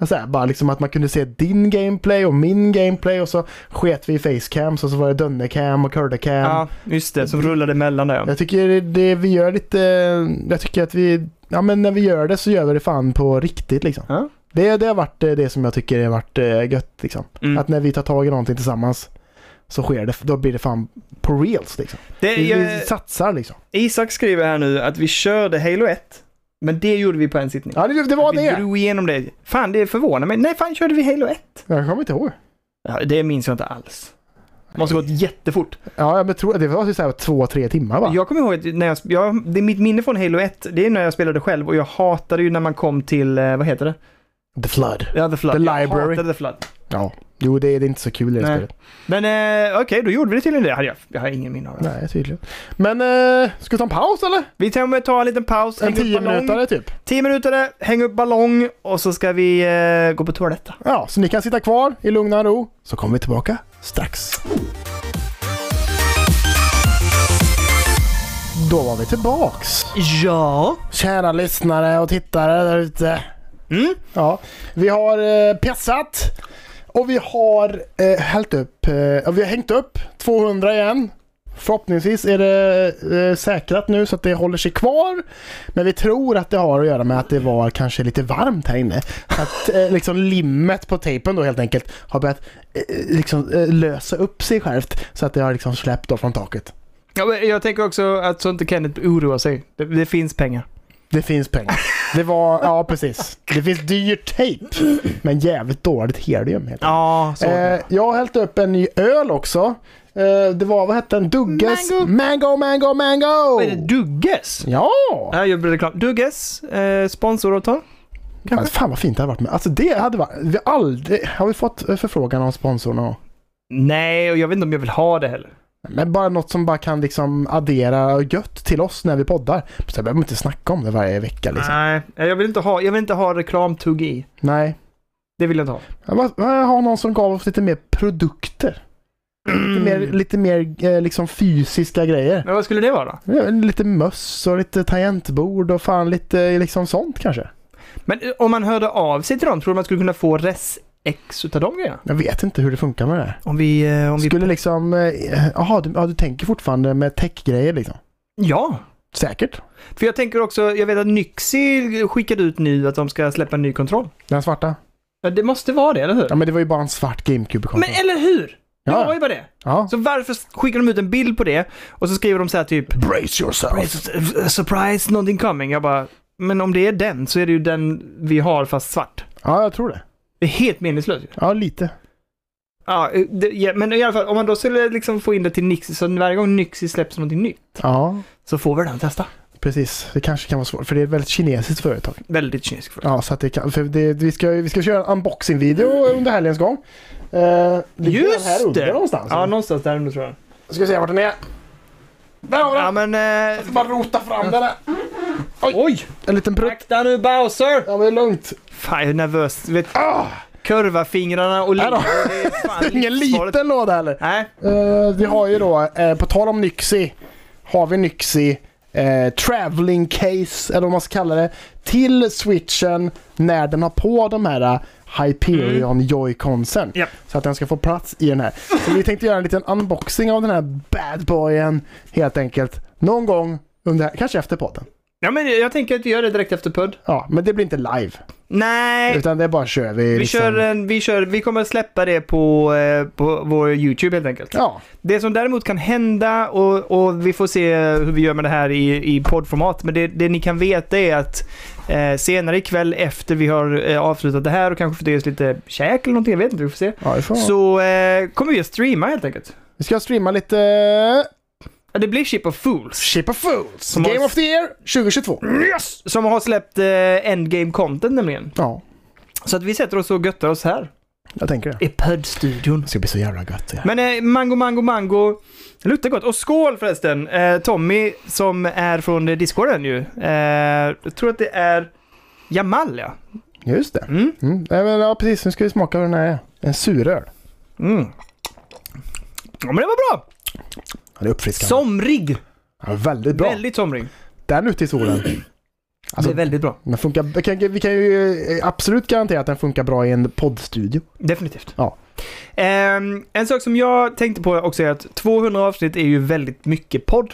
Speaker 1: Så här, bara liksom att man kunde se din gameplay och min gameplay och så sket vi i facecams och så var det dönnecam och curlecam.
Speaker 2: ja, just det. Som rullade emellan där ja.
Speaker 1: Jag tycker det, det vi gör lite, jag tycker att vi, ja men när vi gör det så gör vi det fan på riktigt liksom.
Speaker 2: Ja.
Speaker 1: Det, det har varit eh, det som jag tycker har varit eh, gött liksom.
Speaker 2: Mm.
Speaker 1: Att när vi tar tag i någonting tillsammans så sker det, då blir det fan på reals liksom.
Speaker 2: Det,
Speaker 1: Vi, vi
Speaker 2: Eh, jag,
Speaker 1: satsar liksom.
Speaker 2: Isak skriver här nu att vi körde Halo 1, men det gjorde vi på en sittning.
Speaker 1: Ja det, det var
Speaker 2: vi
Speaker 1: det.
Speaker 2: drog igenom det. Fan, det förvånar mig. Nej, fan körde vi Halo 1?
Speaker 1: Jag kommer inte ihåg.
Speaker 2: Ja, det minns jag inte alls. Det måste ha gått jättefort.
Speaker 1: Ja jag tror det var typ såhär två, tre timmar va?
Speaker 2: Jag kommer ihåg att när jag, jag, det är mitt minne från Halo 1, det är när jag spelade själv och jag hatade ju när man kom till, eh, vad heter det?
Speaker 1: The flood.
Speaker 2: Ja, The Flood.
Speaker 1: The Library.
Speaker 2: Jag hatade The Flood.
Speaker 1: Ja. Jo det, det är inte så kul i det
Speaker 2: Nej.
Speaker 1: spelet.
Speaker 2: Men eh, okej, då gjorde vi det tydligen det. Hade jag, jag har ingen minne av det.
Speaker 1: Nej tydligen. Men eh, ska vi ta en paus eller?
Speaker 2: Vi tar med ta en liten paus,
Speaker 1: En
Speaker 2: häng upp
Speaker 1: tio
Speaker 2: ballong.
Speaker 1: minuter typ.
Speaker 2: Tio minuter, häng upp ballong och så ska vi eh, gå på toaletten.
Speaker 1: Alltså. Ja, så ni kan sitta kvar i lugn och ro så kommer vi tillbaka strax. Då var vi tillbaks.
Speaker 2: Ja.
Speaker 1: Kära lyssnare och tittare där ute.
Speaker 2: Mm.
Speaker 1: Ja, vi har eh, pissat och vi har eh, hällt upp, eh, ja, vi har hängt upp 200 igen. Förhoppningsvis är det eh, säkrat nu så att det håller sig kvar. Men vi tror att det har att göra med att det var kanske lite varmt här inne. Att eh, liksom limmet på tejpen då helt enkelt har börjat eh, liksom, eh, lösa upp sig självt så att det har liksom släppt då från taket.
Speaker 2: Ja, men jag tänker också att så inte Kenneth oroar sig. Det, det finns pengar.
Speaker 1: Det finns pengar. Det var, ja precis. Det finns dyr tejp men jävligt dåligt helium helt
Speaker 2: Ja, så.
Speaker 1: Eh, jag har hällt upp en ny öl också. Eh, det var, vad hette den? Dugges?
Speaker 2: Mango.
Speaker 1: Mango, mango, mango!
Speaker 2: Vad är det? Äh, Dugges?
Speaker 1: Ja!
Speaker 2: Ja, jag blir reklam. Dugges, eh, sponsoravtal.
Speaker 1: Alltså, fan vad fint det hade varit med. Alltså det hade varit... Vi har aldrig, har vi fått eh, förfrågan av sponsorn? Och,
Speaker 2: Nej, och jag vet inte om jag vill ha det heller.
Speaker 1: men bara något som bara kan liksom addera gött till oss när vi poddar. Så jag behöver inte snacka om det varje vecka liksom.
Speaker 2: Nej, jag vill inte ha, jag vill inte ha reklamtugg i.
Speaker 1: Nej.
Speaker 2: Det vill jag inte ha.
Speaker 1: Jag bara- jag har någon som gav oss lite mer produkter.
Speaker 2: Mm.
Speaker 1: Lite mer, lite mer eh, liksom fysiska grejer.
Speaker 2: Men vad skulle det vara då?
Speaker 1: Ja, Lite möss och lite tangentbord och fan lite eh, liksom sånt kanske.
Speaker 2: Men eh, om man hörde av sig till dem, tror du man skulle kunna få res ex utav de grejerna?
Speaker 1: Jag vet inte hur det funkar med det här.
Speaker 2: Om vi... eh, Om vi
Speaker 1: Skulle liksom, eh, jaha du, ja, du tänker fortfarande med tech-grejer liksom?
Speaker 2: Ja!
Speaker 1: Säkert.
Speaker 2: För jag tänker också, jag vet att Nyxi skickade ut nu att de ska släppa en ny kontroll.
Speaker 1: Den svarta?
Speaker 2: Ja, det måste vara det, eller hur?
Speaker 1: Ja men det var ju bara en svart
Speaker 2: Men
Speaker 1: GameCube-kontroll.
Speaker 2: eller hur? Jag
Speaker 1: Ja.
Speaker 2: har ju bara det.
Speaker 1: Ja.
Speaker 2: Så varför skickar de ut en bild på det och så skriver de så här typ
Speaker 1: Brace yourself.
Speaker 2: "Surprise, Surprise, någonting coming. Jag bara, Men om det är den så är det ju den vi har fast svart.
Speaker 1: Ja, jag tror det.
Speaker 2: Det är helt meningslöst ju.
Speaker 1: Ja, lite.
Speaker 2: Ja, det, ja, men i alla fall om man då skulle liksom få in det till Nixie så varje gång Nixie släpps någonting nytt
Speaker 1: Ja,
Speaker 2: så får vi den testa.
Speaker 1: precis. Det kanske kan vara svårt, för det är ett väldigt kinesiskt företag.
Speaker 2: Väldigt kinesisk för
Speaker 1: Ja, så att det kan, för det, vi, ska, vi ska köra en unboxing-video under helgens gång. Eh, ligger den här under någonstans?
Speaker 2: Ja, någonstans där under tror jag.
Speaker 1: Ska se vart den är. Där har vi
Speaker 2: Ja,
Speaker 1: den!
Speaker 2: men... Eh,
Speaker 1: Bara rota fram den här.
Speaker 2: oj!
Speaker 1: En liten prutt.
Speaker 2: Akta nu Bowser!
Speaker 1: Ja, men det är lugnt.
Speaker 2: Fan, jag är nervös. Du Vet, Kurva fingrarna och
Speaker 1: Nej då.
Speaker 2: Det är fan
Speaker 1: Ingen
Speaker 2: livsfarligt.
Speaker 1: liten låda heller.
Speaker 2: Nej,
Speaker 1: Eh, vi har ju då, eh, på tal om Nyxi, har vi Nyxi eh, traveling case, eller vad man ska kalla det, till switchen när den har på de här eh, Hyperion Joy-Consen.
Speaker 2: Mm. Japp.
Speaker 1: Så att den ska få plats i den här. Så vi tänkte göra en liten unboxing av den här bad boyen helt enkelt. Någon gång under, kanske efter podden.
Speaker 2: ja, men jag tänker att vi gör det direkt efter podd.
Speaker 1: Ja, men det blir inte live.
Speaker 2: Nej,
Speaker 1: Utan det bara kör vi. liksom.
Speaker 2: vi, kör eh, en, vi, kör, vi kommer släppa det på, eh, på vår YouTube helt enkelt.
Speaker 1: Ja,
Speaker 2: Det som däremot kan hända, och, och vi får se hur vi gör med det här i, i poddformat, men det, det ni kan veta är att eh, senare ikväll efter vi har eh, avslutat det här och kanske fått i oss lite käk eller någonting, jag vet inte, vi får se.
Speaker 1: ja det får så...
Speaker 2: Så eh, kommer vi att streama helt enkelt.
Speaker 1: Vi ska streama lite
Speaker 2: Ja, Det blir Ship of Fools.
Speaker 1: Ship of Fools,
Speaker 2: Som har- Mm.
Speaker 1: Game of the Year 2022.
Speaker 2: Yes! Som har släppt eh, endgame content nämligen.
Speaker 1: Ja,
Speaker 2: Så att vi sätter oss och göttar oss här.
Speaker 1: jag tänker det.
Speaker 2: I poddstudion.
Speaker 1: Det ska bli så jävla gött det här.
Speaker 2: Men eh, mango, mango, mango. Det luktar gott. Och skål förresten! Eh, Tommy som är från eh, discorden ju. Eh, jag tror att det är Jamal ja.
Speaker 1: Just det.
Speaker 2: Mm.
Speaker 1: Mm. Nej, men, ja, precis. Nu ska vi smaka vad den här är. En suröl.
Speaker 2: Mm. Ja men det var bra!
Speaker 1: Ja, det är uppfriskande.
Speaker 2: Somrig!
Speaker 1: Ja, väldigt bra.
Speaker 2: Väldigt somrig.
Speaker 1: Den ute i solen. Alltså,
Speaker 2: det är väldigt bra.
Speaker 1: den funkar, vi, kan, vi kan ju eh, absolut garantera att den funkar bra i en poddstudio.
Speaker 2: Definitivt.
Speaker 1: Ja.
Speaker 2: Ehm, en sak som jag tänkte på också är att 200 avsnitt är ju väldigt mycket podd.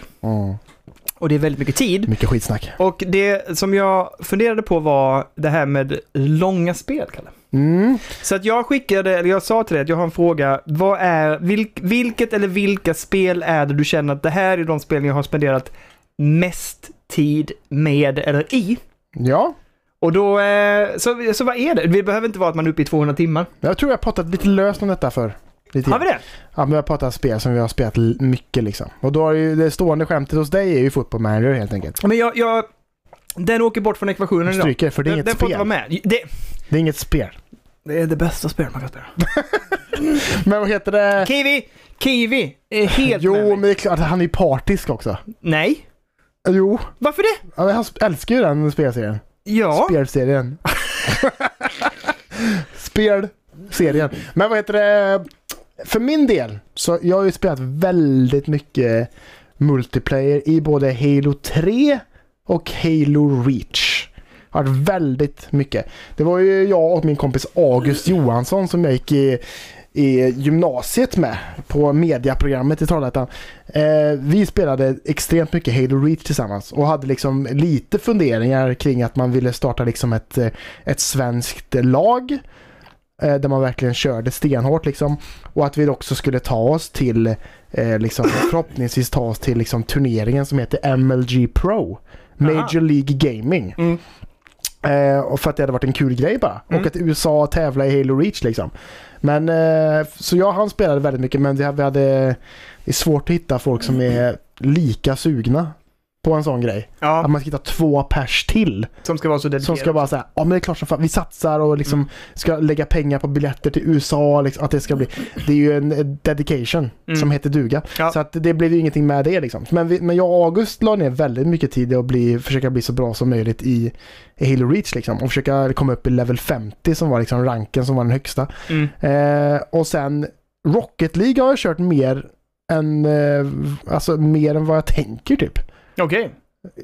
Speaker 2: Och det är väldigt mycket tid.
Speaker 1: Mm. Mycket skitsnack.
Speaker 2: Och det som jag funderade på var det här med långa spel, Kalle.
Speaker 1: Mm.
Speaker 2: Så att jag skickade, eller jag sa till dig att jag har en fråga. Vad är, vilk, vilket eller vilka spel är det du känner att det här är de spel jag har spenderat mest tid med eller i?
Speaker 1: Ja,
Speaker 2: Och då, eh, så, så vad är det? Det behöver inte vara att man är uppe i 200 timmar.
Speaker 1: jag tror jag har pratat lite löst om detta för lite
Speaker 2: Har vi det?
Speaker 1: Ja, men jag pratar spel som vi har spelat l- mycket liksom. Och då har ju det stående skämtet hos dig är ju football manager helt enkelt.
Speaker 2: Ja, Men jag, jag, den åker bort från ekvationen idag.
Speaker 1: Stryker, för det är
Speaker 2: Den,
Speaker 1: inget
Speaker 2: den får inte vara
Speaker 1: spel.
Speaker 2: med. Det,
Speaker 1: Det är inget spel.
Speaker 2: det är det bästa spelet man kan spela.
Speaker 1: Men vad heter det?
Speaker 2: Kiwi! Kiwi! Är helt
Speaker 1: Jo,
Speaker 2: med mig.
Speaker 1: men det är klart, han är ju partisk också.
Speaker 2: Nej.
Speaker 1: Jo,
Speaker 2: Varför det?
Speaker 1: ja, men han sp- älskar ju den spelserien.
Speaker 2: Ja.
Speaker 1: Spelserien. Spelserien. Men vad heter det? För min del, så jag har ju spelat väldigt mycket multiplayer i både Halo 3 och Halo Reach. Har varit väldigt mycket. Det var ju jag och min kompis August Johansson som jag gick i, i gymnasiet med på mediaprogrammet i Trollhättan. Eh, vi spelade extremt mycket Halo Reach tillsammans och hade liksom lite funderingar kring att man ville starta liksom ett, eh, ett svenskt lag. eh, Där man verkligen körde stenhårt liksom. Och att vi också skulle ta oss till, eh, liksom, förhoppningsvis ta oss till liksom, turneringen som heter MLG Pro. Major League Gaming.
Speaker 2: Mm.
Speaker 1: Eh, och för att det hade varit en kul grej bara. Och att USA tävlar i Halo Reach liksom. Men, eh, så jag och han spelade väldigt mycket men vi hade, vi hade, det är svårt att hitta folk som är lika sugna på en sån grej. Att
Speaker 2: ja.
Speaker 1: man ska hitta två pers till
Speaker 2: Som ska vara så dedikerad.
Speaker 1: som ska bara säga ja men det är klart som fan, vi satsar och liksom
Speaker 2: Mm.
Speaker 1: ska lägga pengar på biljetter till USA. Liksom, att det ska bli, det är ju en eh, dedication
Speaker 2: Mm.
Speaker 1: som heter duga.
Speaker 2: Ja.
Speaker 1: Så att det blev ju ingenting med det liksom. Men, vi, men jag och August la ner väldigt mycket tid i att bli, försöka bli så bra som möjligt i, i Halo Reach liksom. Och försöka komma upp i level 50 som var liksom ranken som var den högsta.
Speaker 2: Mm.
Speaker 1: Eh, och sen Rocket League har jag kört mer än, eh, alltså, mer än vad jag tänker typ.
Speaker 2: Okej.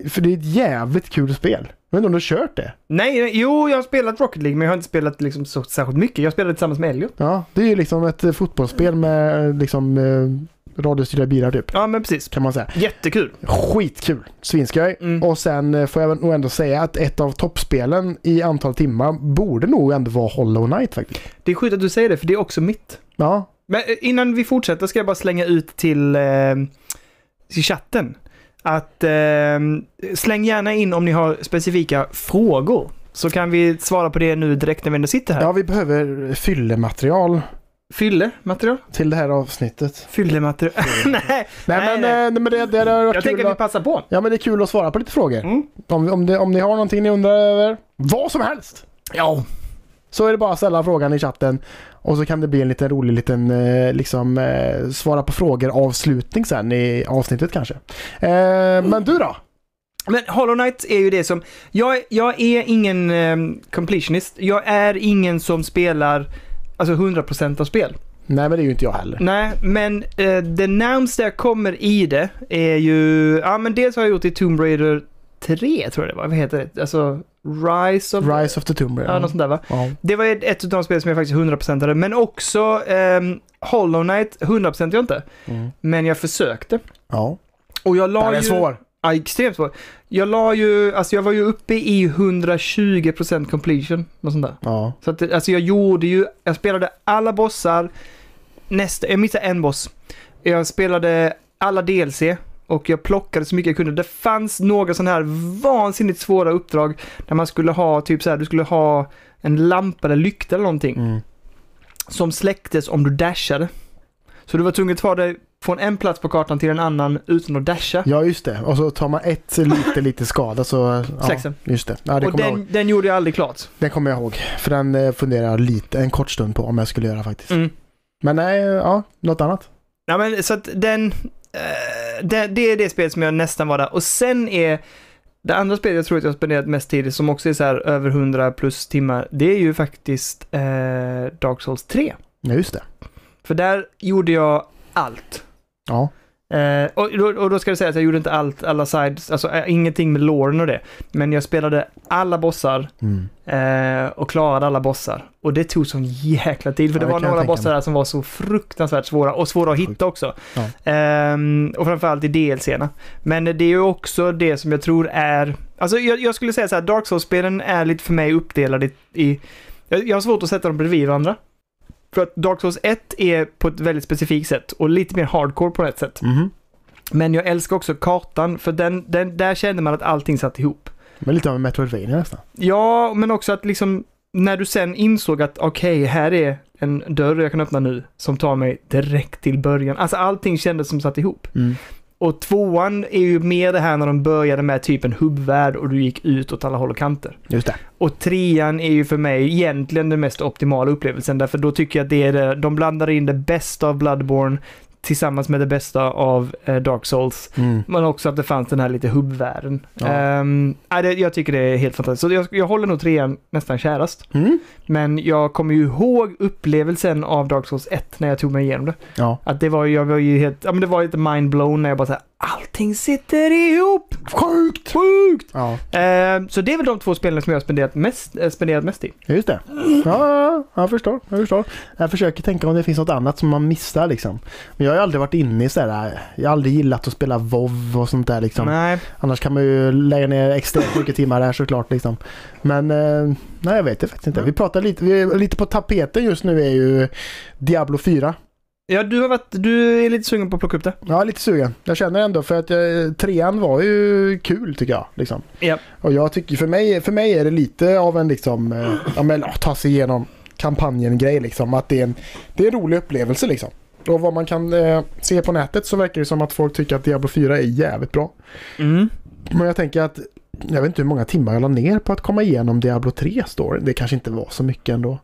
Speaker 1: För det är ett jävligt kul spel. Jag vet inte om du har kört det?
Speaker 2: Nej, nej, jo, jag har spelat Rocket League, men jag har inte spelat liksom så särskilt mycket. Jag spelade tillsammans med Elliot.
Speaker 1: Ja, det är ju liksom ett eh,
Speaker 2: Mm.
Speaker 1: fotbollsspel med eh, liksom eh, radiostyrda bilar typ.
Speaker 2: Ja, men precis.
Speaker 1: Kan man säga.
Speaker 2: Jättekul.
Speaker 1: Skitkul! Svinskoj.
Speaker 2: Mm.
Speaker 1: Och sen eh, får jag nog ändå säga att ett av toppspelen i antal timmar borde nog ändå vara Hollow Knight faktiskt.
Speaker 2: Det är sjukt att du säger det, för det är också mitt.
Speaker 1: Ja,
Speaker 2: Men eh, innan vi fortsätter ska jag bara slänga ut till, eh, till chatten. att ehm, släng gärna in om ni har specifika frågor. Så kan vi svara på det nu direkt när vi ändå sitter här.
Speaker 1: Ja, vi behöver fyllematerial
Speaker 2: Fylle material?
Speaker 1: till det här avsnittet.
Speaker 2: Fylle material? nej,
Speaker 1: Nej,
Speaker 2: Nej,
Speaker 1: men, eh,
Speaker 2: nej.
Speaker 1: nej. Nej, men det, det har varit
Speaker 2: jag tänker
Speaker 1: kul
Speaker 2: att vi
Speaker 1: att,
Speaker 2: passar på.
Speaker 1: Ja, men det är kul att svara på lite frågor.
Speaker 2: Mm.
Speaker 1: Om, om, det, om ni har någonting ni undrar över, vad som helst,
Speaker 2: Ja.
Speaker 1: så är det bara att ställa frågan i chatten. Och så kan det bli en liten rolig liten eh, liksom, eh, svara på frågor-avslutning sen i avsnittet kanske. Eh, Men du då?
Speaker 2: Men Hollow Knight är ju det som... Jag, jag är ingen ehm, completionist. Jag är ingen som spelar alltså 100% av spel.
Speaker 1: Nej, men det är ju inte jag heller.
Speaker 2: Nej, men eh, det närmsta jag kommer i det är ju... Ja, men dels har jag gjort det i Tomb Raider 3, tror jag det var. Vad heter det? Alltså Rise of...
Speaker 1: Rise of the Tomb
Speaker 2: Ja,
Speaker 1: Raider.
Speaker 2: något sånt där va?
Speaker 1: Ja.
Speaker 2: Det var ett av de spel som jag faktiskt 100%ade, men också ehm, Hollow Knight 100% jag inte.
Speaker 1: Mm.
Speaker 2: Men jag försökte.
Speaker 1: ja.
Speaker 2: Och jag la
Speaker 1: Den är
Speaker 2: ju...
Speaker 1: svår.
Speaker 2: Ja, extremt svår. Jag la ju, alltså jag var ju uppe i 120% completion, något sånt där.
Speaker 1: Ja.
Speaker 2: Så att, alltså jag gjorde ju, jag spelade alla bossar, nästa, jag missade en boss. Jag spelade alla DLC och jag plockade så mycket jag kunde. Det fanns några sådana här vansinnigt svåra uppdrag där man skulle ha, typ så här, du skulle ha en lampa eller lykta eller någonting
Speaker 1: Mm.
Speaker 2: som släcktes om du dashade. Så du var tvungen att ta dig från en plats på kartan till en annan utan att dasha.
Speaker 1: ja, just det. Och så tar man ett lite, lite skada så... Ja,
Speaker 2: Sexen.
Speaker 1: just det. Ja, det
Speaker 2: och
Speaker 1: kommer jag ihåg.
Speaker 2: den, den gjorde jag aldrig klart.
Speaker 1: Den kommer jag ihåg. För den eh, funderar jag lite, en kort stund på om jag skulle göra faktiskt.
Speaker 2: Mm.
Speaker 1: Men nej, ja, något annat.
Speaker 2: Ja, men så att den, eh, det, det är det spel som jag nästan var där. Och sen är det andra spelet jag tror att jag har spenderat mest tid i, som också är så här över 100 plus timmar, det är ju faktiskt eh, Dark Souls 3.
Speaker 1: Ja, just det.
Speaker 2: För där gjorde jag allt.
Speaker 1: Ja.
Speaker 2: Eh, och, då, och då ska det sägas att jag gjorde inte allt, alla sides, alltså eh, ingenting med loren och det. Men jag spelade alla bossar
Speaker 1: Mm.
Speaker 2: eh, och klarade alla bossar. Och det tog sån jäkla tid,
Speaker 1: Ja,
Speaker 2: för det
Speaker 1: det
Speaker 2: var
Speaker 1: kan jag
Speaker 2: några
Speaker 1: tänka
Speaker 2: bossar
Speaker 1: mig.
Speaker 2: där som var så fruktansvärt svåra och svåra att hitta också.
Speaker 1: Ja.
Speaker 2: Ehm, och framförallt i DLC-erna. Men det är ju också det som jag tror är... Alltså jag, jag skulle säga så här, Dark Souls-spelen är lite för mig uppdelade i... i jag, jag har svårt att sätta dem bredvid varandra. För att Dark Souls 1 är på ett väldigt specifikt sätt och lite mer hardcore på ett sätt.
Speaker 1: Mhm.
Speaker 2: Men jag älskar också kartan, för den, den, där kände man att allting satt ihop.
Speaker 1: Men lite av en Metroidvania nästan.
Speaker 2: Ja, men också att liksom när du sen insåg att okej, här är en dörr jag kan öppna nu som tar mig direkt till början. Alltså allting kändes som satt ihop.
Speaker 1: Mm.
Speaker 2: Och tvåan är ju mer det här när de började med typ en hubbvärld och du gick ut åt alla håll och kanter.
Speaker 1: Just det.
Speaker 2: Och trean är ju för mig egentligen den mest optimala upplevelsen därför då tycker jag att det är det, de blandar in det bästa av Bloodborne tillsammans med det bästa av eh, Dark Souls.
Speaker 1: Mm.
Speaker 2: Men också att det fanns den här lite hubbvärlden.
Speaker 1: Ja.
Speaker 2: Ehm, nej, det- jag tycker det är helt fantastiskt. Så jag, jag håller nog trean nästan kärast.
Speaker 1: Mm.
Speaker 2: Men jag kommer ju ihåg upplevelsen av Dark Souls 1 när jag tog mig igenom det.
Speaker 1: Ja.
Speaker 2: Att det var, ju- jag var ju helt, ja men det var lite mind-blown när jag bara såhär, allting sitter ihop!
Speaker 1: Sjukt!
Speaker 2: Sjukt!
Speaker 1: Ja,
Speaker 2: Ehm, så det är väl de två spelen som jag har spenderat mest, eh, spenderat mest i.
Speaker 1: just det. Ja, ja, ja, jag förstår. Jag förstår. Jag försöker tänka om det finns något annat som man missar liksom. Men jag har ju aldrig varit inne i sådär. Jag har aldrig gillat att spela WoW och sånt där liksom.
Speaker 2: Nej.
Speaker 1: Annars kan man ju lägga ner extremt mycket timmar där såklart. Liksom. Men eh, nej, jag vet det faktiskt inte. Vi pratar lite, vi, lite på tapeten just nu är ju Diablo 4.
Speaker 2: Ja, du har varit, du är lite sugen på att plocka upp det.
Speaker 1: Jag är lite sugen. Jag känner ändå för att eh, trean var ju kul tycker jag. Liksom.
Speaker 2: Ja.
Speaker 1: Och jag tycker för mig, för mig är det lite av en liksom, eh, ja, men, ja, ta sig igenom kampanjen-grej liksom. Att det är, en, det är en rolig upplevelse liksom. Och vad man kan eh, se på nätet så verkar det som att folk tycker att Diablo 4 är jävligt bra.
Speaker 2: Mm.
Speaker 1: Men jag tänker att jag vet inte hur många timmar jag la ner på att komma igenom Diablo 3 story. Det kanske inte var så mycket ändå.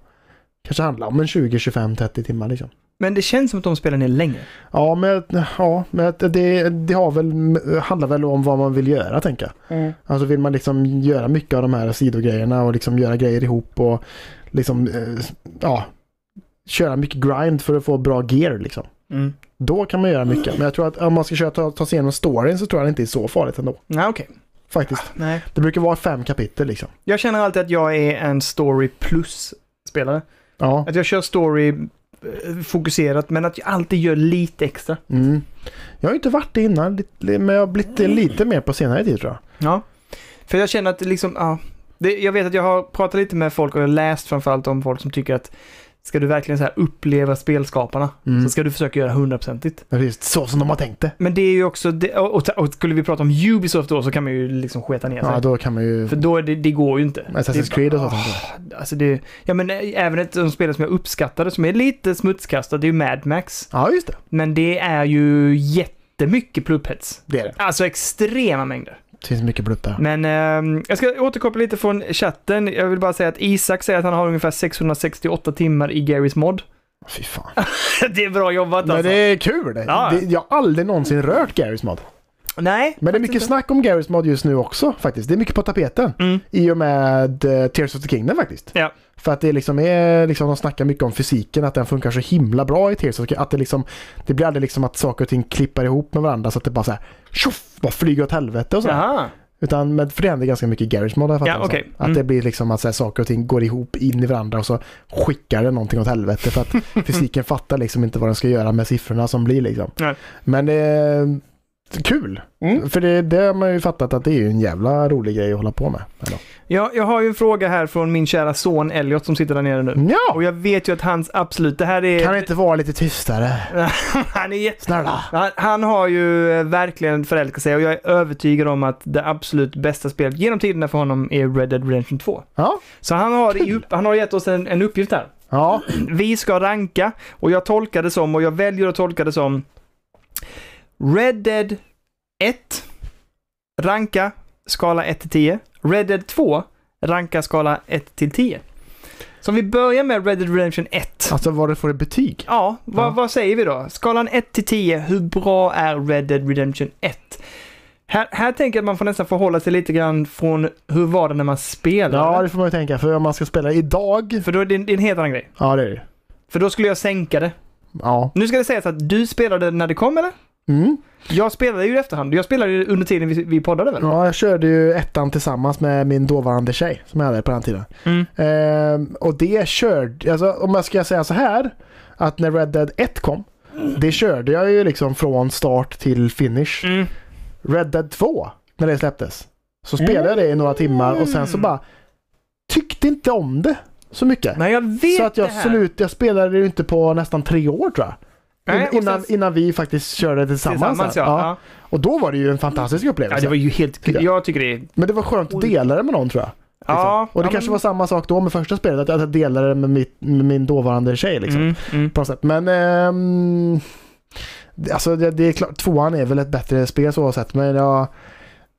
Speaker 1: Kanske handlar om en 20, 25, 30 timmar liksom.
Speaker 2: Men det känns som att de spelen är längre.
Speaker 1: Ja, men, ja, men det, det har väl, handlar väl om vad man vill göra tänker jag.
Speaker 2: Mm.
Speaker 1: Alltså vill man liksom göra mycket av de här sidogrejerna och liksom göra grejer ihop och liksom, eh, ja, köra mycket grind för att få bra gear liksom.
Speaker 2: Mm.
Speaker 1: Då kan man göra mycket. Men jag tror att om man ska köra, ta, ta sig igenom storyn så tror jag det inte är så farligt ändå.
Speaker 2: Nej, okej.
Speaker 1: Faktiskt.
Speaker 2: Nej.
Speaker 1: Det brukar vara fem kapitel liksom.
Speaker 2: Jag känner alltid att jag är en story plus-spelare.
Speaker 1: Ja.
Speaker 2: Att jag kör story eh, fokuserat men att jag alltid gör lite extra.
Speaker 1: Mm. Jag har ju inte varit det innan, lite- men jag har blivit det lite mer på senare tid tror jag.
Speaker 2: Ja. För jag känner att det liksom, ja. Det, jag vet att jag har pratat lite med folk och jag har läst framförallt om folk som tycker att Ska du verkligen så här uppleva spelskaparna
Speaker 1: Mm.
Speaker 2: så ska du försöka göra hundraprocentigt.
Speaker 1: Ja, Visst, så som de har tänkt det.
Speaker 2: Men det är ju också, det, och, och, och skulle vi prata om Ubisoft då så kan man ju liksom sketa ner sig.
Speaker 1: Ja, då kan man ju...
Speaker 2: För då är det, det går ju inte.
Speaker 1: Assassin's
Speaker 2: det,
Speaker 1: Creed och sånt.
Speaker 2: Ah, Alltså det, ja men eh, även ett sånt spel som jag uppskattade som är lite smutskastat, det är ju Mad Max.
Speaker 1: Ja, just det.
Speaker 2: Men det är ju jättemycket plupphets.
Speaker 1: Det är det.
Speaker 2: Alltså extrema mängder.
Speaker 1: Det finns mycket blutt där.
Speaker 2: Men ehm, jag ska återkoppla lite från chatten. Jag vill bara säga att Isak säger att han har ungefär 668 timmar i Garys mod.
Speaker 1: Fy fan.
Speaker 2: det är bra jobbat
Speaker 1: Men
Speaker 2: alltså.
Speaker 1: det är kul. Det.
Speaker 2: Ja.
Speaker 1: Det, jag har aldrig någonsin rört Garys mod.
Speaker 2: Nej.
Speaker 1: Men det är
Speaker 2: faktiskt
Speaker 1: mycket
Speaker 2: inte.
Speaker 1: snack om Garys mod just nu också faktiskt. Det är mycket på tapeten.
Speaker 2: Mm.
Speaker 1: I och med eh, Tears of the Kingdom faktiskt.
Speaker 2: Ja.
Speaker 1: För att det liksom är, liksom, de snackar mycket om fysiken, att den funkar så himla bra i Tears of the Kingdom. Att det liksom, det blir aldrig liksom att saker och ting klippar ihop med varandra så att det bara så här, tjoff, bara flyger åt helvete och så. här.
Speaker 2: Jaha.
Speaker 1: Utan, men för det händer ganska mycket i Garage Mod har jag fattat
Speaker 2: Ja,
Speaker 1: det som.
Speaker 2: okej.
Speaker 1: Att
Speaker 2: Mm.
Speaker 1: det blir liksom att så här, saker och ting går ihop in i varandra och så skickar det någonting åt helvete för att fysiken fattar liksom inte vad den ska göra med siffrorna som blir liksom.
Speaker 2: Nej. Mm.
Speaker 1: Men det är kul. För det, det har man ju fattat att det är ju en jävla rolig grej att hålla på med. Eller?
Speaker 2: Ja, jag har ju en fråga här från min kära son Elliot som sitter där nere nu.
Speaker 1: Ja!
Speaker 2: Mm. Och jag vet ju att hans absolut, det här är...
Speaker 1: Mm. Kan det inte vara lite tystare?
Speaker 2: han är jätte...
Speaker 1: Snälla!
Speaker 2: Han, han har ju eh, verkligen förälskat sig och jag är övertygad om att det absolut bästa spelet genom tiderna för honom är Red Dead Redemption 2.
Speaker 1: Ja.
Speaker 2: Så han har, i upp, han har gett oss en, en uppgift här.
Speaker 1: Ja,
Speaker 2: Vi ska ranka och jag tolkar det som, och jag väljer att tolka det som Red Dead 1 ranka skala 1 till 10. Red Dead 2 ranka skala 1 till 10. Så om vi börjar med Red Dead Redemption 1.
Speaker 1: alltså vad det får i betyg.
Speaker 2: Ja, vad,
Speaker 1: Ja.
Speaker 2: vad säger vi då? Skalan 1 till 10, hur bra är Red Dead Redemption 1? Här, här tänker jag att man får nästan förhålla sig lite grann från hur var det när man spelade?
Speaker 1: Ja, det får man ju tänka. För om man ska spela idag.
Speaker 2: För då är det en, det är en helt annan grej.
Speaker 1: Ja, det är det ju.
Speaker 2: För då skulle jag sänka det.
Speaker 1: Ja.
Speaker 2: Nu ska det sägas att du spelade när det kom eller?
Speaker 1: Mm.
Speaker 2: Jag spelade ju i efterhand. Jag spelade ju under tiden vi, vi poddade väl?
Speaker 1: Ja, jag körde ju ettan tillsammans med min dåvarande tjej som jag hade på den tiden.
Speaker 2: Mm.
Speaker 1: Ehm, och det körde, alltså, om jag ska säga så här, att när Red Dead 1 kom, det körde jag ju liksom från start till finish.
Speaker 2: Mm.
Speaker 1: Red Dead 2, när det släpptes, så spelade jag det i några timmar och sen
Speaker 2: Mm.
Speaker 1: så bara tyckte inte om det så mycket.
Speaker 2: Nej, jag vet
Speaker 1: Så att jag,
Speaker 2: det här.
Speaker 1: slut, jag spelade det ju inte på nästan tre år tror jag. In,
Speaker 2: Nej, och sen-
Speaker 1: innan, innan vi faktiskt körde det tillsammans.
Speaker 2: Tillsammans
Speaker 1: här.
Speaker 2: ja. ja.
Speaker 1: Och då var det ju en fantastisk upplevelse.
Speaker 2: Ja, det var ju helt...
Speaker 1: Tycker jag.
Speaker 2: Jag tycker det är...
Speaker 1: Men det var skönt att dela det med någon tror jag. Liksom.
Speaker 2: Ja.
Speaker 1: och det
Speaker 2: ja,
Speaker 1: kanske
Speaker 2: men-
Speaker 1: var samma sak då med första spelet, att jag delade det med, mitt, med min dåvarande tjej. Liksom,
Speaker 2: Mm, mm.
Speaker 1: på något sätt. Men ehm, det- alltså, det, det är klart, tvåan är väl ett bättre spel så sett, men jag,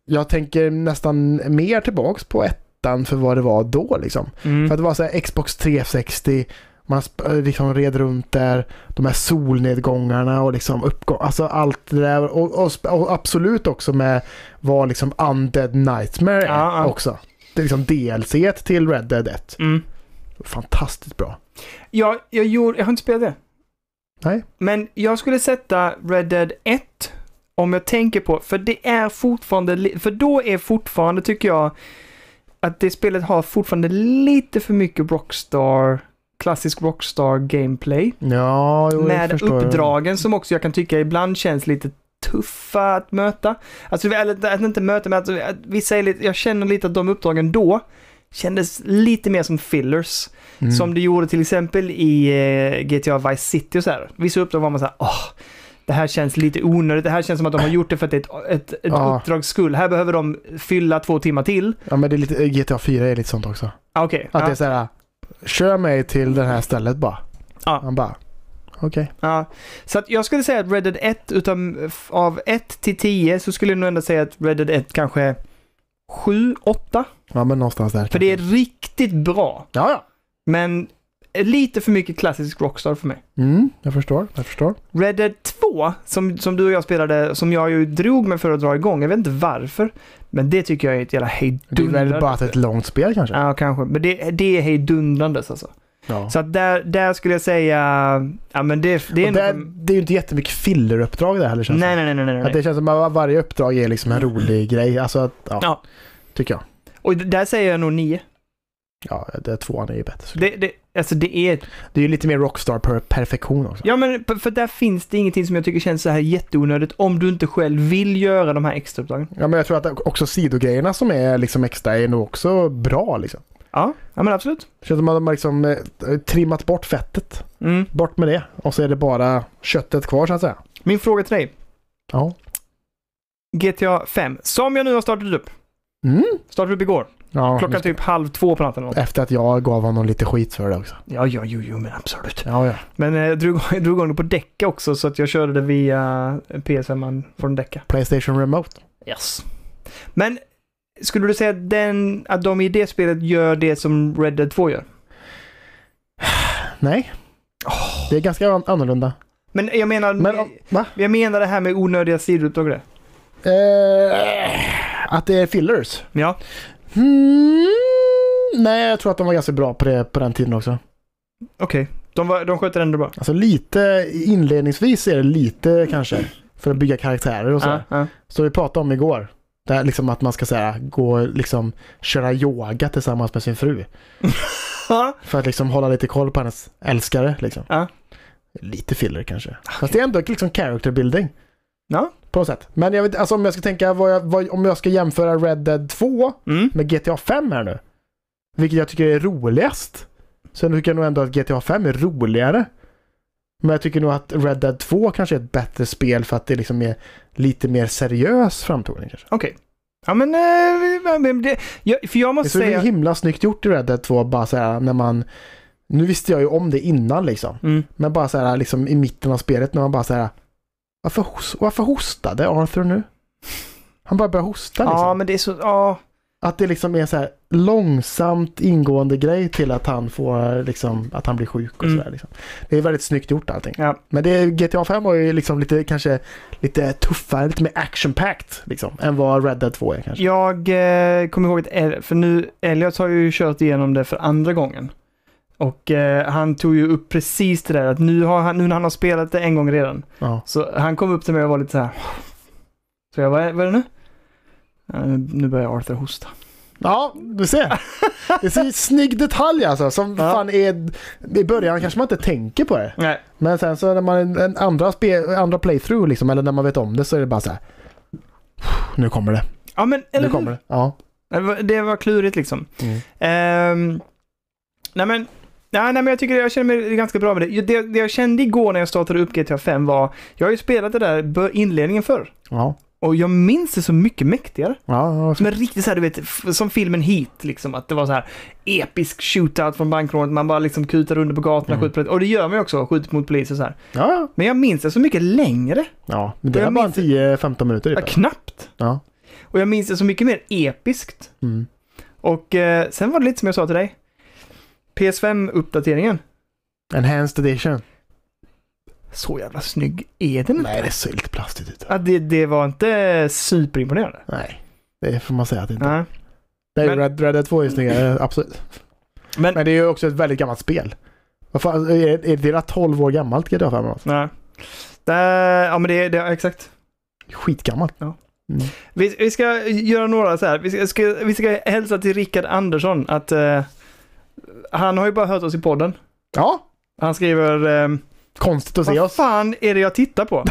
Speaker 1: jag tänker nästan mer tillbaks på ettan för vad det var då. Liksom.
Speaker 2: Mm.
Speaker 1: För att det var så här, Xbox 360, man sp- liksom red runt där, de här solnedgångarna och liksom uppgång, alltså allt det där. Och, och, sp- och absolut också med vad liksom Undead Nightmare är
Speaker 2: Ja, ja.
Speaker 1: också. Det är liksom DLC till Red Dead 1.
Speaker 2: Mm.
Speaker 1: Fantastiskt bra.
Speaker 2: Ja, jag gjorde... Jag har inte spelat det.
Speaker 1: Nej.
Speaker 2: Men jag skulle sätta Red Dead 1 om jag tänker på... För det är fortfarande... li- För då är fortfarande, tycker jag, att det spelet har fortfarande lite för mycket Rockstar... Klassisk Rockstar-gameplay.
Speaker 1: Ja, jo, jag
Speaker 2: med
Speaker 1: förstår.
Speaker 2: uppdragen som också jag kan tycka ibland känns lite tuffa att möta. Alltså, eller att inte möta, men att, att vissa är lite, jag känner lite att de uppdragen då kändes lite mer som fillers.
Speaker 1: Mm.
Speaker 2: Som det gjorde till exempel i eh, GTA Vice City och så här. Vissa uppdrag var man så här, åh, det här känns lite onödigt, det här känns som att de har gjort det för att det är ett, ett, ett
Speaker 1: Ja.
Speaker 2: uppdrags skull. Här behöver de fylla två timmar till.
Speaker 1: Ja, men det är lite, eh, GTA 4 är lite sånt också.
Speaker 2: Ah, Okej.
Speaker 1: Att
Speaker 2: Ja.
Speaker 1: det är så här, kör mig till det här stället bara.
Speaker 2: Ja.
Speaker 1: Han bara, okej.
Speaker 2: Ja, ah. så att jag skulle säga att Red Dead 1, utan, av 1 till 10 så skulle jag nog ändå säga att Red Dead 1 kanske är 7, 8.
Speaker 1: Ja, men någonstans där.
Speaker 2: För det är riktigt bra,
Speaker 1: Ja, ja.
Speaker 2: men lite för mycket klassisk Rockstar för mig.
Speaker 1: Mm, jag förstår, jag förstår.
Speaker 2: Red Dead 2, som, som du och jag spelade, som jag ju drog mig för att dra igång, jag vet inte varför, men det tycker jag är ett jävla
Speaker 1: Det är väl bara att det är
Speaker 2: hejdundrande.
Speaker 1: ett långt spel kanske.
Speaker 2: Ja, kanske. Men det, det är hejdundrandes alltså.
Speaker 1: Ja.
Speaker 2: Så att där, där skulle jag säga, ja men det, det är
Speaker 1: Och där,
Speaker 2: nog-
Speaker 1: det är ju inte jättemycket filleruppdrag där heller känns det
Speaker 2: Nej, nej, nej, nej, nej. Mm.
Speaker 1: Att det känns som att varje uppdrag är liksom en rolig grej. Alltså, att, ja,
Speaker 2: Ja.
Speaker 1: Tycker jag.
Speaker 2: Och där säger jag nog 9.
Speaker 1: Ja, det, tvåan är ju bättre. Så-
Speaker 2: Det, det, alltså det är...
Speaker 1: Det är ju lite mer rockstar per perfektion också.
Speaker 2: Ja men p- för där finns det ingenting som jag tycker känns så här jätteonödigt om du inte själv vill göra de här extra uppdragen.
Speaker 1: Ja, men jag tror att också sidogrejerna som är liksom extra är nog också bra liksom.
Speaker 2: Ja, ja men absolut.
Speaker 1: Känns som att de har liksom eh, trimmat bort fettet.
Speaker 2: Mm.
Speaker 1: Bort med det. Och så är det bara köttet kvar så att säga.
Speaker 2: Min fråga till dig.
Speaker 1: Ja.
Speaker 2: GTA 5, som jag nu har startat upp.
Speaker 1: Mm.
Speaker 2: Startade upp igår.
Speaker 1: ja
Speaker 2: Klockan typ halv två på natten eller något.
Speaker 1: Efter att jag gav honom lite skit för det också.
Speaker 2: Ja, ja, jo, jo, men absolut.
Speaker 1: Ja, ja.
Speaker 2: Men eh, jag drog, jag drog igång det på däcka också så att jag körde det via PS5 från däcka.
Speaker 1: Playstation Remote.
Speaker 2: Yes. Men skulle du säga att den, att de i det spelet gör det som Red Dead 2 gör?
Speaker 1: Nej. Det är ganska an- annorlunda.
Speaker 2: Men jag menar, eh,
Speaker 1: Men, ja, va?
Speaker 2: jag menar det här med onödiga sidouppdrag och det.
Speaker 1: Eh, att det är fillers?
Speaker 2: Ja.
Speaker 1: Hmm. Nej, jag tror att de var ganska bra på det på den tiden också.
Speaker 2: Okej. De, var- de sköter det ändå bra.
Speaker 1: Alltså lite, inledningsvis är det lite kanske. För att bygga karaktärer och så.
Speaker 2: Ja, ja.
Speaker 1: Så vi pratade om igår. Det här, liksom att man ska säga, gå liksom köra yoga tillsammans med sin fru.
Speaker 2: Ja.
Speaker 1: För att liksom hålla lite koll på hennes älskare liksom.
Speaker 2: Ja. Ah,
Speaker 1: Lite filler kanske. Fast det är ändå liksom character building.
Speaker 2: Ja.
Speaker 1: På något sätt. Men jag vet, alltså om jag ska tänka, vad jag, vad, om jag ska jämföra Red Dead 2
Speaker 2: Mm.
Speaker 1: med GTA 5 här nu. Vilket jag tycker är roligast. Sen tycker jag nog ändå att GTA 5 är roligare. Men jag tycker nog att Red Dead 2 kanske är ett bättre spel för att det liksom är lite mer seriös framtoning. Kanske.
Speaker 2: Okej. Ja men, eh, vi- men det, jag, för jag
Speaker 1: Det är
Speaker 2: måste
Speaker 1: så
Speaker 2: säga...
Speaker 1: himla snyggt gjort i Red Dead 2, bara så här när man... Nu visste jag ju om det innan liksom.
Speaker 2: Mm.
Speaker 1: Men bara så här liksom i mitten av spelet när man bara så här... Varför, hos, varför hostade Arthur nu? Han bara börjar hosta liksom.
Speaker 2: Ja men det är så, ja.
Speaker 1: Att det liksom är så här långsamt ingående grej till att han får liksom, att han blir sjuk och
Speaker 2: Mm.
Speaker 1: sådär. Liksom. Det är väldigt snyggt gjort allting.
Speaker 2: Ja.
Speaker 1: Men det, GTA 5 var ju liksom lite, kanske lite tuffare, lite mer action-packed liksom, än vad Red Dead 2 är kanske.
Speaker 2: Jag eh, kommer ihåg att, El- för nu, Elliot har ju kört igenom det för andra gången. Och eh, han tog ju upp precis det där att nu, har han, nu när han har spelat det en gång redan.
Speaker 1: Ja.
Speaker 2: Så han kom upp till mig och var lite så här. Så jag, vad är, vad är det nu? Ja, nu- nu börjar Arthur hosta.
Speaker 1: Ja, du ser. Det är så en snygg detalj alltså. Som
Speaker 2: Ja.
Speaker 1: fan är, I början kanske man inte tänker på det.
Speaker 2: Nej.
Speaker 1: Men sen så när man en andra, spe, andra playthrough liksom, eller när man vet om det så är det bara så här. Nu kommer det.
Speaker 2: Ja men, eller
Speaker 1: Nu
Speaker 2: hur?
Speaker 1: kommer det. Ja.
Speaker 2: Det var- Det var klurigt liksom.
Speaker 1: Mm.
Speaker 2: Ehm, nej, men, nej, nej men jag tycker jag känner mig ganska bra med det. det. Det jag kände igår när jag startade upp GTA 5 var, jag har ju spelat det där bör- inledningen förr.
Speaker 1: Ja.
Speaker 2: Och jag minns det så mycket mäktigare.
Speaker 1: Ja, ja.
Speaker 2: Som en riktig så här, du vet, f- som filmen Heat liksom. Att det var så här episk shootout från bankrånet. Man bara liksom kutar under på gatorna,
Speaker 1: Mm.
Speaker 2: skjuter på Och det gör man ju också, skjuter mot poliser och så här.
Speaker 1: ja.
Speaker 2: Men jag minns det så mycket längre.
Speaker 1: ja. Men det
Speaker 2: Jag
Speaker 1: är bara
Speaker 2: minns-
Speaker 1: 10-15 minuter
Speaker 2: Ja,
Speaker 1: typ.
Speaker 2: knappt.
Speaker 1: Ja.
Speaker 2: Och jag minns det så mycket mer episkt.
Speaker 1: Mm.
Speaker 2: Och eh, sen var det lite som jag sa till dig. PS5-uppdateringen.
Speaker 1: Enhanced edition.
Speaker 2: Mm. Så jävla snygg är den
Speaker 1: Nej,
Speaker 2: inte.
Speaker 1: det ser lite plastigt ut.
Speaker 2: Ja, det, det var inte superimponerande.
Speaker 1: Nej, det får man säga att det inte är.
Speaker 2: Nej.
Speaker 1: Nej,
Speaker 2: Men-
Speaker 1: Red, Red Dead 2 är snyggare, absolut.
Speaker 2: Men,
Speaker 1: Men det är ju också ett väldigt gammalt spel. Vad fan, är, är det 12 år gammalt GTA 5? Alltså?
Speaker 2: nej. Det- ja men det, det exakt.
Speaker 1: Skitgammalt.
Speaker 2: Vi, vi ska göra några så här. Vi ska, ska, vi ska hälsa till Rickard Andersson att eh, han har ju bara hört oss i podden.
Speaker 1: Ja,
Speaker 2: Han skriver ehm,
Speaker 1: konstigt att se
Speaker 2: Vad
Speaker 1: oss.
Speaker 2: fan är det jag tittar på?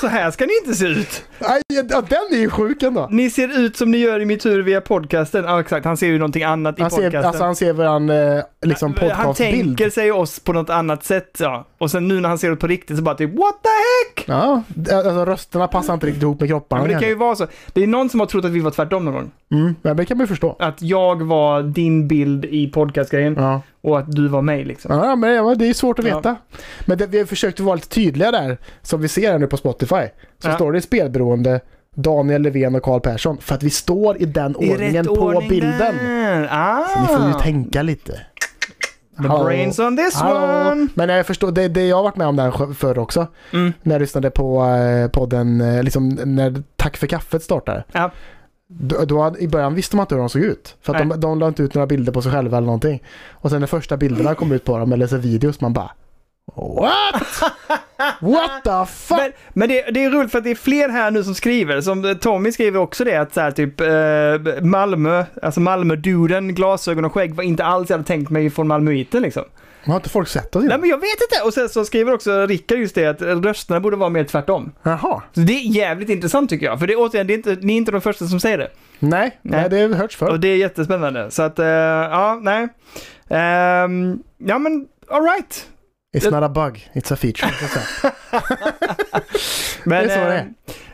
Speaker 2: så här ska ni inte se ut.
Speaker 1: Nej, ja, den är ju sjuk ändå.
Speaker 2: Ni ser ut som ni gör i mitt huvud via podcasten. Ja exakt, han ser ju någonting annat i
Speaker 1: Han ser,
Speaker 2: podcasten.
Speaker 1: alltså han ser varann eh, liksom
Speaker 2: han
Speaker 1: podcastbild.
Speaker 2: tänker sig oss på något annat sätt ja. Och sen nu när han ser det på riktigt så bara typ what the heck?
Speaker 1: Ja, alltså rösterna passar inte riktigt ihop med
Speaker 2: Ja,
Speaker 1: kropparna.
Speaker 2: men det kan ju
Speaker 1: heller.
Speaker 2: vara så. Det är någon som har trott att vi var tvärtom någon gång.
Speaker 1: mm, men det kan man ju förstå.
Speaker 2: Att jag var din bild i podcastgrejen
Speaker 1: Ja.
Speaker 2: och att du var mig liksom.
Speaker 1: Ja, men det- det är ju svårt att veta. Men det, vi har försökt vara lite tydliga där, som vi ser här nu på Spotify. Så
Speaker 2: Ja.
Speaker 1: står det spelberoende, Daniel Löfven och Karl Persson. För att vi står i den
Speaker 2: I
Speaker 1: ordningen på bilden.
Speaker 2: där. Ah.
Speaker 1: Så ni får ju tänka lite.
Speaker 2: The
Speaker 1: Hallå.
Speaker 2: brains on this
Speaker 1: Hallå.
Speaker 2: one.
Speaker 1: Men jag förstår, det, det jag har varit med om där förr också.
Speaker 2: Mm.
Speaker 1: När jag lyssnade på eh, podden, eh, liksom när Tack för kaffet startade.
Speaker 2: Ja.
Speaker 1: Då, då, hade- I början visste man inte hur de såg ut. För att
Speaker 2: Nej.
Speaker 1: de, de la inte ut några bilder på sig själva eller någonting. Och sen när första bilderna kom ut på dem, eller så videos, man bara What? What the fuck?
Speaker 2: Men, men det, det är roligt för att det är fler här nu som skriver. Som eh, Tommy skriver också det att så här, typ eh, Malmö, alltså Malmö-duden, glasögon och skägg var inte alls jag hade tänkt mig från malmöiten liksom.
Speaker 1: Har inte folk sett oss innan?
Speaker 2: Nej men jag vet inte! Och sen så skriver också Rickard just det att eh, rösterna borde vara mer tvärtom.
Speaker 1: Jaha.
Speaker 2: Så det är jävligt intressant tycker jag. För det är återigen, det är inte, ni är inte de första som säger det.
Speaker 1: Nej, nej.
Speaker 2: Nej.
Speaker 1: det har hörts förr.
Speaker 2: Och det är jättespännande. Så att, eh, ja, nej. Ehm, ja men, alright.
Speaker 1: It's not a bug, it's a feature.
Speaker 2: Men,
Speaker 1: Det är så det
Speaker 2: eh,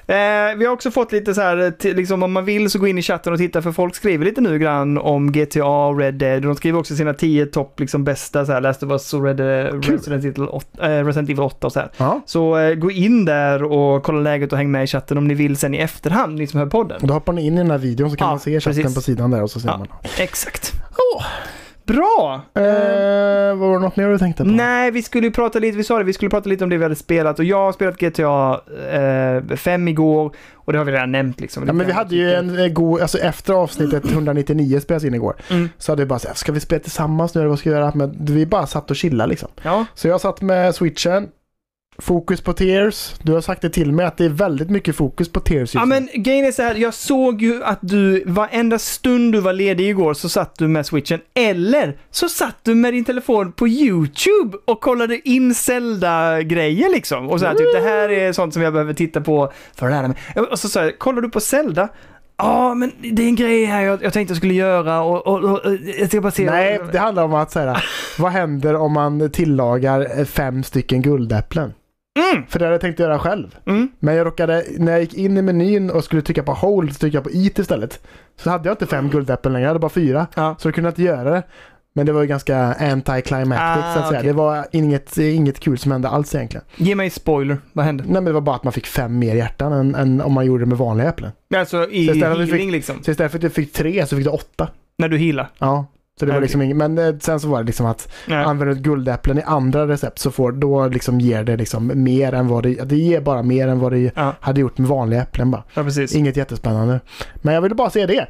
Speaker 2: Eh, vi har också fått lite så här, t- liksom, om man vill så gå in i chatten och titta för folk skriver lite nu grann om GTA och Red Dead. De skriver också sina tio topp liksom, bästa, så här, Last of Us och Red, eh,
Speaker 1: Kul.
Speaker 2: Resident, Evil 8, eh, Resident Evil 8 och så här.
Speaker 1: ja.
Speaker 2: Så eh, gå in där och kolla läget och häng med i chatten om ni vill sen i efterhand, ni som hör podden.
Speaker 1: Och då hoppar ni in i den här videon så kan
Speaker 2: Ja,
Speaker 1: man se chatten
Speaker 2: precis.
Speaker 1: på sidan där och så ser
Speaker 2: Ja.
Speaker 1: man.
Speaker 2: Exakt. Bra!
Speaker 1: Eh, var det något mer du tänkte på?
Speaker 2: Nej, vi skulle ju prata lite, vi sa det, vi skulle prata lite om det vi hade spelat och jag har spelat GTA 5 eh, igår och det har vi redan nämnt liksom.
Speaker 1: Ja, men vi hade ju en eh, god, alltså efter avsnittet 199 spelades in igår.
Speaker 2: Mm.
Speaker 1: Så hade vi bara såhär, ska vi spela tillsammans nu eller vad ska vi göra? Men vi bara satt och chillade liksom.
Speaker 2: Ja.
Speaker 1: Så jag satt med switchen, fokus på tears. Du har sagt det till mig att det är väldigt mycket fokus på tears just
Speaker 2: Ja
Speaker 1: nu.
Speaker 2: men grejen är Typ så här, jag såg ju att du varenda stund du var ledig igår så satt du med switchen. Eller så satt du med din telefon på YouTube och kollade in Zelda-grejer liksom. Och så här, typ det här är sånt som jag behöver titta på för att lära mig. Och så sa jag, kollar du på Zelda? Ja, men det är en grej här jag, jag tänkte jag skulle göra och, och, och, och jag ska bara se.
Speaker 1: Nej, det handlar om att säga vad händer om man tillagar eh, fem stycken guldäpplen?
Speaker 2: Mm.
Speaker 1: För det hade jag tänkt göra själv.
Speaker 2: Mm.
Speaker 1: Men jag råkade, när jag gick in i menyn och skulle trycka på hold så tryckte jag på it istället. Så hade jag inte fem guldäpplen längre, jag hade bara fyra.
Speaker 2: Mm. Ja.
Speaker 1: Så då kunde jag inte göra det. Men det var ju ganska anti-climactic
Speaker 2: Ah,
Speaker 1: så att säga.
Speaker 2: okej.
Speaker 1: Det var inget, inget kul som hände alls egentligen.
Speaker 2: Ge mig spoiler, vad hände?
Speaker 1: Nej men det var bara att man fick fem mer hjärtan än, än om man gjorde det med vanliga äpplen.
Speaker 2: Alltså i
Speaker 1: Så istället för att
Speaker 2: healing
Speaker 1: vi fick-
Speaker 2: liksom,
Speaker 1: Så istället för att du fick tre så fick du åtta.
Speaker 2: när du healar.
Speaker 1: Ja. Så det var
Speaker 2: Okej.
Speaker 1: liksom inget, men eh, sen så var det liksom att
Speaker 2: Nej.
Speaker 1: använder du guldäpplen i andra recept så får, då liksom ger det liksom mer än vad det, det ger bara mer än vad det
Speaker 2: Ja.
Speaker 1: hade gjort med vanliga äpplen bara.
Speaker 2: Ja, precis.
Speaker 1: Inget jättespännande. Men jag ville bara se det.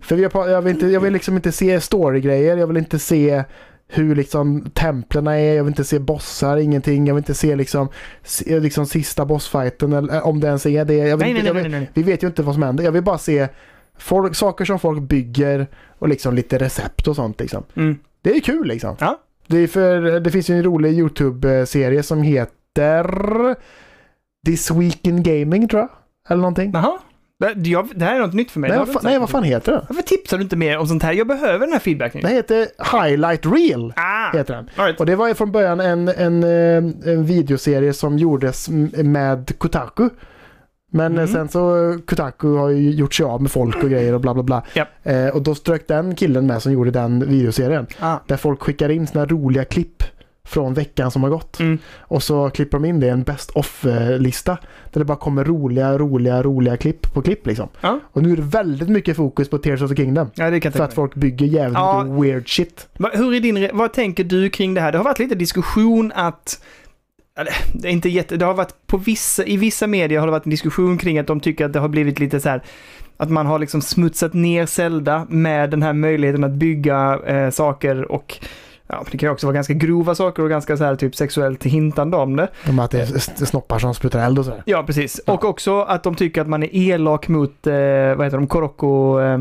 Speaker 1: För vi har pra- jag, vill inte, jag vill liksom inte se storygrejer. Jag vill inte se hur liksom templerna är. Jag vill inte se bossar, ingenting. Jag vill inte se liksom, se, liksom sista bossfighten eller eh, om det ens är det. Jag vill
Speaker 2: Nej,
Speaker 1: inte,
Speaker 2: nej,
Speaker 1: jag
Speaker 2: nej,
Speaker 1: vill,
Speaker 2: nej, nej.
Speaker 1: Vi vet ju inte vad som händer. Jag vill bara se folk, saker som folk bygger och liksom lite recept och sånt liksom.
Speaker 2: Mm.
Speaker 1: Det är ju kul liksom.
Speaker 2: Ja.
Speaker 1: Det, är för, det finns ju en rolig YouTube-serie som heter This Week in Gaming tror jag. Eller någonting.
Speaker 2: Jaha. Det, jag, det här är något nytt för mig.
Speaker 1: Nej,
Speaker 2: Det har
Speaker 1: vad
Speaker 2: du
Speaker 1: fan,
Speaker 2: inte
Speaker 1: nej,
Speaker 2: sagt.
Speaker 1: vad fan heter den?
Speaker 2: Varför tipsar du inte mer om sånt här? Jag behöver den här feedbacken.
Speaker 1: Den heter Highlight Reel.
Speaker 2: Ah!
Speaker 1: Heter den.
Speaker 2: All right.
Speaker 1: Och det var ju från början en, en, eh, en videoserie som gjordes m- med Kotaku. Men eh,
Speaker 2: Mm.
Speaker 1: sen så eh, Kotaku har ju gjort sig av med folk och grejer och bla bla bla.
Speaker 2: Japp.
Speaker 1: Eh, och då strök den killen med som gjorde den videoserien.
Speaker 2: Ah.
Speaker 1: Där folk skickar in sina roliga klipp från veckan som har gått.
Speaker 2: Mm.
Speaker 1: Och så klipper de in det i en best off-lista. Där det bara kommer roliga, roliga, roliga klipp på klipp liksom.
Speaker 2: Ja.
Speaker 1: Och nu är det väldigt mycket fokus på Tears of the Kingdom.
Speaker 2: Ja, det kan
Speaker 1: För
Speaker 2: jag
Speaker 1: att
Speaker 2: tänka mig.
Speaker 1: folk bygger jävligt
Speaker 2: Ja.
Speaker 1: mycket weird shit.
Speaker 2: Va- Hur är din, re- vad tänker du kring det här? Det har varit lite diskussion att eller, det är inte jätte, det har varit på vissa, i vissa medier har det varit en diskussion kring att de tycker att det har blivit lite så här att man har liksom smutsat ner Zelda med den här möjligheten att bygga eh, saker och ja, det kan ju också vara ganska grova saker och ganska så här typ sexuellt hintande om det.
Speaker 1: De att det är s- snoppar som sprutar eld och sådär.
Speaker 2: Ja, precis.
Speaker 1: Ja.
Speaker 2: Och också att de tycker att man är elak mot, eh, vad heter de, Koroko... Eh,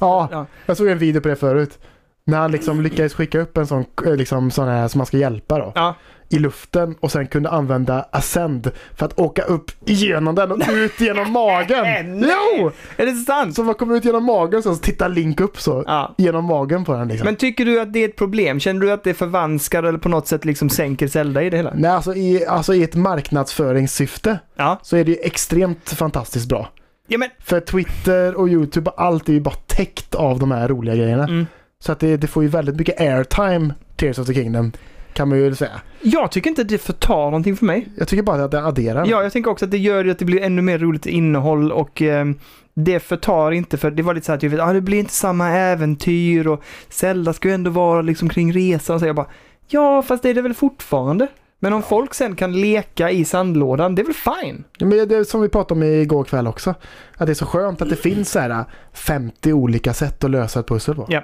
Speaker 1: Ja,
Speaker 2: ja.
Speaker 1: jag såg en video på det förut. När han liksom lyckades skicka upp en sån, eh, liksom, sån här som man ska hjälpa då.
Speaker 2: Ja.
Speaker 1: I luften och sen kunde använda ascend för att åka upp igenom den och ut genom magen.
Speaker 2: Nej!
Speaker 1: Jo!
Speaker 2: Är det sant?
Speaker 1: Så man kommer ut genom magen sen så tittar Link upp så.
Speaker 2: Ja.
Speaker 1: Genom magen på den liksom.
Speaker 2: Men tycker du att det är ett problem? Känner du att det förvanskar eller på något sätt liksom sänker Zelda i det hela?
Speaker 1: Nej, alltså i, alltså i ett marknadsföringssyfte
Speaker 2: Ja.
Speaker 1: så är det ju extremt fantastiskt bra.
Speaker 2: Ja, men
Speaker 1: För Twitter och YouTube och allt är ju bara täckt av de här roliga grejerna.
Speaker 2: Mm.
Speaker 1: Så att det, det får ju väldigt mycket airtime, Tears of the Kingdom. Kan man ju säga.
Speaker 2: jag tycker inte att det förtar någonting för mig.
Speaker 1: Jag tycker bara att den adderar.
Speaker 2: Ja, jag tänker också att det gör ju att det blir ännu mer roligt innehåll och ehm, det förtar inte för det var lite så här typ, ah, det blir inte samma äventyr och Zelda ska ju ändå vara liksom kring resan. Så jag bara, ja fast det är det väl fortfarande. Men om folk sen kan leka i sandlådan, det är väl fine?
Speaker 1: Ja, Men det är som vi pratade om igår kväll också. Att det är så skönt att det finns så här 50 olika sätt att lösa ett pussel på.
Speaker 2: Ja.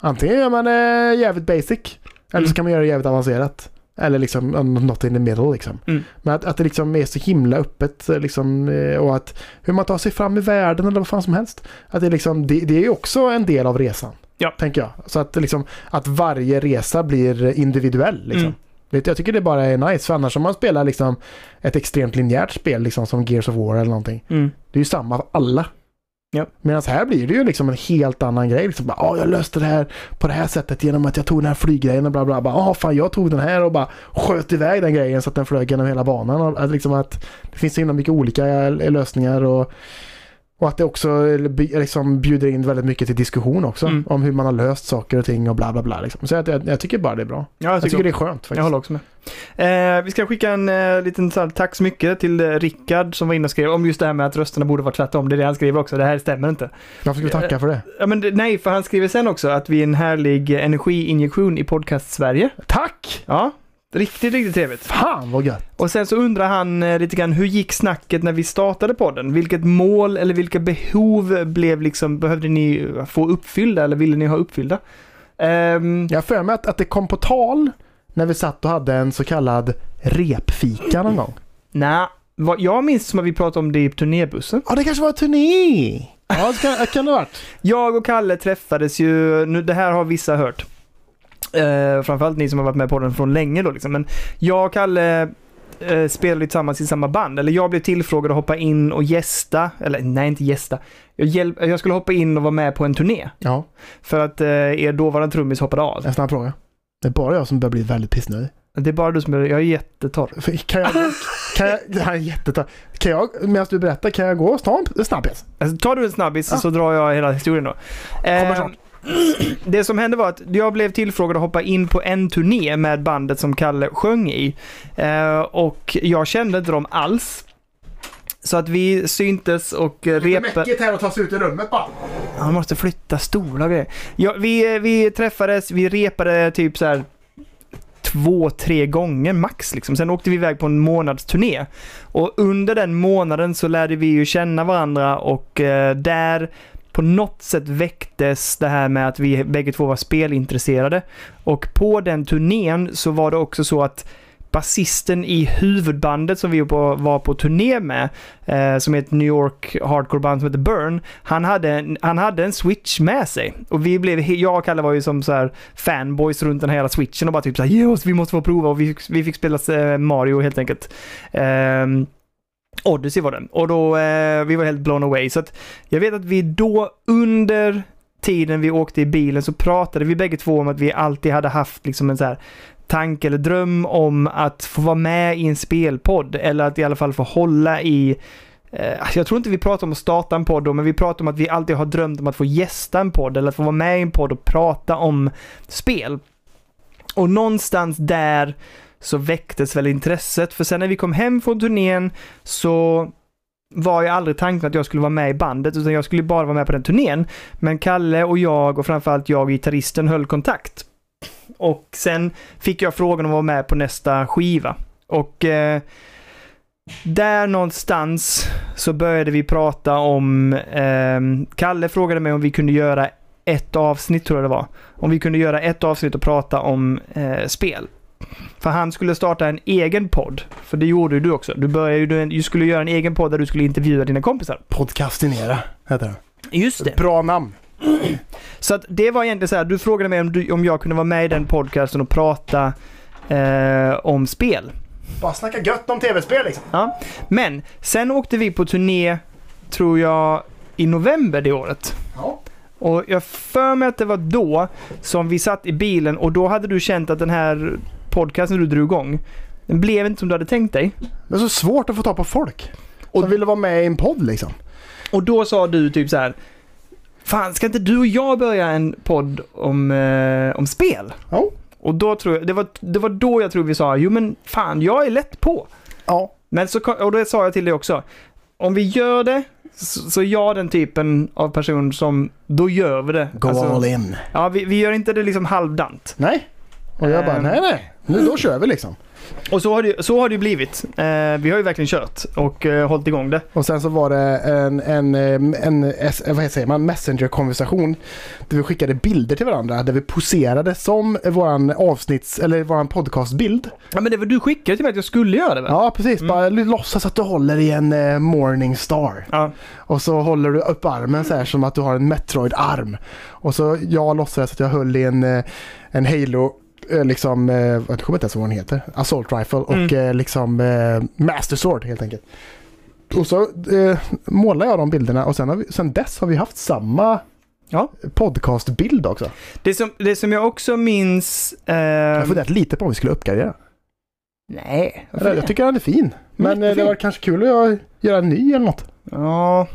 Speaker 1: Antingen gör man eh, jävligt basic. Eller
Speaker 2: Mm.
Speaker 1: så kan man göra det jävligt avancerat. Eller liksom eh, not in the middle liksom.
Speaker 2: Mm.
Speaker 1: Men att, att det liksom är så himla öppet eh, liksom, eh, och att hur man tar sig fram i världen eller vad fan som helst. Att det, liksom, det, det är ju också en del av resan.
Speaker 2: Ja.
Speaker 1: Tänker jag. Så att, liksom, att varje resa blir individuell. Liksom.
Speaker 2: Mm.
Speaker 1: Det, jag tycker det bara är nice, för annars om man spelar liksom, ett extremt linjärt spel liksom, som Gears of War eller någonting.
Speaker 2: Mm.
Speaker 1: Det är ju samma för alla.
Speaker 2: Ja.
Speaker 1: Medan här blir det ju liksom en helt annan grej. Liksom bara, "Ah, jag löste det här på det här sättet genom att jag tog den här flyggrejen och bla bla. bla. Ah, fan, jag tog den här och bara sköt iväg den grejen så att den flög genom hela banan. Och, att liksom att det finns så himla mycket olika eh, lösningar och, och att det också by- liksom bjuder in väldigt mycket till diskussion också.
Speaker 2: Mm.
Speaker 1: Om hur man har löst saker och ting och bla bla bla. Liksom. Så jag, jag, jag tycker bara det är bra.
Speaker 2: Ja,
Speaker 1: Jag tycker, det är skönt faktiskt.
Speaker 2: Jag håller också med. Eh, vi ska skicka en eh, liten så här, tack så mycket till eh, Rickard som var inne och skrev om just det här med att rösterna borde vara tvärtom. Det är det han skriver också. Det här stämmer inte.
Speaker 1: Varför ska vi tacka för det?
Speaker 2: Ja, men, det- nej, för han skriver sen också att vi är en härlig eh, energiinjektion i podcast-Sverige.
Speaker 1: Tack!
Speaker 2: Ja, riktigt, riktigt trevligt.
Speaker 1: Fan vad gött!
Speaker 2: Och sen så undrar han eh, lite grann, hur gick snacket när vi startade podden? Vilket mål eller vilka behov blev liksom, behövde ni få uppfyllda eller ville ni ha uppfyllda? Ehm,
Speaker 1: Jag har för mig att, att det kom på tal när vi satt och hade en så kallad repfika någon gång.
Speaker 2: Nej, vad jag minns som att vi pratade om det i turnébussen.
Speaker 1: Ja, det kanske var en turné! Ja, det kan, det kan det ha varit.
Speaker 2: Jag och Kalle träffades ju, nu, det här har vissa hört. Eh, framförallt ni som har varit med på den från länge då liksom. Men jag och Kalle eh, spelade ju tillsammans i samma band. Eller jag blev tillfrågad att hoppa in och gästa. Eller nej, inte gästa. Jag, hjälp, jag skulle hoppa in och vara med på en turné.
Speaker 1: Ja,
Speaker 2: För att eh, er dåvarande trummis hoppade av.
Speaker 1: en snabb fråga. Det är bara jag som börjar bli väldigt pissnödig.
Speaker 2: Det är bara du som är, jag är jättetorr.
Speaker 1: För Kan jag... Kan jag det här är jättetar- Kan jag, medan du berättar, kan jag gå och ta en snabbis?
Speaker 2: Alltså, tar du en snabbis
Speaker 1: Ah.
Speaker 2: så drar jag hela historien då.
Speaker 1: Kommer
Speaker 2: Eh,
Speaker 1: snart.
Speaker 2: det som hände var att jag blev tillfrågad att hoppa in på en turné med bandet som Kalle sjöng i. Eh, och jag kände inte dem alls. Så att vi syntes och eh, repade.
Speaker 1: här och ta sig ut i rummet bara.
Speaker 2: Han måste flytta stolar och grejer. Ja, vi, eh, vi träffades, vi repade typ så här två, tre gånger max liksom. Sen åkte vi iväg på en månadsturné. Och under den månaden så lärde vi ju känna varandra och eh, där på något sätt väcktes det här med att vi bägge två var spelintresserade. Och på den turnén så var det också så att basisten i huvudbandet som vi var på, var på turné med, eh, som är ett New York hardcore-band som heter Burn, han hade, en, han hade en switch med sig. Och vi blev, he- jag och Kalle var ju som så här fanboys runt den här hela switchen och bara typ så här, ge oss, vi måste få prova och vi, vi fick spela eh, Mario helt enkelt. Ehm, Odyssey var den. Och då, eh, vi var helt blown away. Så att jag vet att vi då under tiden vi åkte i bilen så pratade vi bägge två om att vi alltid hade haft liksom en så här tanke eller dröm om att få vara med i en spelpodd eller att i alla fall få hålla i eh, alltså jag tror inte vi pratar om att starta en podd då, men vi pratar om att vi alltid har drömt om att få gästa en podd eller att få vara med i en podd och prata om spel. Och någonstans där så väcktes väl intresset, för sen när vi kom hem från turnén så var ju aldrig tanken att jag skulle vara med i bandet, utan jag skulle bara vara med på den turnén. Men Kalle och jag och framförallt jag och gitarristen höll kontakt. Och sen fick jag frågan om att vara med på nästa skiva. Och eh, där någonstans så började vi prata om, ehm, Kalle frågade mig om vi kunde göra ett avsnitt tror jag det var. Om vi kunde göra ett avsnitt och prata om eh, spel. För han skulle starta en egen podd. För det gjorde ju du också. Du, började ju, du, du skulle göra en egen podd där du skulle intervjua dina kompisar.
Speaker 1: Podcastinera heter
Speaker 2: Just
Speaker 1: det. Bra namn.
Speaker 2: Så att det var egentligen så här, du frågade mig om, du, om jag kunde vara med i den podcasten och prata eh, om spel.
Speaker 1: Bara snacka gött om tv-spel liksom.
Speaker 2: Men sen åkte vi på turné, tror jag, i november det året.
Speaker 1: Ja.
Speaker 2: Och jag för mig att det var då som vi satt i bilen och då hade du känt att den här podcasten du drog igång, den blev inte som du hade tänkt dig.
Speaker 1: Det är så svårt att få tag på folk. Och som ville vara med i en podd liksom.
Speaker 2: Och då sa du typ så här. Fan, ska inte du och jag börja en podd om, eh, om spel?
Speaker 1: Ja.
Speaker 2: Och då tror jag, det var, det var då jag tror vi sa, jo men fan, jag är lätt på.
Speaker 1: Ja.
Speaker 2: Men så, kom- och då sa jag till dig också, om vi gör det, så, så är jag den typen av person som, då gör vi det. Alltså,
Speaker 1: Go all in.
Speaker 2: ja, vi, vi gör inte det liksom halvdant.
Speaker 1: Nej. Och jag bara,
Speaker 2: Ehm.
Speaker 1: nej nej, nu då kör vi liksom.
Speaker 2: Och så har det, så har det ju blivit. Eh, vi har ju verkligen kört och eh, hållit igång det.
Speaker 1: Och sen så var det en, en, en, en S- vad säger man, messenger-konversation där vi skickade bilder till varandra där vi poserade som våran avsnitts eller våran podcastbild.
Speaker 2: Ja men det var du skickade till mig att jag skulle göra det väl?
Speaker 1: Ja precis, bara låtsas att du håller i en eh, Morningstar.
Speaker 2: Ja.
Speaker 1: Och så håller du upp armen så här som att du har en Metroid-arm. Och så jag låtsades att jag höll i en, eh, en Halo, eh, liksom, eh, jag kommer inte ens ihåg vad den heter, Assault Rifle och eh, liksom eh, Master Sword helt enkelt. Och så eh, målade jag de bilderna och sen, har vi, sen dess har vi haft samma
Speaker 2: Ja.
Speaker 1: podcastbild också.
Speaker 2: Det, som, det som jag också minns... Eh,
Speaker 1: Jag funderat lite på om vi skulle uppgradera.
Speaker 2: nej. varför
Speaker 1: Ehm. Jag,
Speaker 2: det?
Speaker 1: jag tycker den är fin. Men eh, det
Speaker 2: jättefin.
Speaker 1: var kanske kul att jag- göra en ny eller något.
Speaker 2: Ja.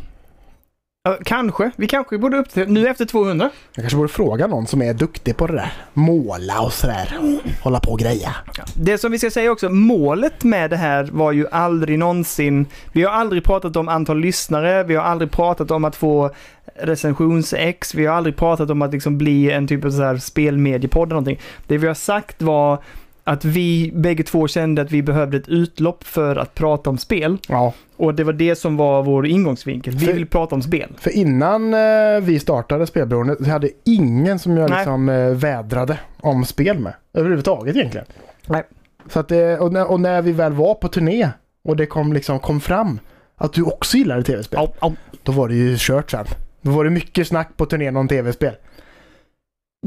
Speaker 2: Ja, Kanske. Vi kanske borde upp till... Nu efter 200.
Speaker 1: Jag kanske borde fråga någon som är duktig på det där. Måla och sådär. Hålla på och greja.
Speaker 2: Det som vi ska säga också, målet med det här var ju aldrig någonsin... Vi har aldrig pratat om antal lyssnare, vi har aldrig pratat om att få recensions-ex, vi har aldrig pratat om att liksom bli en typ av så här spelmediepodd eller någonting. Det vi har sagt var att vi bägge två kände att vi behövde ett utlopp för att prata om spel.
Speaker 1: Ja.
Speaker 2: Och det var det som var vår ingångsvinkel. Vi
Speaker 1: För-
Speaker 2: vill prata om spel.
Speaker 1: För innan eh, vi startade Spelberoendet så hade ingen som jag
Speaker 2: Nej.
Speaker 1: liksom, eh, vädrade om spel med. Överhuvudtaget egentligen.
Speaker 2: Nej.
Speaker 1: Så att det, och, när, och när vi väl var på turné och det kom, liksom, kom fram att du också gillade tv-spel.
Speaker 2: Au, au.
Speaker 1: Då var det ju kört sen. Då var det mycket snack på turnén om tv-spel.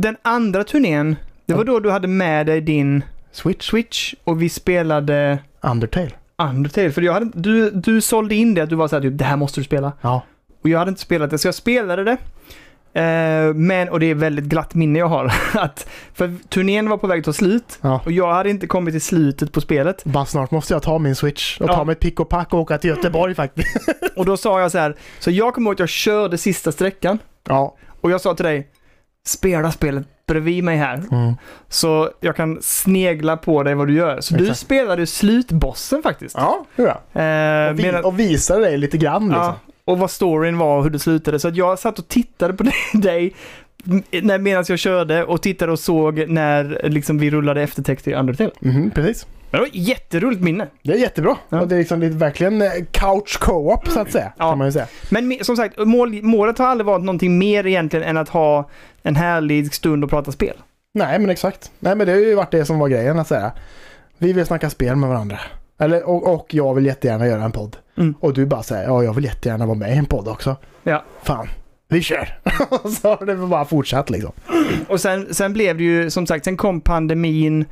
Speaker 2: Den andra turnén, det var då du hade med dig din
Speaker 1: Switch,
Speaker 2: Switch och vi spelade
Speaker 1: Undertale.
Speaker 2: Undertale. För jag hade, inte- du, du sålde in det att du var såhär typ det här måste du spela.
Speaker 1: Ja.
Speaker 2: Och jag hade inte spelat det så jag spelade det. Eh, men, och det är väldigt glatt minne jag har. Att, för turnén var på väg att ta slut.
Speaker 1: Ja.
Speaker 2: Och jag hade inte kommit till slutet på spelet.
Speaker 1: Bara snart måste jag ta min Switch och
Speaker 2: Ja.
Speaker 1: ta mitt pick och pack och åka till Göteborg faktiskt.
Speaker 2: Och då sa jag så här. Så jag kommer ihåg att jag körde sista sträckan.
Speaker 1: Ja.
Speaker 2: Och jag sa till dig. Spela spelet bredvid mig här.
Speaker 1: Mm.
Speaker 2: Så jag kan snegla på dig vad du gör. Så du
Speaker 1: Exakt.
Speaker 2: spelade slutbossen faktiskt.
Speaker 1: Ja, det gjorde jag.
Speaker 2: Eh,
Speaker 1: Och, vi,
Speaker 2: medan-
Speaker 1: och visade dig lite grann liksom.
Speaker 2: Ja, och vad storyn var och hur det slutade. Så att jag satt och tittade på dig när- medan jag körde och tittade och såg när liksom, vi rullade eftertext i Undertale.
Speaker 1: Mhm, precis.
Speaker 2: Men det var ett jätteroligt minne.
Speaker 1: Det är jättebra.
Speaker 2: Ja.
Speaker 1: Och det är liksom lite, verkligen eh, couch co-op så att säga.
Speaker 2: Ja.
Speaker 1: Kan man ju säga.
Speaker 2: Men me- som sagt, mål, målet har aldrig varit någonting mer egentligen än att ha en härlig stund och prata spel.
Speaker 1: Nej men exakt. Nej men det har ju varit det som var grejen att säga. Vi vill snacka spel med varandra. Eller, och, och jag vill jättegärna göra en podd.
Speaker 2: Mm.
Speaker 1: Och du bara säger ja jag vill jättegärna vara med i en podd också.
Speaker 2: Ja.
Speaker 1: Fan, vi kör. Och så har det bara fortsatt liksom.
Speaker 2: Och sen, sen blev det ju, som sagt, sen kom pandemin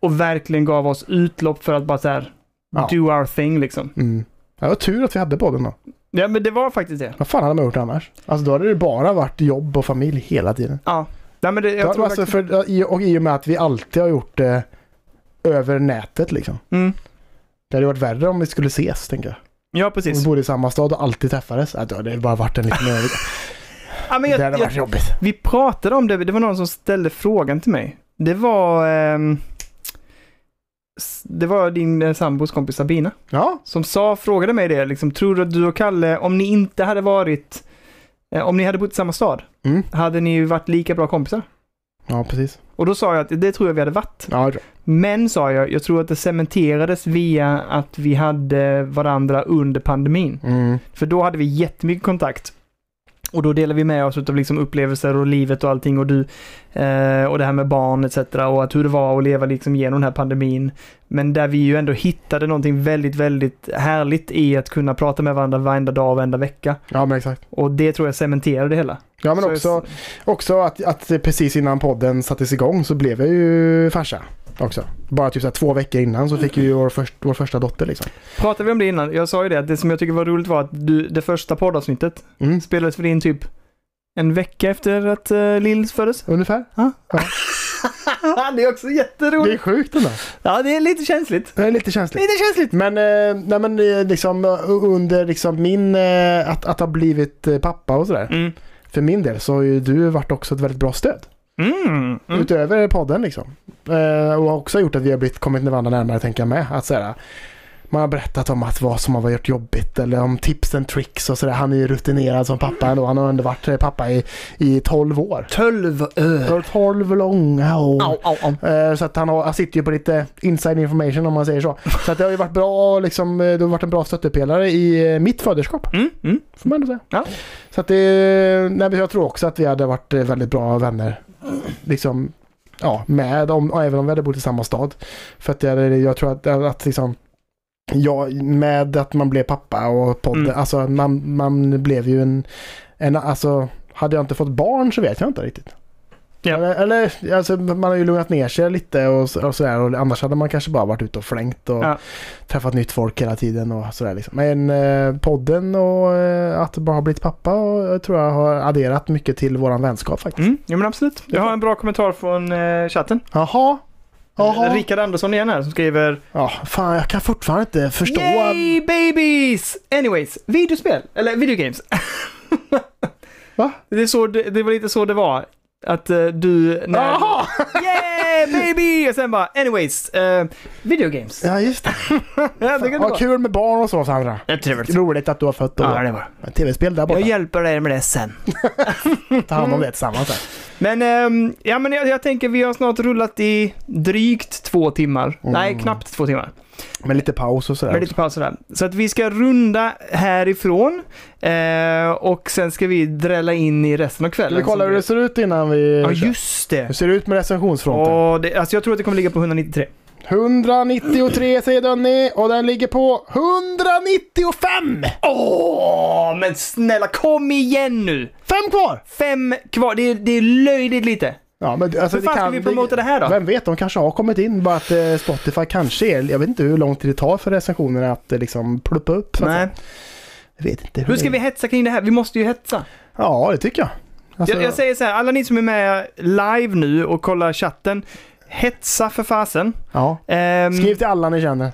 Speaker 2: och verkligen gav oss utlopp för att bara så här,
Speaker 1: Ja.
Speaker 2: do our thing liksom.
Speaker 1: Mm. Ja, det var tur att vi hade podden då.
Speaker 2: Ja men det var faktiskt det.
Speaker 1: Vad fan hade man gjort annars? Alltså då hade det bara varit jobb och familj hela tiden.
Speaker 2: Ja. Nej, men det, jag
Speaker 1: Jag
Speaker 2: tror
Speaker 1: alltså,
Speaker 2: faktiskt...
Speaker 1: för, i- och i och med att vi alltid har gjort det över nätet liksom.
Speaker 2: Mm.
Speaker 1: Det hade varit värre om vi skulle ses tänker jag.
Speaker 2: Ja
Speaker 1: Om vi
Speaker 2: precis.
Speaker 1: bodde i samma stad och alltid träffades. Ja, då hade det bara varit en liten övergång.
Speaker 2: Ja, men
Speaker 1: Det
Speaker 2: jag,
Speaker 1: hade
Speaker 2: jag,
Speaker 1: varit jobbigt.
Speaker 2: Vi pratade om det, det var någon som ställde frågan till mig. Det var... ehm, s- det var din eh, sambos kompis Sabina
Speaker 1: Ja,
Speaker 2: som sa, frågade mig det liksom, tror du att du och Kalle, om ni inte hade varit, eh, om ni hade bott i samma stad,
Speaker 1: Mm.
Speaker 2: hade ni ju varit lika bra kompisar?
Speaker 1: ja precis.
Speaker 2: Och då sa jag att det tror jag vi hade varit.
Speaker 1: Ja, det tror
Speaker 2: Men sa jag, jag tror att det cementerades via att vi hade varandra under pandemin.
Speaker 1: jag. Mm.
Speaker 2: För då hade vi jättemycket kontakt. Och då delade vi med oss av liksom upplevelser och livet och allting och du eh, och det här med barn etc. och att hur det var att leva liksom genom den här pandemin. Men där vi ju ändå hittade någonting väldigt, väldigt härligt i att kunna prata med varandra varenda dag och varenda vecka.
Speaker 1: ja men exakt.
Speaker 2: Och det tror jag cementerade det hela.
Speaker 1: Ja men
Speaker 2: Så-
Speaker 1: också, också att, att precis innan podden sattes igång så blev jag ju farsa. Också. Bara typ så här två veckor innan så fick vi ju vår, först, vår första dotter liksom.
Speaker 2: Pratade vi om det innan? Jag sa ju det att det som jag tycker var roligt var att du, det första poddavsnittet
Speaker 1: Mm.
Speaker 2: spelades väl in typ en vecka efter att uh, Lill föddes.
Speaker 1: Ungefär.
Speaker 2: det är också
Speaker 1: Det är
Speaker 2: jätteroligt.
Speaker 1: sjukt ändå.
Speaker 2: Ja, det är lite känsligt.
Speaker 1: Det är lite känsligt.
Speaker 2: Lite känsligt.
Speaker 1: Men, eh, nej, men eh, liksom, eh, under liksom min, eh, att, att ha blivit eh, pappa och sådär.
Speaker 2: Mm.
Speaker 1: För min del så har ju du varit också ett väldigt bra stöd.
Speaker 2: Mm. Mm.
Speaker 1: utöver podden liksom. Eh, och har också gjort att vi har blivit, kommit varandra närmare tänker jag med. Att så här, Man har berättat om att vad som har varit jobbigt eller om tips and tricks och sådär. Han är ju rutinerad som pappa ändå. Han har ändå varit eh, pappa i, i 12 år.
Speaker 2: 12 öl.
Speaker 1: För 12 långa år.
Speaker 2: eh. Au, au, au.
Speaker 1: Eh, Så att han, har, han sitter ju på lite inside information om man säger så. Så att det har ju varit bra, liksom, eh, det har varit en bra stöttepelare i eh, mitt faderskap.
Speaker 2: Mm, mm.
Speaker 1: Får man ändå säga.
Speaker 2: Ja.
Speaker 1: Så att det, nej, men jag tror också att vi hade varit eh, väldigt bra vänner. Liksom, ja, med om, ja, även om vi hade bott i samma stad. För att jag, jag tror att, att liksom, ja, med att man blev pappa och podden,
Speaker 2: Mm.
Speaker 1: alltså man, man blev ju en, en, alltså hade jag inte fått barn så vet jag inte riktigt.
Speaker 2: Ja.
Speaker 1: Eller, eller alltså, man har ju lugnat ner sig lite och, så- och sådär. Och annars hade man kanske bara varit ute och flängt och
Speaker 2: Ja.
Speaker 1: träffat nytt folk hela tiden och sådär liksom. Men eh, podden och eh, att bara ha blivit pappa och, jag tror jag har adderat mycket till våran vänskap faktiskt.
Speaker 2: Mm. Ja, men absolut. Jag har en bra kommentar från eh, chatten.
Speaker 1: Jaha. Jaha.
Speaker 2: Rickard Andersson igen här som skriver
Speaker 1: Ja, fan jag kan fortfarande inte förstå.
Speaker 2: Yay babies! Anyways, videospel. Eller videogames.
Speaker 1: Va?
Speaker 2: Det, är så, det, det var lite så det var. Att eh, du... när-
Speaker 1: Jaha!
Speaker 2: Yeah baby! Och sen bara anyways. Uh, videogames.
Speaker 1: Ja just det.
Speaker 2: Ja, det kan det
Speaker 1: Ja,
Speaker 2: vara.
Speaker 1: kul med barn och så Sandra.
Speaker 2: Det är trevligt.
Speaker 1: Roligt att du har fött och
Speaker 2: Ja, det var det.
Speaker 1: tv-spel där borta.
Speaker 2: Jag hjälper dig med det sen.
Speaker 1: Ta hand om det tillsammans. Här.
Speaker 2: Men, ehm, ja, men jag, jag tänker vi har snart rullat i drygt två timmar.
Speaker 1: Mm.
Speaker 2: Nej, knappt två timmar.
Speaker 1: Med lite paus och sådär.
Speaker 2: Med lite pauser där. Så att vi ska runda härifrån eh, och sen ska vi drälla in i resten av
Speaker 1: Ska
Speaker 2: kvällen.
Speaker 1: vi kolla
Speaker 2: som
Speaker 1: hur det ser ut innan vi...
Speaker 2: Ja,
Speaker 1: kör?
Speaker 2: just det.
Speaker 1: Hur ser det ut med recensionsfronten?
Speaker 2: Åh, det. Alltså jag tror att det kommer ligga på 193.
Speaker 1: 193 säger Dönny och den ligger på 195!
Speaker 2: Åh, men snälla kom igen nu!
Speaker 1: Fem kvar!
Speaker 2: Fem kvar, det är, det är löjligt lite.
Speaker 1: Ja, men alltså,
Speaker 2: Hur fan ska vi promota det här då?
Speaker 1: Vem vet, de kanske har kommit in bara att eh, Spotify kanske är, jag vet inte hur lång tid det tar för recensionerna att eh, liksom pluppa upp. så att
Speaker 2: Nej.
Speaker 1: säga. Jag vet inte.
Speaker 2: Hur ska
Speaker 1: det-
Speaker 2: vi hetsa kring det här? Vi måste ju hetsa.
Speaker 1: Ja, det tycker jag. Alltså,
Speaker 2: Jag, jag säger så här, alla ni som är med live nu och kollar chatten, hetsa för fasen.
Speaker 1: ja.
Speaker 2: Ehm,
Speaker 1: Skriv till alla ni känner.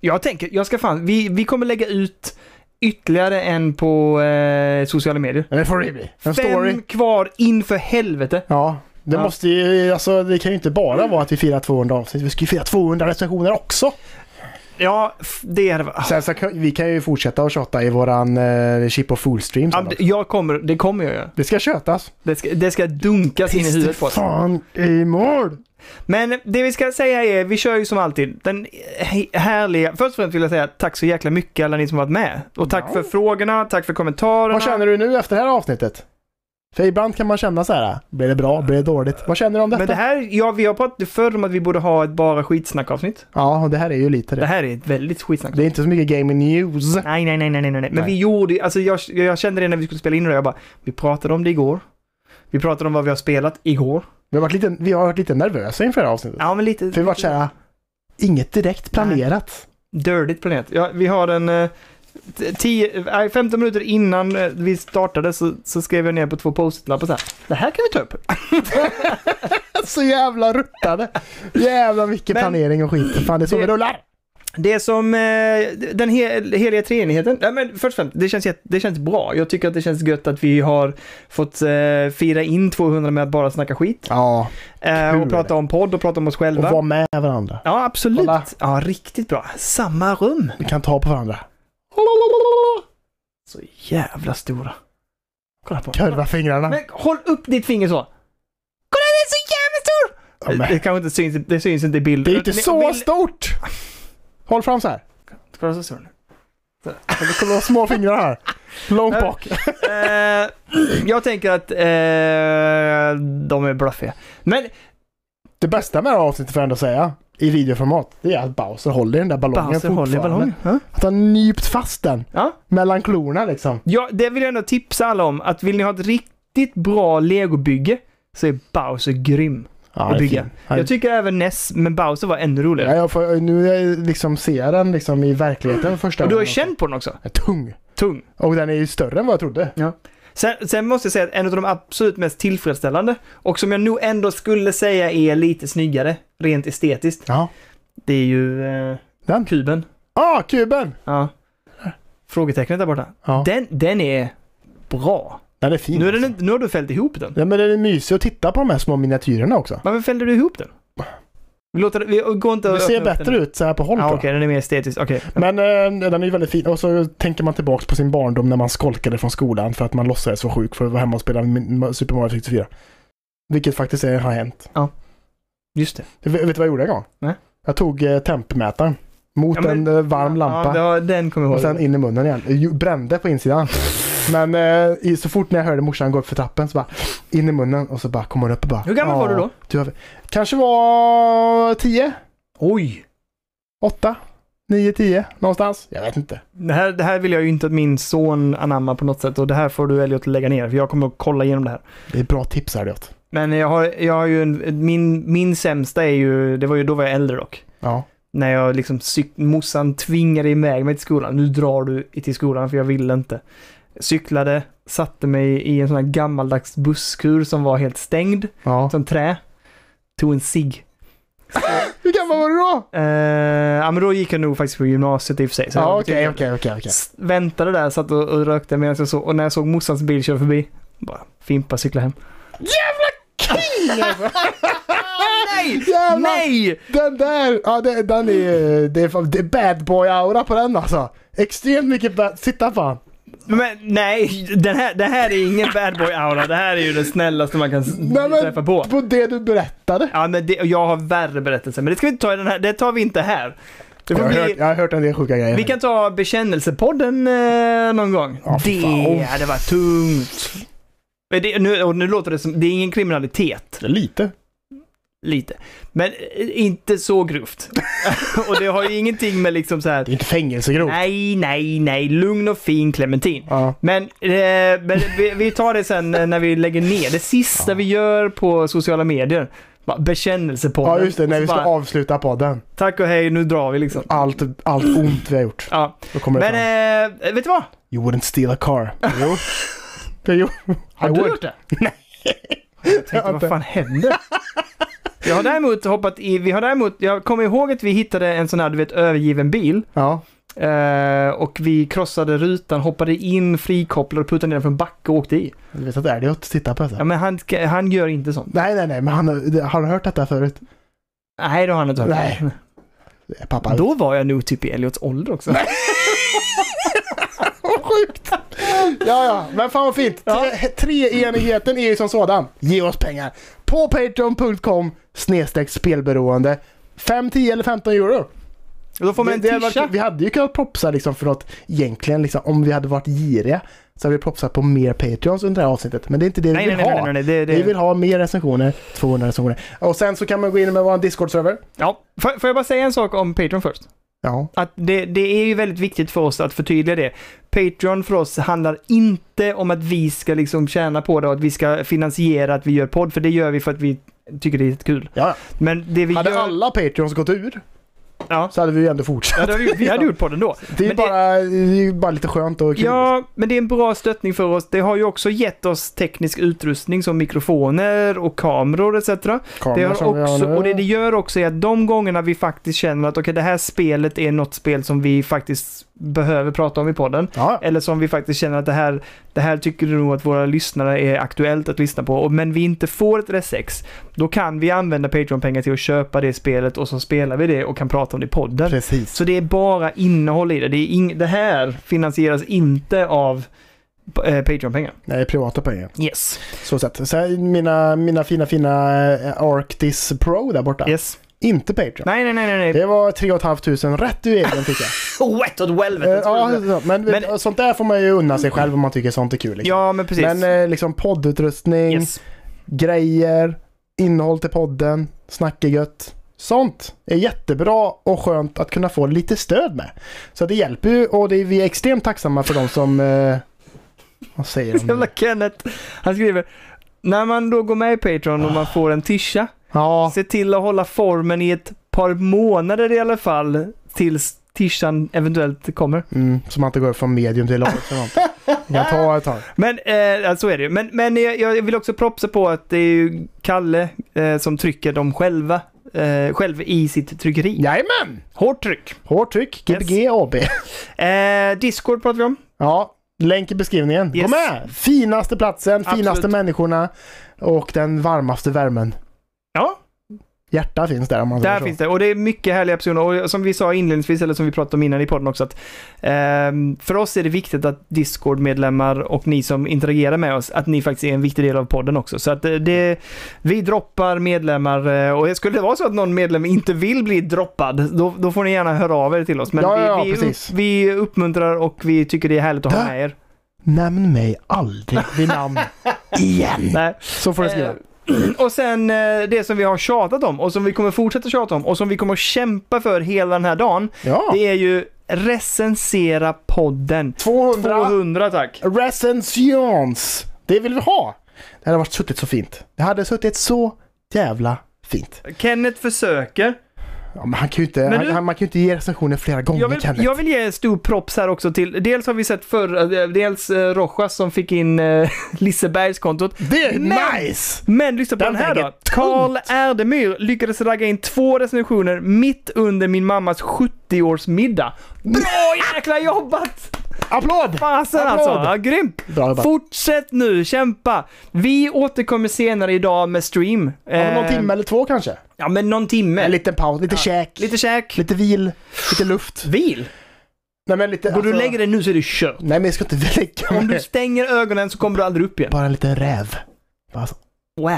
Speaker 2: Jag tänker, jag ska fan, vi, vi kommer lägga ut ytterligare en på eh, sociala medier.
Speaker 1: Men det får det bli. En
Speaker 2: Fem
Speaker 1: story.
Speaker 2: kvar in för helvete.
Speaker 1: Ja. Det
Speaker 2: Ja. Mm.
Speaker 1: måste ju, alltså det kan ju inte bara vara att vi firar 200 avsnitt. Vi ska ju fira 200 recensioner också.
Speaker 2: Ja, f- det hade varit...
Speaker 1: Sen så kan, vi kan ju fortsätta att tjata i våran eh, Chip och Fool-stream
Speaker 2: Ja,
Speaker 1: sen
Speaker 2: det-
Speaker 1: också.
Speaker 2: jag kommer, det kommer jag göra.
Speaker 1: Det ska tjötas.
Speaker 2: Det ska, det ska dunkas in i huvudet på oss.
Speaker 1: fan i mål!
Speaker 2: Men det vi ska säga är, vi kör ju som alltid den he- härliga... Först och främst vill jag säga tack så jäkla mycket alla ni som varit med. Och tack för frågorna, tack för kommentarerna.
Speaker 1: Vad känner du nu efter det här avsnittet? För ibland kan man känna så här, blir det bra, blir det dåligt? Vad känner du om detta?
Speaker 2: Men det här, ja vi har pratat förr om att vi borde ha ett bara skitsnack-avsnitt.
Speaker 1: Ja, det här är ju lite
Speaker 2: Det
Speaker 1: det.
Speaker 2: här är ett väldigt skitsnack.
Speaker 1: Det är inte så mycket gaming news.
Speaker 2: Nej, nej, nej, nej, nej, nej. Men
Speaker 1: Nej.
Speaker 2: vi gjorde alltså jag, jag kände det när vi skulle spela in det, jag bara, vi pratade om det igår. Vi pratade om vad vi har spelat igår.
Speaker 1: Vi har varit lite, vi har varit lite nervösa inför det här avsnittet.
Speaker 2: Ja, men lite...
Speaker 1: För vi har varit så här, inget direkt planerat.
Speaker 2: Dirtigt planet. Ja, vi har en... eh, t- tio, nej, 15 minuter innan eh, vi startade så, så skrev jag ner på två post-it-lappar så här. Det här kan vi ta upp.
Speaker 1: Så jävla ruttade. Jävlar vilken
Speaker 2: Men-
Speaker 1: planering och skit. Fan det är så
Speaker 2: Det-
Speaker 1: vi rullar.
Speaker 2: Det som... eh, Den he, heliga treenigheten. Nej, men först och främst, det känns, jätte- det känns bra. Jag tycker att det känns gött att vi har fått eh, fira in 200 med att bara snacka skit.
Speaker 1: Ja,
Speaker 2: Eh,
Speaker 1: Kul.
Speaker 2: och prata om podd och prata om oss
Speaker 1: och
Speaker 2: själva.
Speaker 1: vara med varandra.
Speaker 2: Ja, absolut.
Speaker 1: Kolla.
Speaker 2: Ja, riktigt bra. Samma rum.
Speaker 1: Vi kan ta på varandra.
Speaker 2: Så jävla stora. Kolla på
Speaker 1: Kurva fingrarna.
Speaker 2: Men håll upp ditt finger så. Kolla, den är så jävla stor!
Speaker 1: Ja, men-
Speaker 2: Det kanske inte syns, det syns inte i bild.
Speaker 1: Det är inte
Speaker 2: Ni-
Speaker 1: så
Speaker 2: bild-
Speaker 1: stort! Håll fram så här.
Speaker 2: Kolla så stor nu.
Speaker 1: Det kommer vara små fingrar här. Långt
Speaker 2: Nej.
Speaker 1: bak.
Speaker 2: Eh, jag tänker att eh, de är bluffiga. Men
Speaker 1: Det bästa med det här avsnittet får jag ändå säga, i videoformat, det är att Bowser håller i den där ballongen
Speaker 2: Bowser håller i
Speaker 1: fortfarande.
Speaker 2: ballongen. Ja.
Speaker 1: Att han nypt fast den
Speaker 2: Ja.
Speaker 1: mellan klorna liksom.
Speaker 2: Ja, det vill jag ändå tipsa alla om. Att vill ni ha ett riktigt bra legobygge så är Bowser grym
Speaker 1: Ja,
Speaker 2: att
Speaker 1: det är
Speaker 2: bygga.
Speaker 1: fin. Han-
Speaker 2: Jag tycker även Ness, men Bowser var ännu roligare.
Speaker 1: Ja, jag får, nu är jag liksom ser jag den liksom i verkligheten första
Speaker 2: Och du har ju
Speaker 1: gången också.
Speaker 2: känt på den också.
Speaker 1: Den är Tung.
Speaker 2: Tung.
Speaker 1: Och den är ju större än vad jag trodde.
Speaker 2: Sen, sen måste jag säga att en av de absolut mest tillfredsställande, och som jag nog ändå skulle säga är lite snyggare, rent estetiskt,
Speaker 1: Ja.
Speaker 2: det är ju eh,
Speaker 1: Den.
Speaker 2: kuben.
Speaker 1: Ah, kuben!
Speaker 2: Ja. Frågetecknet där borta.
Speaker 1: Ja.
Speaker 2: Den, den är bra.
Speaker 1: Den är fin. alltså.
Speaker 2: Nu, är den, inte- nu har du fällt ihop den.
Speaker 1: Ja, men den är mysig att titta på de här små miniatyrerna också.
Speaker 2: Varför fällde du ihop den? Vi, låter, vi går inte
Speaker 1: Det ser bättre ut så här på håll
Speaker 2: Ja,
Speaker 1: tror
Speaker 2: okej,
Speaker 1: jag.
Speaker 2: den är mer estetisk. Okej.
Speaker 1: Men eh, den är ju väldigt fin. Och så tänker man tillbaks på sin barndom när man skolkade från skolan för att man låtsades vara sjuk för att vara hemma och spela Min- Super Mario 64. Vilket faktiskt är, har hänt.
Speaker 2: Just det.
Speaker 1: Vet vet du vad jag gjorde en gång?
Speaker 2: Nej.
Speaker 1: Jag tog eh, tempmätaren mot
Speaker 2: Ja, men-
Speaker 1: en eh, varm lampa.
Speaker 2: Ja, det var- den kommer
Speaker 1: Och
Speaker 2: jag
Speaker 1: sen
Speaker 2: ihåg.
Speaker 1: in i munnen igen. Jo, brände på insidan. Men eh, i- så fort när jag hörde morsan gå upp för trappen så bara in i munnen och så bara kom hon upp och bara.
Speaker 2: Hur gammal
Speaker 1: "Ja,
Speaker 2: var du då?
Speaker 1: Du har, kanske var 10,
Speaker 2: Oj!
Speaker 1: 8, 9, 10 någonstans. Jag vet inte.
Speaker 2: Det här, det här vill jag ju inte att min son anammar på något sätt och det här får du Elliot lägga ner för jag kommer att kolla igenom det här.
Speaker 1: Det är bra tips här åt.
Speaker 2: Men jag har, jag har ju en, min, min sämsta är ju, det var ju då var jag äldre dock.
Speaker 1: Ja.
Speaker 2: När jag liksom, cyk, morsan tvingade iväg mig till skolan. Nu drar du till skolan för jag vill inte. Cyklade, satte mig i en sån här gammaldags busskur som var helt stängd,
Speaker 1: ja.
Speaker 2: som trä. Tog en cigg.
Speaker 1: Hur gammal var du då?
Speaker 2: Eh, ja men då gick jag nog faktiskt på gymnasiet i och för sig. så jag
Speaker 1: Ja
Speaker 2: var
Speaker 1: okej
Speaker 2: betydligt
Speaker 1: okej okej. okej.
Speaker 2: S- Väntade där, satt och, och rökte medan jag såg, och när jag såg morsans bil köra förbi, bara fimpa, cykla hem. Nej!
Speaker 1: Jävlar!
Speaker 2: Nej!
Speaker 1: Den där! Ja det, den är, det är, det är bad boy aura på den alltså. Extremt mycket bad, sitta fan.
Speaker 2: Men nej, den här, det här är ingen bad boy aura. Det här är ju det snällaste man kan s-
Speaker 1: Nej, men-
Speaker 2: träffa på.
Speaker 1: På det du berättade.
Speaker 2: Ja men det, och jag har värre berättelser, men det ska vi inte ta i den här, det tar vi inte här. Det
Speaker 1: Jag
Speaker 2: får
Speaker 1: har, hört,
Speaker 2: bli,
Speaker 1: jag har hört en del sjuka grejer.
Speaker 2: vi kan ta bekännelsepodden eh, någon gång.
Speaker 1: Ja, fy
Speaker 2: det,
Speaker 1: fan. Oh.
Speaker 2: det var tungt. Men Det, nu, och nu låter det som, det är ingen kriminalitet.
Speaker 1: Lite.
Speaker 2: Lite. Men eh, inte så grovt. och det har ju ingenting med liksom så här.
Speaker 1: Det är inte fängelsegrovt.
Speaker 2: Nej, nej, nej. Lugn och fin clementin.
Speaker 1: Ja.
Speaker 2: Men, eh, men vi, vi tar det sen eh, när vi lägger ner. Det sista vi gör på sociala medier. bara Bekännelsepodden.
Speaker 1: ja just det,
Speaker 2: Och
Speaker 1: när
Speaker 2: så
Speaker 1: vi ska
Speaker 2: bara,
Speaker 1: avsluta podden.
Speaker 2: Tack och hej, nu drar vi liksom.
Speaker 1: Allt, allt ont vi har gjort.
Speaker 2: Ja.
Speaker 1: Då kommer det
Speaker 2: Men
Speaker 1: fram.
Speaker 2: eh, vet du vad?
Speaker 1: You wouldn't steal a car. Jo. Det gjorde
Speaker 2: Har du gjort det? Nej. Jag tänkte,
Speaker 1: Jag
Speaker 2: vad
Speaker 1: inte.
Speaker 2: fan händer? Jag har däremot hoppat i, vi har däremot, jag kommer ihåg att vi hittade en sån här, du vet, övergiven bil.
Speaker 1: Ja.
Speaker 2: Eh, och vi krossade rutan, hoppade in, frikopplade, puttade ner den från backe och åkte i.
Speaker 1: Du vet att Elliot tittar på
Speaker 2: Ja,
Speaker 1: detta.
Speaker 2: men han, ska- han gör inte sånt.
Speaker 1: Nej, nej, nej, men han, har- har du hört detta förut?
Speaker 2: Nej, det har han inte hört.
Speaker 1: Nej. Det är Pappa.
Speaker 2: Då var jag nog typ i Elliots ålder också.
Speaker 1: Vad sjukt! Ja, ja, men fan vad fint.
Speaker 2: Ja.
Speaker 1: Tre- Treenigheten är ju som sådan. Ge oss pengar. På patreon.com snedstreck spelberoende. 5, 10 eller 15 euro.
Speaker 2: Då får man en
Speaker 1: Det- det hade
Speaker 2: tisha.
Speaker 1: varit, vi hade ju kunnat propsa liksom för något, egentligen liksom, om vi hade varit giriga så hade vi propsat på mer Patreons under det här avsnittet. Men det är inte det vi
Speaker 2: Nej, nej,
Speaker 1: vill
Speaker 2: nej,
Speaker 1: ha.
Speaker 2: nej, nej, nej, det,
Speaker 1: Vi
Speaker 2: det.
Speaker 1: vill ha mer recensioner, 200 recensioner. Och sen så kan man gå in med vår Discord-server.
Speaker 2: Ja, får, får jag bara säga en sak om Patreon först?
Speaker 1: Ja.
Speaker 2: Att det, det är ju väldigt viktigt för oss att förtydliga det. Patreon för oss handlar inte om att vi ska liksom tjäna på det och att vi ska finansiera att vi gör podd, för det gör vi för att vi tycker det är kul.
Speaker 1: ja.
Speaker 2: Men det vi
Speaker 1: Hade
Speaker 2: gör...
Speaker 1: alla Patreons gått ur
Speaker 2: Ja.
Speaker 1: så hade vi ju ändå fortsatt.
Speaker 2: Ja, det har vi, vi hade gjort podden då.
Speaker 1: Det är ju
Speaker 2: Men det-
Speaker 1: bara, det... är ju bara lite skönt och kul.
Speaker 2: Ja, men det är en bra stöttning för oss. Det har ju också gett oss teknisk utrustning som mikrofoner och kameror etc. Det
Speaker 1: Kameror
Speaker 2: har
Speaker 1: som vi har
Speaker 2: också,
Speaker 1: nu.
Speaker 2: och det det gör också är att de gångerna vi faktiskt känner att okej, det här spelet är något spel som vi faktiskt behöver prata om i podden.
Speaker 1: Ja,
Speaker 2: Eller som vi faktiskt känner att det här, det här tycker nog att våra lyssnare är aktuellt att lyssna på. Och, men vi inte får ett resex. Då kan vi använda Patreon-pengar till att köpa det spelet och så spelar vi det och kan prata om det i podden.
Speaker 1: precis.
Speaker 2: Så det är bara innehåll i det. Det, är ing- det här finansieras inte av eh, Patreon-pengar.
Speaker 1: Nej, privata pengar.
Speaker 2: Yes.
Speaker 1: Så sett. Sen mina, mina fina, fina eh, Arctis Pro där borta.
Speaker 2: yes.
Speaker 1: Inte Patreon.
Speaker 2: Nej, nej, nej, nej. nej.
Speaker 1: Det var 3 500 rätt ur egen ficka.
Speaker 2: Oh, wet åt
Speaker 1: Eh,
Speaker 2: helvete. tror
Speaker 1: ja,
Speaker 2: jag.
Speaker 1: så- men,
Speaker 2: Men-
Speaker 1: sånt där får man ju unna sig själv om man tycker sånt är kul. Liksom.
Speaker 2: Ja, men precis.
Speaker 1: men eh, liksom poddutrustning,
Speaker 2: yes.
Speaker 1: grejer, innehåll till podden, snacka gött. Sånt är jättebra och skönt att kunna få lite stöd med. Så det hjälper ju och det, vi är extremt tacksamma för de som... Eh, vad säger de?
Speaker 2: Jävla
Speaker 1: nu?
Speaker 2: Kenneth. Han skriver. När man då går med i Patreon och man får en tisha,
Speaker 1: Ja,
Speaker 2: se till att hålla formen i ett par månader i alla fall tills tishan eventuellt kommer.
Speaker 1: mm, så man inte går från medium till large. och sånt. Det kan ta ett tag.
Speaker 2: Men eh, så är det ju. Men, men jag, jag vill också propsa på att det är ju Kalle eh, som trycker dem själva, eh, själv i sitt tryckeri.
Speaker 1: Jajamän!
Speaker 2: Hårt tryck.
Speaker 1: Hårt tryck, Gbg AB.
Speaker 2: Eh, Discord pratar vi om.
Speaker 1: Ja, länk i beskrivningen. Gå
Speaker 2: Yes.
Speaker 1: med! Finaste platsen,
Speaker 2: Absolut.
Speaker 1: finaste människorna och den varmaste värmen.
Speaker 2: Ja.
Speaker 1: hjärta finns där om man säger
Speaker 2: Där
Speaker 1: så.
Speaker 2: finns det, och det är mycket härliga personer. Och som vi sa inledningsvis, eller som vi pratade om innan i podden också, att ehm, för oss är det viktigt att Discord-medlemmar och ni som interagerar med oss, att ni faktiskt är en viktig del av podden också. Så att eh, det, vi droppar medlemmar eh, och skulle det vara så att någon medlem inte vill bli droppad, då, då får ni gärna höra av er till oss. Men
Speaker 1: Ja, ja, ja,
Speaker 2: vi, vi,
Speaker 1: precis.
Speaker 2: vi uppmuntrar och vi tycker det är härligt att ha
Speaker 1: Där.
Speaker 2: med er.
Speaker 1: Nämn mig aldrig vid namn igen.
Speaker 2: Nej.
Speaker 1: Så får du skriva.
Speaker 2: Eh, Och sen eh, det som vi har tjatat om och som vi kommer fortsätta tjata om och som vi kommer att kämpa för hela den här dagen.
Speaker 1: ja.
Speaker 2: Det är ju recensera podden.
Speaker 1: 200
Speaker 2: 200 tack.
Speaker 1: recensions. Det vill vi ha. Det hade varit suttit så fint. Det hade suttit så jävla fint.
Speaker 2: Kenneth försöker.
Speaker 1: Ja, men han kan ju inte,
Speaker 2: Men
Speaker 1: han,
Speaker 2: du-
Speaker 1: han, man kan ju inte ge recensioner flera gånger
Speaker 2: Jag vill,
Speaker 1: Kenneth.
Speaker 2: jag vill ge stor props här också till, dels har vi sett förr, eh, dels eh, Rojas som fick in eh, Lisebergskontot.
Speaker 1: Det är
Speaker 2: Men-
Speaker 1: nice!
Speaker 2: Men lyssna på
Speaker 1: Den
Speaker 2: den här
Speaker 1: väger
Speaker 2: då. Karl Erdemyr lyckades ragga in två recensioner mitt under min mammas 70-årsmiddag. Bra jäkla jobbat!
Speaker 1: Applåd!
Speaker 2: Fasen alltså,
Speaker 1: Applåd!
Speaker 2: ja, grymt!
Speaker 1: Bra jobbat.
Speaker 2: Fortsätt nu, kämpa! Vi återkommer senare idag med stream.
Speaker 1: Ja, men någon
Speaker 2: Eh,
Speaker 1: timme eller två kanske?
Speaker 2: Ja, men någon timme.
Speaker 1: En liten paus, lite käk, lite,
Speaker 2: Lite käk.
Speaker 1: vil, lite luft.
Speaker 2: Vil?
Speaker 1: Nej men lite... alltså-
Speaker 2: Går du Mm. och lägger dig nu så är det kört.
Speaker 1: Nej men jag ska inte lägga mig.
Speaker 2: Om du stänger ögonen så kommer du aldrig upp igen.
Speaker 1: Bara en liten räv. Bara så.
Speaker 2: Wow.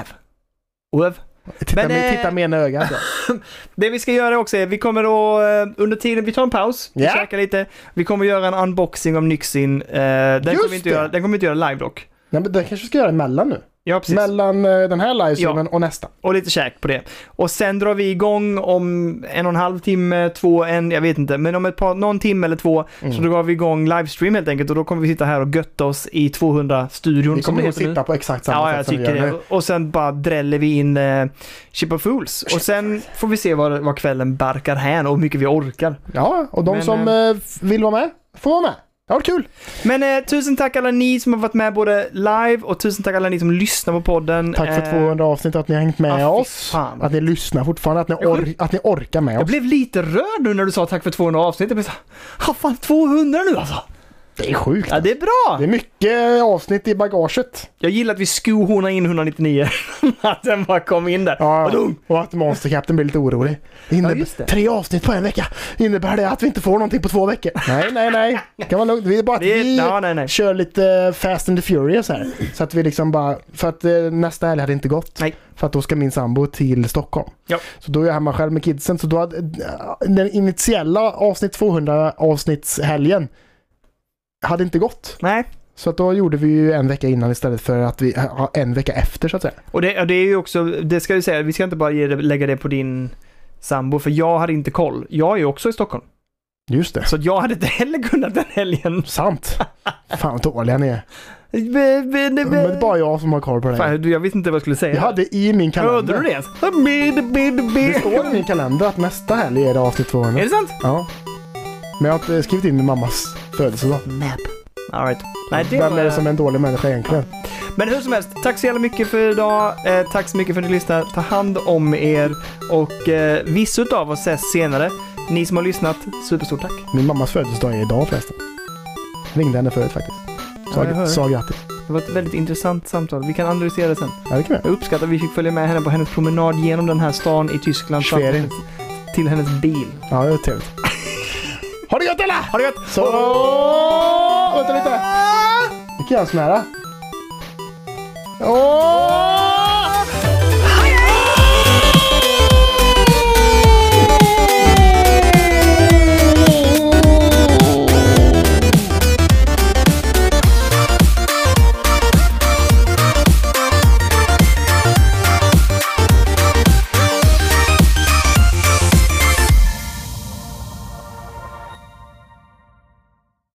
Speaker 2: Wow.
Speaker 1: Titta,
Speaker 2: Men,
Speaker 1: med,
Speaker 2: eh,
Speaker 1: titta med ena ögat. ja.
Speaker 2: Det vi ska göra också är, vi kommer då eh, under tiden, vi tar en paus, vi
Speaker 1: Ja.
Speaker 2: käkar lite. Vi kommer göra en unboxing av Nyxin. eh, Den
Speaker 1: Just
Speaker 2: kommer vi inte
Speaker 1: det.
Speaker 2: göra, den kommer vi inte göra live dock.
Speaker 1: Nej men det kanske vi ska göra emellan nu.
Speaker 2: Ja, precis.
Speaker 1: Mellan eh, den här livestreamen och nästa.
Speaker 2: Och lite käk på det. Och sen drar vi igång om en och en halv timme, två, en, jag vet inte, men om ett par, någon timme eller två
Speaker 1: Mm.
Speaker 2: så drar vi igång livestream helt enkelt och då kommer vi sitta här och götta oss i 200-studion
Speaker 1: Vi
Speaker 2: som
Speaker 1: kommer nog
Speaker 2: heter nu.
Speaker 1: sitta på exakt samma
Speaker 2: Ja, jag
Speaker 1: sätt som vi
Speaker 2: tycker
Speaker 1: gör
Speaker 2: det.
Speaker 1: nu.
Speaker 2: Och- Och sen bara dräller vi in eh, Chip of Fools. Och sen får vi se vad, vad kvällen barkar hän och hur mycket vi orkar.
Speaker 1: Ja, och de
Speaker 2: Men,
Speaker 1: som eh, vill vara med får vara med. Det har varit kul.
Speaker 2: Men eh, tusen tack alla ni som har varit med både live och tusen tack alla ni som lyssnar på podden.
Speaker 1: Tack för
Speaker 2: Eh,
Speaker 1: 200 avsnitt att ni har hängt med
Speaker 2: ah, fy
Speaker 1: oss.
Speaker 2: fan.
Speaker 1: Att ni lyssnar fortfarande, att ni, or- att ni orkar med
Speaker 2: Jag
Speaker 1: oss.
Speaker 2: blev lite rörd nu när du sa tack för 200 avsnitt. Jag blev såhär, ja fan 200 nu alltså.
Speaker 1: Det är sjukt.
Speaker 2: Ja det är
Speaker 1: Det
Speaker 2: bra.
Speaker 1: är mycket avsnitt i bagaget.
Speaker 2: Jag gillar att vi skohornar in 199. att den bara kom in där.
Speaker 1: Ja,
Speaker 2: Vadå?
Speaker 1: och att Monster Captain blir lite orolig. Det innebär,
Speaker 2: Ja, just det.
Speaker 1: Tre avsnitt på en vecka. Innebär det att vi inte får någonting på två veckor? Nej, nej, nej. Det kan vara lugnt. Det är bara att
Speaker 2: Det är-
Speaker 1: vi
Speaker 2: ja, nej, nej.
Speaker 1: kör lite Fast and the Furious här. Så att vi liksom bara... För att eh, nästa helg hade inte gått.
Speaker 2: Nej.
Speaker 1: För att då ska min sambo till Stockholm.
Speaker 2: Ja.
Speaker 1: Så då är jag hemma själv med kidsen. Så då hade, eh, den initiella avsnitt 200 avsnittshelgen hade inte gått.
Speaker 2: Nej.
Speaker 1: Så att då gjorde vi ju en vecka innan istället för att vi ja, en vecka efter så att säga.
Speaker 2: Och det, ja, det är ju också, det ska jag ju säga, vi ska inte bara ge det, lägga det på din sambo, för jag hade inte koll. Jag är ju också i Stockholm.
Speaker 1: Just det.
Speaker 2: Så jag hade inte heller kunnat den helgen.
Speaker 1: Sant. Fan vad dåliga ni är.
Speaker 2: Be- be- be-
Speaker 1: Men det är bara jag som har koll på det. här.
Speaker 2: Fan, du, jag visste inte vad jag skulle säga.
Speaker 1: Jag hade i min kalender.
Speaker 2: Hörde du det ens? Bid, bid, bid.
Speaker 1: Det står i min kalender att nästa helg är det avsnitt 200.
Speaker 2: Är det sant?
Speaker 1: Ja. Men jag har inte skrivit in min mammas födelsedag.
Speaker 2: Map. Alright. Nej, det
Speaker 1: Vem är
Speaker 2: var...
Speaker 1: det som är en dålig människa egentligen?
Speaker 2: Men hur som helst, tack så jävla mycket för idag. Eh, tack så mycket för att ni lyssnar. Ta hand om er och eh, vissa utav oss ses senare. Ni som har lyssnat, superstort tack.
Speaker 1: Min mammas födelsedag är idag förresten. Jag ringde henne förut faktiskt. Sa,
Speaker 2: Ja, jag hör.
Speaker 1: sa grattis.
Speaker 2: Det var ett väldigt intressant samtal. Vi kan analysera det sen.
Speaker 1: Ja, det kan jag.
Speaker 2: Jag uppskattar att vi fick följa med henne på hennes promenad genom den här stan i Tyskland fram till
Speaker 1: Schwerin.
Speaker 2: hennes- till hennes bil.
Speaker 1: Ja, det är trevligt. Ha det gött alla!
Speaker 2: Ha det gött!
Speaker 1: Så... Vänta lite. Vi kan göra en sån här. Åh!